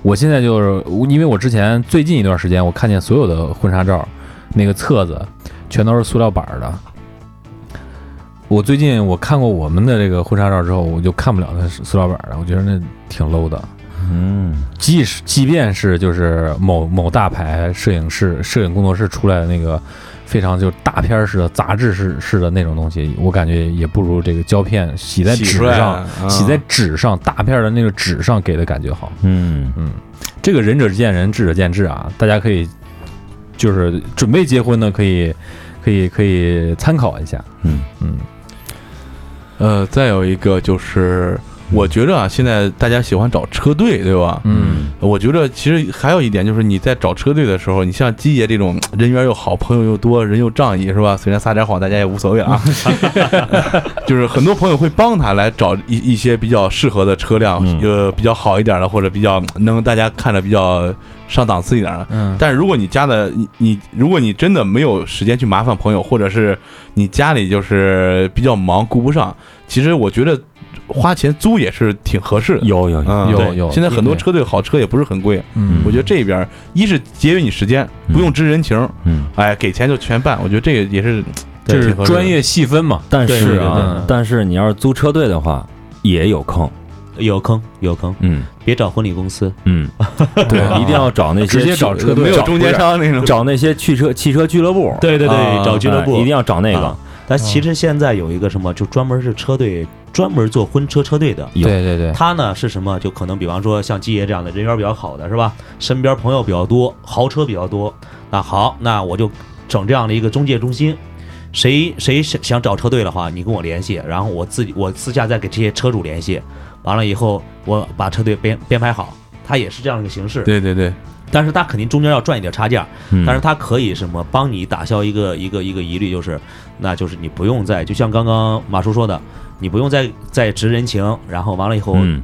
F: 我现在就是因为我之前最近一段时间，我看见所有的婚纱照那个册子全都是塑料板儿的。我最近我看过我们的这个婚纱照之后，我就看不了那塑料板儿了，我觉得那挺 low 的。
E: 嗯，
F: 即使即便是就是某某大牌摄影室、摄影工作室出来的那个非常就是大片儿式的、杂志式式的那种东西，我感觉也不如这个胶片洗在
C: 洗
F: 纸
C: 出来
F: 上、
C: 啊
F: 洗在纸上大片儿的那个纸上给的感觉好。
E: 嗯，
F: 这个仁者见仁，智者见智啊，大家可以就是准备结婚的可以可以可以参考一下。
E: 嗯
F: 嗯，
C: 呃，再有一个就是，我觉着啊，现在大家喜欢找车队，对吧？
F: 嗯，
C: 我觉着其实还有一点就是，你在找车队的时候，你像基爷这种人缘又好、朋友又多、人又仗义，是吧？虽然撒点谎，大家也无所谓啊。 (laughs) 就是很多朋友会帮他来找一一些比较适合的车辆，
E: 嗯
C: 呃，比较好一点的，或者比较能大家看着比较上档次一点的。
F: 嗯
C: 但是如果你家的你你，如果你真的没有时间去麻烦朋友，或者是你家里就是比较忙顾不上，其实我觉得花钱租也是挺合适的。
E: 有有有，
C: 嗯
F: 有
C: 对
F: 有
C: 现在很多
F: 对
C: 车队好车也不是很贵，
F: 嗯
C: 我觉得这边儿一是节约你时间，不用知人情，
E: 嗯，
C: 哎，给钱就全办，我觉得这个也是
F: 这是
C: 挺合适的
F: 专业细分嘛。
E: 但是
F: 对对
E: 啊
F: 对，
E: 但是你要是租车队的话，也有坑，
A: 有坑有坑，
E: 嗯
A: 别找婚礼公司，
E: 嗯，
F: (laughs)
E: 对，一定要找那些呃
F: 直接找车队
E: 没
C: 没
E: 有
C: 有中间商那种。
E: 找那些汽车汽车俱乐部，
A: 对对对
E: 啊
A: 找俱乐部
E: 哎一定要找那个
A: 啊，但其实现在有一个什么，就专门是车队，专门做婚车车队的。
E: 有
F: 对对对，
A: 他呢是什么？就可能比方说像基爷这样的人缘比较好的是吧？身边朋友比较多，豪车比较多。那好，那我就整这样的一个中介中心。谁谁想想找车队的话，你跟我联系，然后我自己我私下再给这些车主联系。完了以后，我把车队编编排好，他也是这样一个形式。
C: 对对对，
A: 但是他肯定中间要赚一点差价，
E: 嗯
A: 但是他可以什么帮你打消一个一个一个疑虑，就是那就是你不用再就像刚刚马叔说的，你不用再再执人情，然后完了以后、
E: 嗯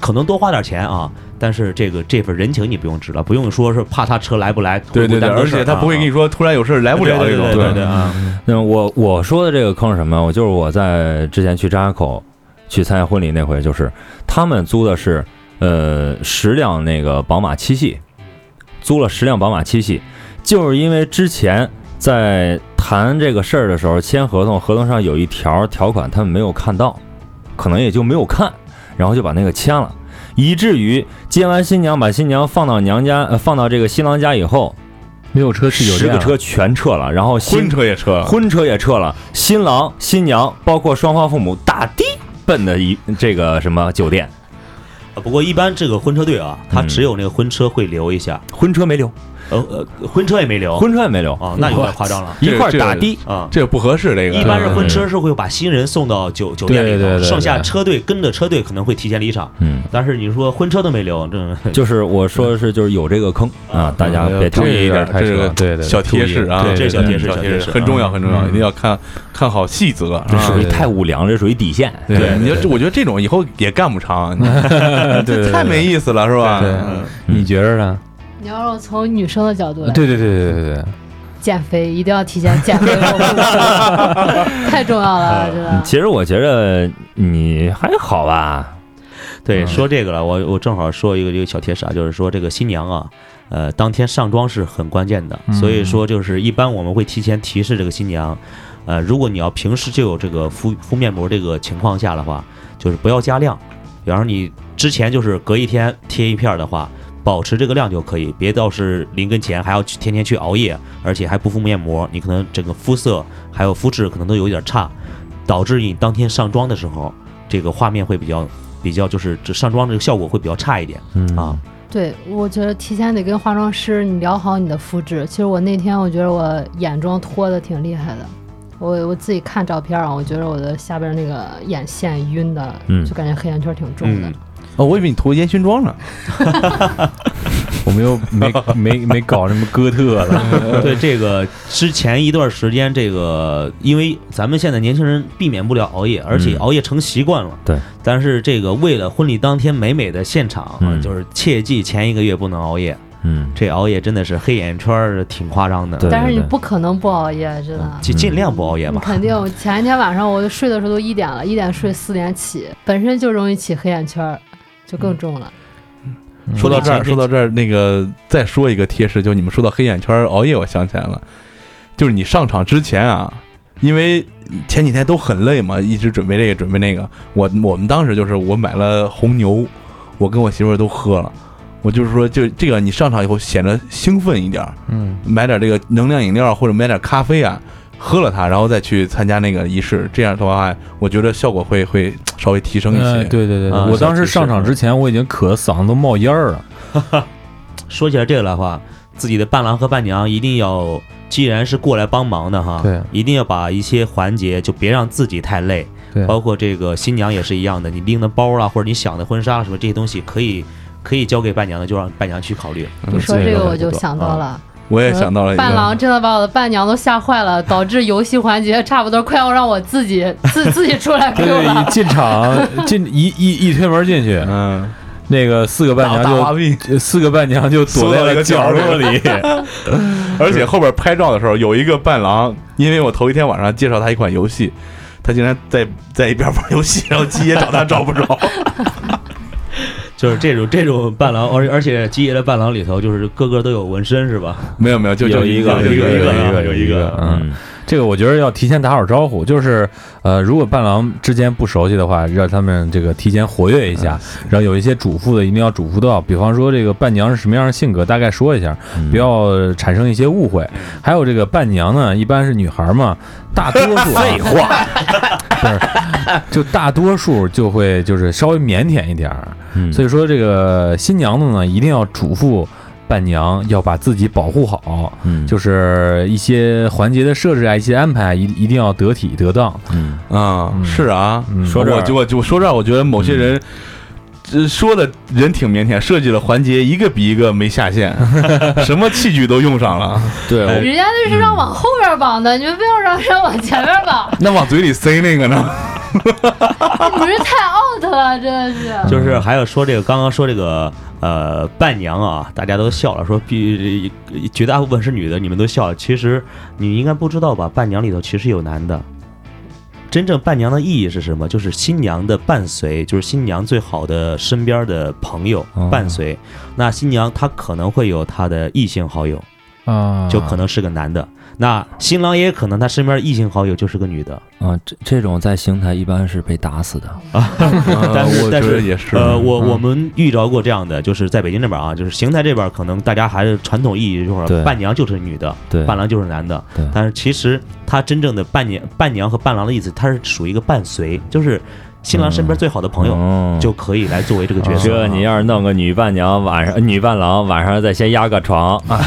A: 可能多花点钱啊，但是这个这份人情你不用知了，不用说是怕他车来不来，
C: 对对对，而
A: 啊
C: 且他不会跟你
A: 说
C: 说突然有事儿来不了
A: 对
C: 这种
A: 对。对对啊，
E: 那我我说的这个坑是什么？我就是我在之前去张家口去参加婚礼那回，就是他们租的是呃十辆那个宝马七系，租了十辆宝马七系，就是因为之前在谈这个事儿的时候签合同，合同上有一条条款他们没有看到，可能也就没有看，然后就把那个签了，以至于接完新娘把新娘放到娘家，呃，放到这个新郎家以后，
G: 没有车去酒
E: 十
G: 店
E: 个
F: 啊
G: 了，
E: 车全撤了，然后新
C: 婚车也撤，
E: 婚车也撤了，新郎新娘包括双方父母打的奔的一这个什么酒店，
A: 呃不过一般这个婚车队啊，他只有那个婚车会留一下，
E: 婚车没留，哦
A: 呃呃，婚车也没留。
C: 嗯
E: 婚车也没留，
A: 哦，那有点夸张了
E: 一块儿
C: 这
E: 打的。
A: 啊。
C: 这不合适，这个
A: 一般是婚车是会把新人送到酒酒店里
F: 对对
A: 头，
F: 对对
A: 剩下车队跟着车队可能会提前离场。
E: 嗯，
A: 但是你说婚车都没留，这
E: 就是我说的是，就是有这个坑啊，大家别
C: 注
E: 跳
C: 意。
F: 这
C: 一点
F: 点太
C: 这
F: 扯
C: 是个
F: 了对对对
C: 小贴士啊，
F: 对
A: 这是小贴士
C: 小
A: 小贴
C: 贴
A: 士
C: 很重要，很重要，
F: 嗯
C: 一定要看看好细则啊。
E: 这属于
F: 对
E: 太无良，这属于底线。
F: 对对
C: 你
F: 对
C: 就这我觉得这种以后也干不长，这太没意思了，是吧？
F: 对对
C: 嗯
F: 你觉着呢？
B: 你要让我从女生的角度来，
F: 对对对对对对，
B: 减肥一定要提前减肥，
F: (laughs)
B: 太重要
F: 啊
B: 了，真的。
E: 其实我觉着你还好吧，
A: 对说这个了，我我正好说一个这个小贴士啊，就是说这个新娘啊，呃，当天上妆是很关键的，所以说就是一般我们会提前提示这个新娘，呃，如果你要平时就有这个敷敷面膜这个情况下的话，就是不要加量，比方说你之前就是隔一天贴一片儿的话。保持这个量就可以，别到是临跟前还要去天天去熬夜，而且还不敷面膜，你可能整个肤色还有肤质可能都有一点差，导致你当天上妆的时候，这个画面会比较比较就是这上妆这个效果会比较差一点
E: 嗯
A: 啊。 (laughs)
B: 对，我觉得提前得跟化妆师你聊好你的肤质。其实我那天我觉得我眼妆脱的挺厉害的，我我自己看照片啊，我觉得我的下边那个眼线晕的，
E: 嗯
B: 就感觉黑眼圈挺重的。
A: 嗯
C: 哦，我以为你涂烟熏妆
F: 嗯
C: 呢，
F: 我们又没没没搞什么哥特了，
A: 对这个之前一段时间，这个因为咱们现在年轻人避免不了熬夜，而且
E: 嗯
A: 熬夜成习惯了。
E: 对。
A: 但是这个为了婚礼当天美美的现场啊，
E: 嗯
A: 就是切记前一个月不能熬夜，
E: 嗯，
A: 这熬夜真的是黑眼圈儿挺夸张的。
E: 对嗯
B: 但是你不可能不熬夜，真的。
A: 尽尽量不熬夜
B: 你
A: 嗯吧。
B: 肯定，我前一天晚上我睡的时候都一点了，一点睡四点起，本身就容易起黑眼圈儿，就更重了。
C: 说到这儿，
A: 嗯
C: 说到这儿，那个再说一个贴士，就是你们说到黑眼圈熬夜，我想起来了，就是你上场之前啊，因为前几天都很累嘛，一直准备这个准备那个，我我们当时就是我买了红牛，我跟我媳妇儿都喝了，我就是说就这个你上场以后显得兴奋一点儿，
F: 嗯，
C: 买点这个能量饮料或者买点咖啡啊，喝了它，然后再去参加那个仪式，这样的话，我觉得效果会会稍微提升一些。
F: 呃对对对对
A: 啊，
F: 我当
C: 小
F: 时
C: 提示
F: 上场之前我已经渴得嗓子都冒烟儿了，
A: 说起来这个的话，自己的伴郎和伴娘一定要，既然是过来帮忙的哈，
F: 对，
A: 一定要把一些环节就别让自己太累，
F: 对
A: 包括这个新娘也是一样的，你拎的包啊啦，或者你想的婚纱什么这些东西，可以可以交给伴娘的，就让伴娘去考虑。
B: 你说
F: 这
B: 这
F: 个
B: 个
F: 很
B: 我就
A: 不错
B: 想到
A: 啊
B: 了，
C: 我也想到了一个
B: 伴郎真的把我的伴娘都吓坏了，导致游戏环节差不多快要让我自己
C: (laughs)
B: 自自己出来 Q
F: 对对，一
B: 了。
F: 进场进一一一推门进去，
C: 嗯，
F: 那个四个伴
C: 大大花
F: 娘
C: 臂，
F: 就四个伴娘就躲在了角
E: (laughs)
F: 落里，
C: (laughs) 而且后边拍照的时候，有一个伴郎，因为我头一天晚上介绍他一款游戏，他竟然在在一边玩游戏，然后鸡也找他找不着。
A: 就是这种这种伴郎，而而且吉爷的伴郎里头，就是个个都有纹身是吧？
C: 没有没有，就就
E: 有一个
C: 就
A: 有
C: 一
A: 一个
C: 个
A: 有一个
F: 嗯。
E: 嗯，
F: 这个我觉得要提前打好招呼，就是呃，如果伴郎之间不熟悉的话，让他们这个提前活跃一下，然后有一些嘱咐的一定要嘱咐到，比方说这个伴娘是什么样的性格，大概说一下，不要产生一些误会。还有这个伴娘呢，一般是女孩嘛，大多数、啊、 (laughs) 废话，不是，就大多数就会就是稍微腼腆一点儿，
E: 嗯
F: 所以说这个新娘子呢，一定要嘱咐伴娘要把自己保护好。
E: 嗯
F: 就是一些环节的设置啊，一些安排一一定要得体得当。
E: 嗯
C: 啊，
F: 嗯
C: 是啊，
F: 嗯
E: 说这儿
C: 我就我就说这儿，我觉得某些人。这说的人挺腼腆，设计的环节一个比一个没下限，什么器具都用上了，
E: 对我
B: 人家那是让往后边绑的，你们非要让人往前边绑，
C: 那往嘴里塞那个呢？
B: 你们是太 out 了，真的是。
A: 就是还有说这个刚刚说这个呃伴娘啊，大家都笑了，说必绝大部分是女的，你们都笑了。其实你应该不知道吧？伴娘里头其实有男的，真正伴娘的意义是什么？就是新娘的伴随，就是新娘最好的身边的朋友
F: 哦
A: 伴随。那新娘她可能会有她的异性好友，
F: 啊，
A: 就可能是个男的。那新郎也可能他身边异性好友就是个女的。
E: 啊，这这种在邢台一般是被打死的。
C: (laughs)
A: 但是
C: 我
A: 但
C: 觉得
A: 是
C: 也是，
A: 呃，我
F: 嗯
A: 我们遇着过这样的，就是在北京这边啊，就是邢台这边可能大家还是传统意义，就是
E: 对
A: 伴娘就是女的，
E: 对，
A: 伴郎就是男的
E: 对。
A: 但是其实他真正的伴娘、伴娘和伴郎的意思，他是属于一个伴随，就是新郎身边最好的朋友。
E: 友
A: 就可以来作为这个
C: 啊
A: 角色。
E: 这你要是弄个女伴娘，晚上呃女伴郎晚上再先压个床，
C: 啊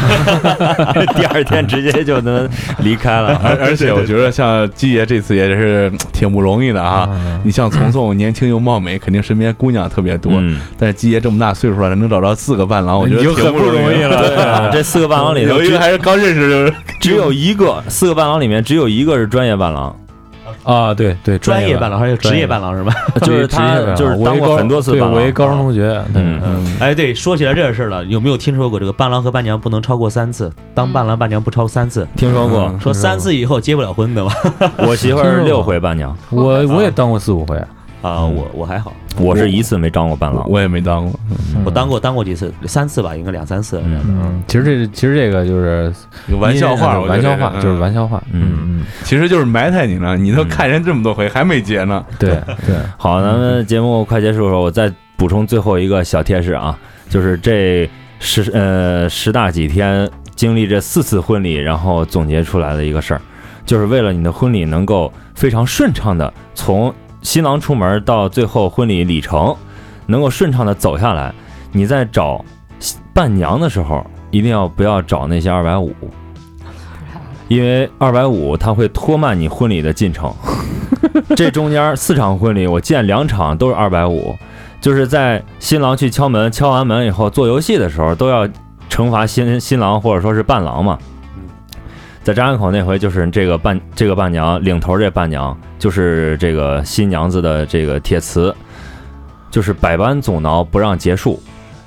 E: (laughs) 第二天直接就能离开了。
C: 而而且我觉得像季爷这次也是嗯挺不容易的啊。你像丛丛，年轻又貌美，肯定身边姑娘特别多。
E: 嗯，
C: 但是季爷这么大岁数了，能找着四个伴郎，我觉得
F: 已经
C: 挺
F: 很不
C: 容
F: 容易
C: 的。
F: 了。
E: 对
C: (laughs)
E: 啊，这四个伴郎里头
C: 有一个还是刚认识，就是
E: 只有一个，四个伴郎里面只有一个是专业伴郎，
F: 啊，对对，
A: 专业
F: 版 (laughs)
A: 伴郎还是职业伴郎是吧？
E: 就是他就是当过很多次
F: 对，
E: 伴
F: 我一
E: 郎。
F: 高中同学，对
E: 嗯
A: (laughs) 哎，对，说起来这事儿了，有没有听说过这个伴郎和伴娘不能超过三次？当伴郎伴娘不超三次，
E: 听说过，
F: 嗯
A: 说三次以后结不了婚的吧？
E: 我媳妇儿六回伴娘，
F: 我我也当过四五回，
E: 嗯
A: 啊，我我还好，
E: 我是一次没当过伴郎。
C: 我也没当过，
A: 我当过当过几次，三次吧，应该两三次。
E: 嗯
F: 嗯，其实这其实这个就是
C: 玩笑话，我觉
F: 玩
C: 得
F: 笑话
C: 嗯
F: 就是玩笑话，
E: 嗯
F: 嗯
C: 其实就是埋汰你呢。你都看人这么多回还没结呢，
F: 嗯，对 (laughs) 对，
E: 好，咱们节目快结束的时候，我再补充最后一个小贴士啊，就是这十呃十大几天经历这四次婚礼，然后总结出来的一个事儿，就是为了你的婚礼能够非常顺畅的从新郎出门到最后婚礼礼程能够顺畅的走下来，你在找伴娘的时候，一定要不要找那些二百五。因为二百五它会拖慢你婚礼的进程。这中间四场婚礼，我见两场都是二百五，就是在新郎去敲门，敲完门以后做游戏的时候，都要惩罚新新郎或者说是伴郎嘛。在张家口那回，就是这个伴这个伴娘领头这伴娘，就是这个新娘子的这个铁词，就是百般阻挠不让结束。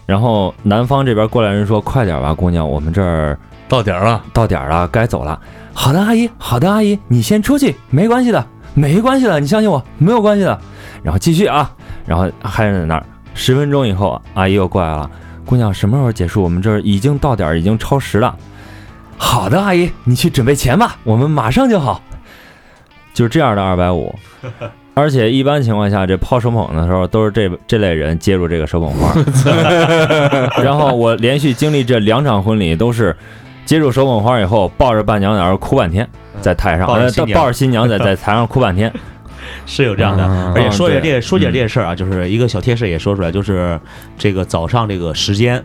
E: 然后男方这边过来人说：“快点吧，姑娘，我们这儿
C: 到点儿了，
E: 到点儿了，该走了。好的，阿姨，好的，阿姨，你先出去，没关系的，没关系的，你相信我，没有关系的。然后继续啊，然后还是在那儿。十分钟以后，啊阿姨又过来了，姑娘，什么时候结束？我们这儿已经到点儿，已经超时了。好的，阿姨，你去准备钱吧，我们马上就好。 (laughs) 就是这样的二百
A: (laughs)
E: 五，而且一般情况下，这抛手捧的时候都是这这类人接住这个手捧花。 (laughs) 然后我连续经历这两场婚礼，都是接住手捧花以后，抱着伴娘在那儿哭半天，在台上，
A: 抱着
E: 呃
A: 新娘
E: 抱着新娘在在台上哭半天。
A: 是有这样的。
F: 嗯
A: 而且说起来
E: 对
A: 这个说起来这些事儿啊，就是一个小贴士也说出来，就是这个早上这个时间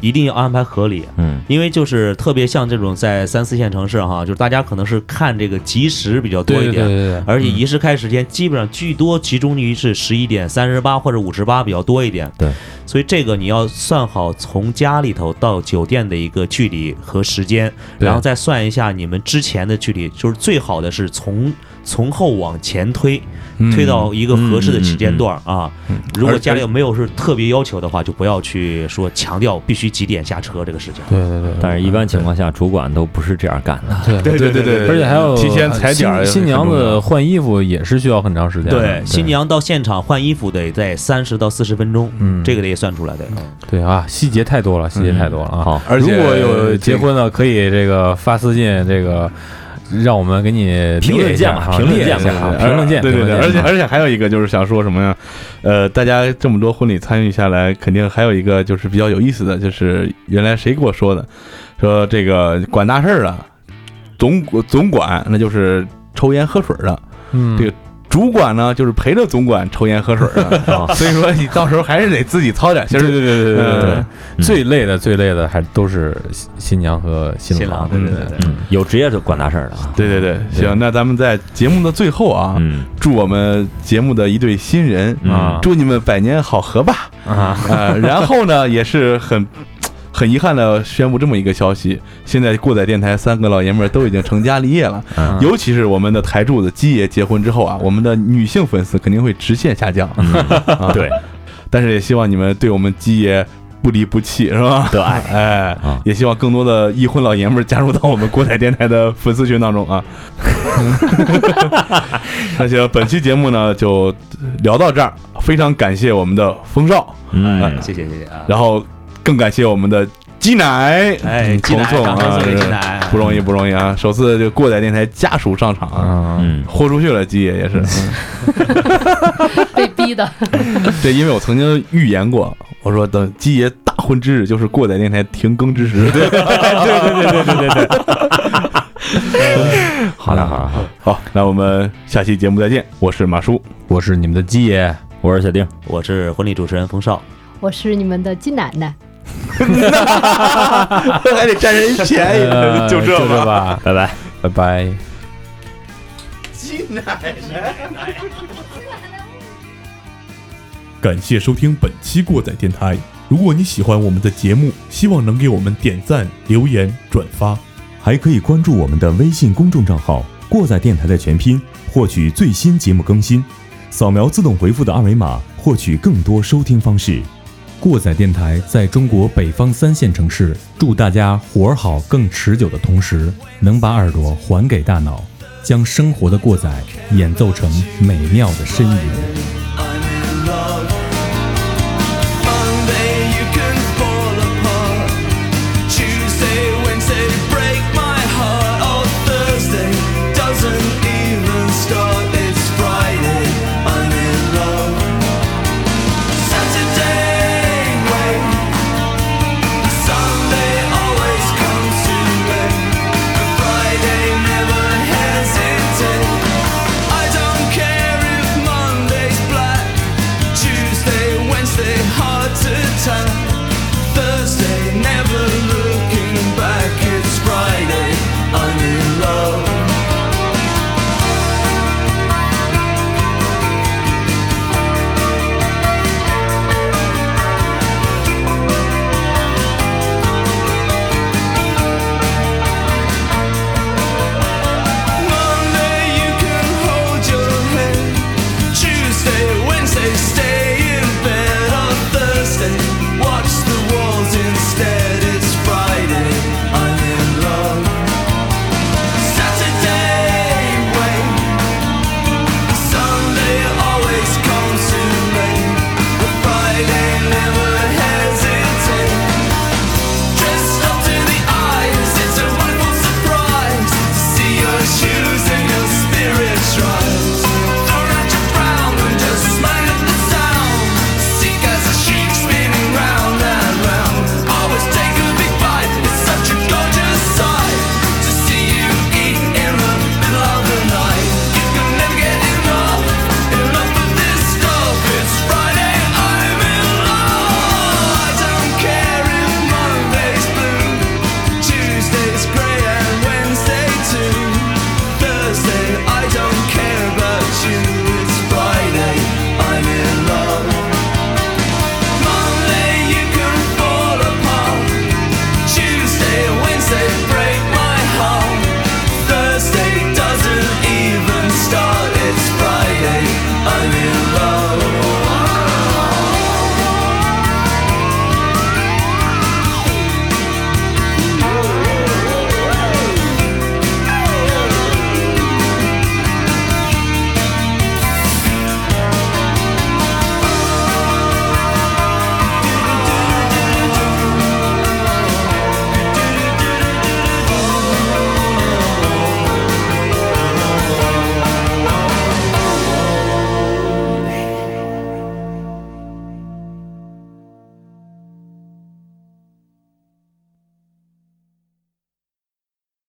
A: 一定要安排合理，
E: 嗯
A: 因为就是特别像这种在三四线城市哈，就是大家可能是看这个及时比较多
F: 对
A: 一
F: 对对嗯对，
A: 点。而且仪式开始时间基本上最多集中于是十一点三十八或者五十八比较多一点。
E: 对，
A: 所以这个你要算好从家里头到酒店的一个距离和时间，
F: 对
A: 然后再算一下你们之前的距离，就是最好的是从从后往前推，推到一个合适的时间段啊。如果家里没有是特别要求的话，就不要去说强调必须几点下车这个事情。
F: 对对对，
E: 但是一般情况下，主管都不是这样干的。
F: 对
C: 对对对对，
F: 而且还有
C: 提前踩点儿
F: 新新
C: 也
F: 娘
C: 很重
F: 子
C: 要
F: 换衣服也是需要很长时间的。
A: 对，新娘到现场换衣服得在三十到四十分钟，
F: 嗯
A: 这个得也算出来的。
F: 对啊，细节太多了，细节太多了啊。
E: 好，
C: 而且
F: 如果有
C: 这
F: 结
C: 个
F: 婚的，可以这个发私信，这个让我们给你
E: 评论见吧
F: 啊
E: 评论见吧
F: 列一下啊
C: 对
F: 评论见，
C: 对对
F: 评
C: 对，
F: 论
C: 而
F: 见
C: 且而且还有一个就是想说什么呀？呃，大家这么多婚礼参与下来，肯定还有一个就是比较有意思的，就是原来谁给我说的，说这个管大事儿的总总管那就是抽烟喝水儿的，
F: 嗯，
C: 这个主管呢就是陪着总管抽烟喝水儿的，
E: 啊
C: 所以说你到时候还是得自己操点心
F: 对
C: 儿。
F: 对对对对对
C: 嗯
F: 对，最累的最累的还都是新新娘和新
A: 新郎
F: 对
A: 对
F: 对
A: 对
F: 对
A: 对
E: 嗯，有职业就管大事儿的啊。
C: 对对对，行，那咱们在节目的最后啊，
E: 嗯
C: 祝我们节目的一对新人，
E: 嗯
F: 啊
C: 祝你们百年好合吧！
F: 啊，
C: 呃，然后呢，也是很很遗憾的宣布这么一个消息：现在过载电台三个老爷们儿都已经成家立业了，
E: 嗯
C: 尤其是我们的台柱子基爷结婚之后啊，我们的女性粉丝肯定会直线下降。 (laughs)
E: 嗯，对，
C: 但是也希望你们对我们基爷不离不弃，是吧？
E: 对，
C: 哎
A: 啊，
C: 也希望更多的已婚老爷们儿加入到我们国台电台的粉丝群当中啊。那行，本期节目呢就聊到这儿，非常感谢我们的风少，
E: 嗯
A: 哎，谢谢谢谢啊，
C: 然后更感谢我们的鸡奶，
A: 哎，进
C: 重
A: 来，
C: 送
A: 刚
C: 啊
A: 刚送给进，来，
C: 不容易不容易啊，首次就过载电台家属上场啊。
D: 嗯，
E: 嗯，
C: 豁出去了，鸡爷也是。
B: (laughs) 被逼的。
C: (laughs) 对，因为我曾经预言过，我说等鸡爷大婚之日，就是过载电台停更之 (laughs) 时。对对对对对对对。
A: 好了好了，好了
C: 好，那我们下期节目再见，我是马叔，
D: 我是你们的鸡爷，
E: 我是小丁，
A: 我是婚礼主持人冯少，
B: 我是你们的金奶奶，
C: 还得占人哎便 (laughs)
E: 哎 (laughs)
D: 呃就这吧，
E: 拜拜。
D: 拜拜。
H: 感谢收听本期过载电台。如果你喜欢我们的节目，希望能给我们点赞、留言、转发。
I: 还可以关注我们的微信公众账号“过载电台”的全拼，获取最新节目更新。扫描自动回复的二维码，获取更多收听方式。
H: 过载电台在中国北方三线城市，祝大家活儿好更持久的同时，能把耳朵还给大脑，将生活的过载演奏成美妙的呻吟。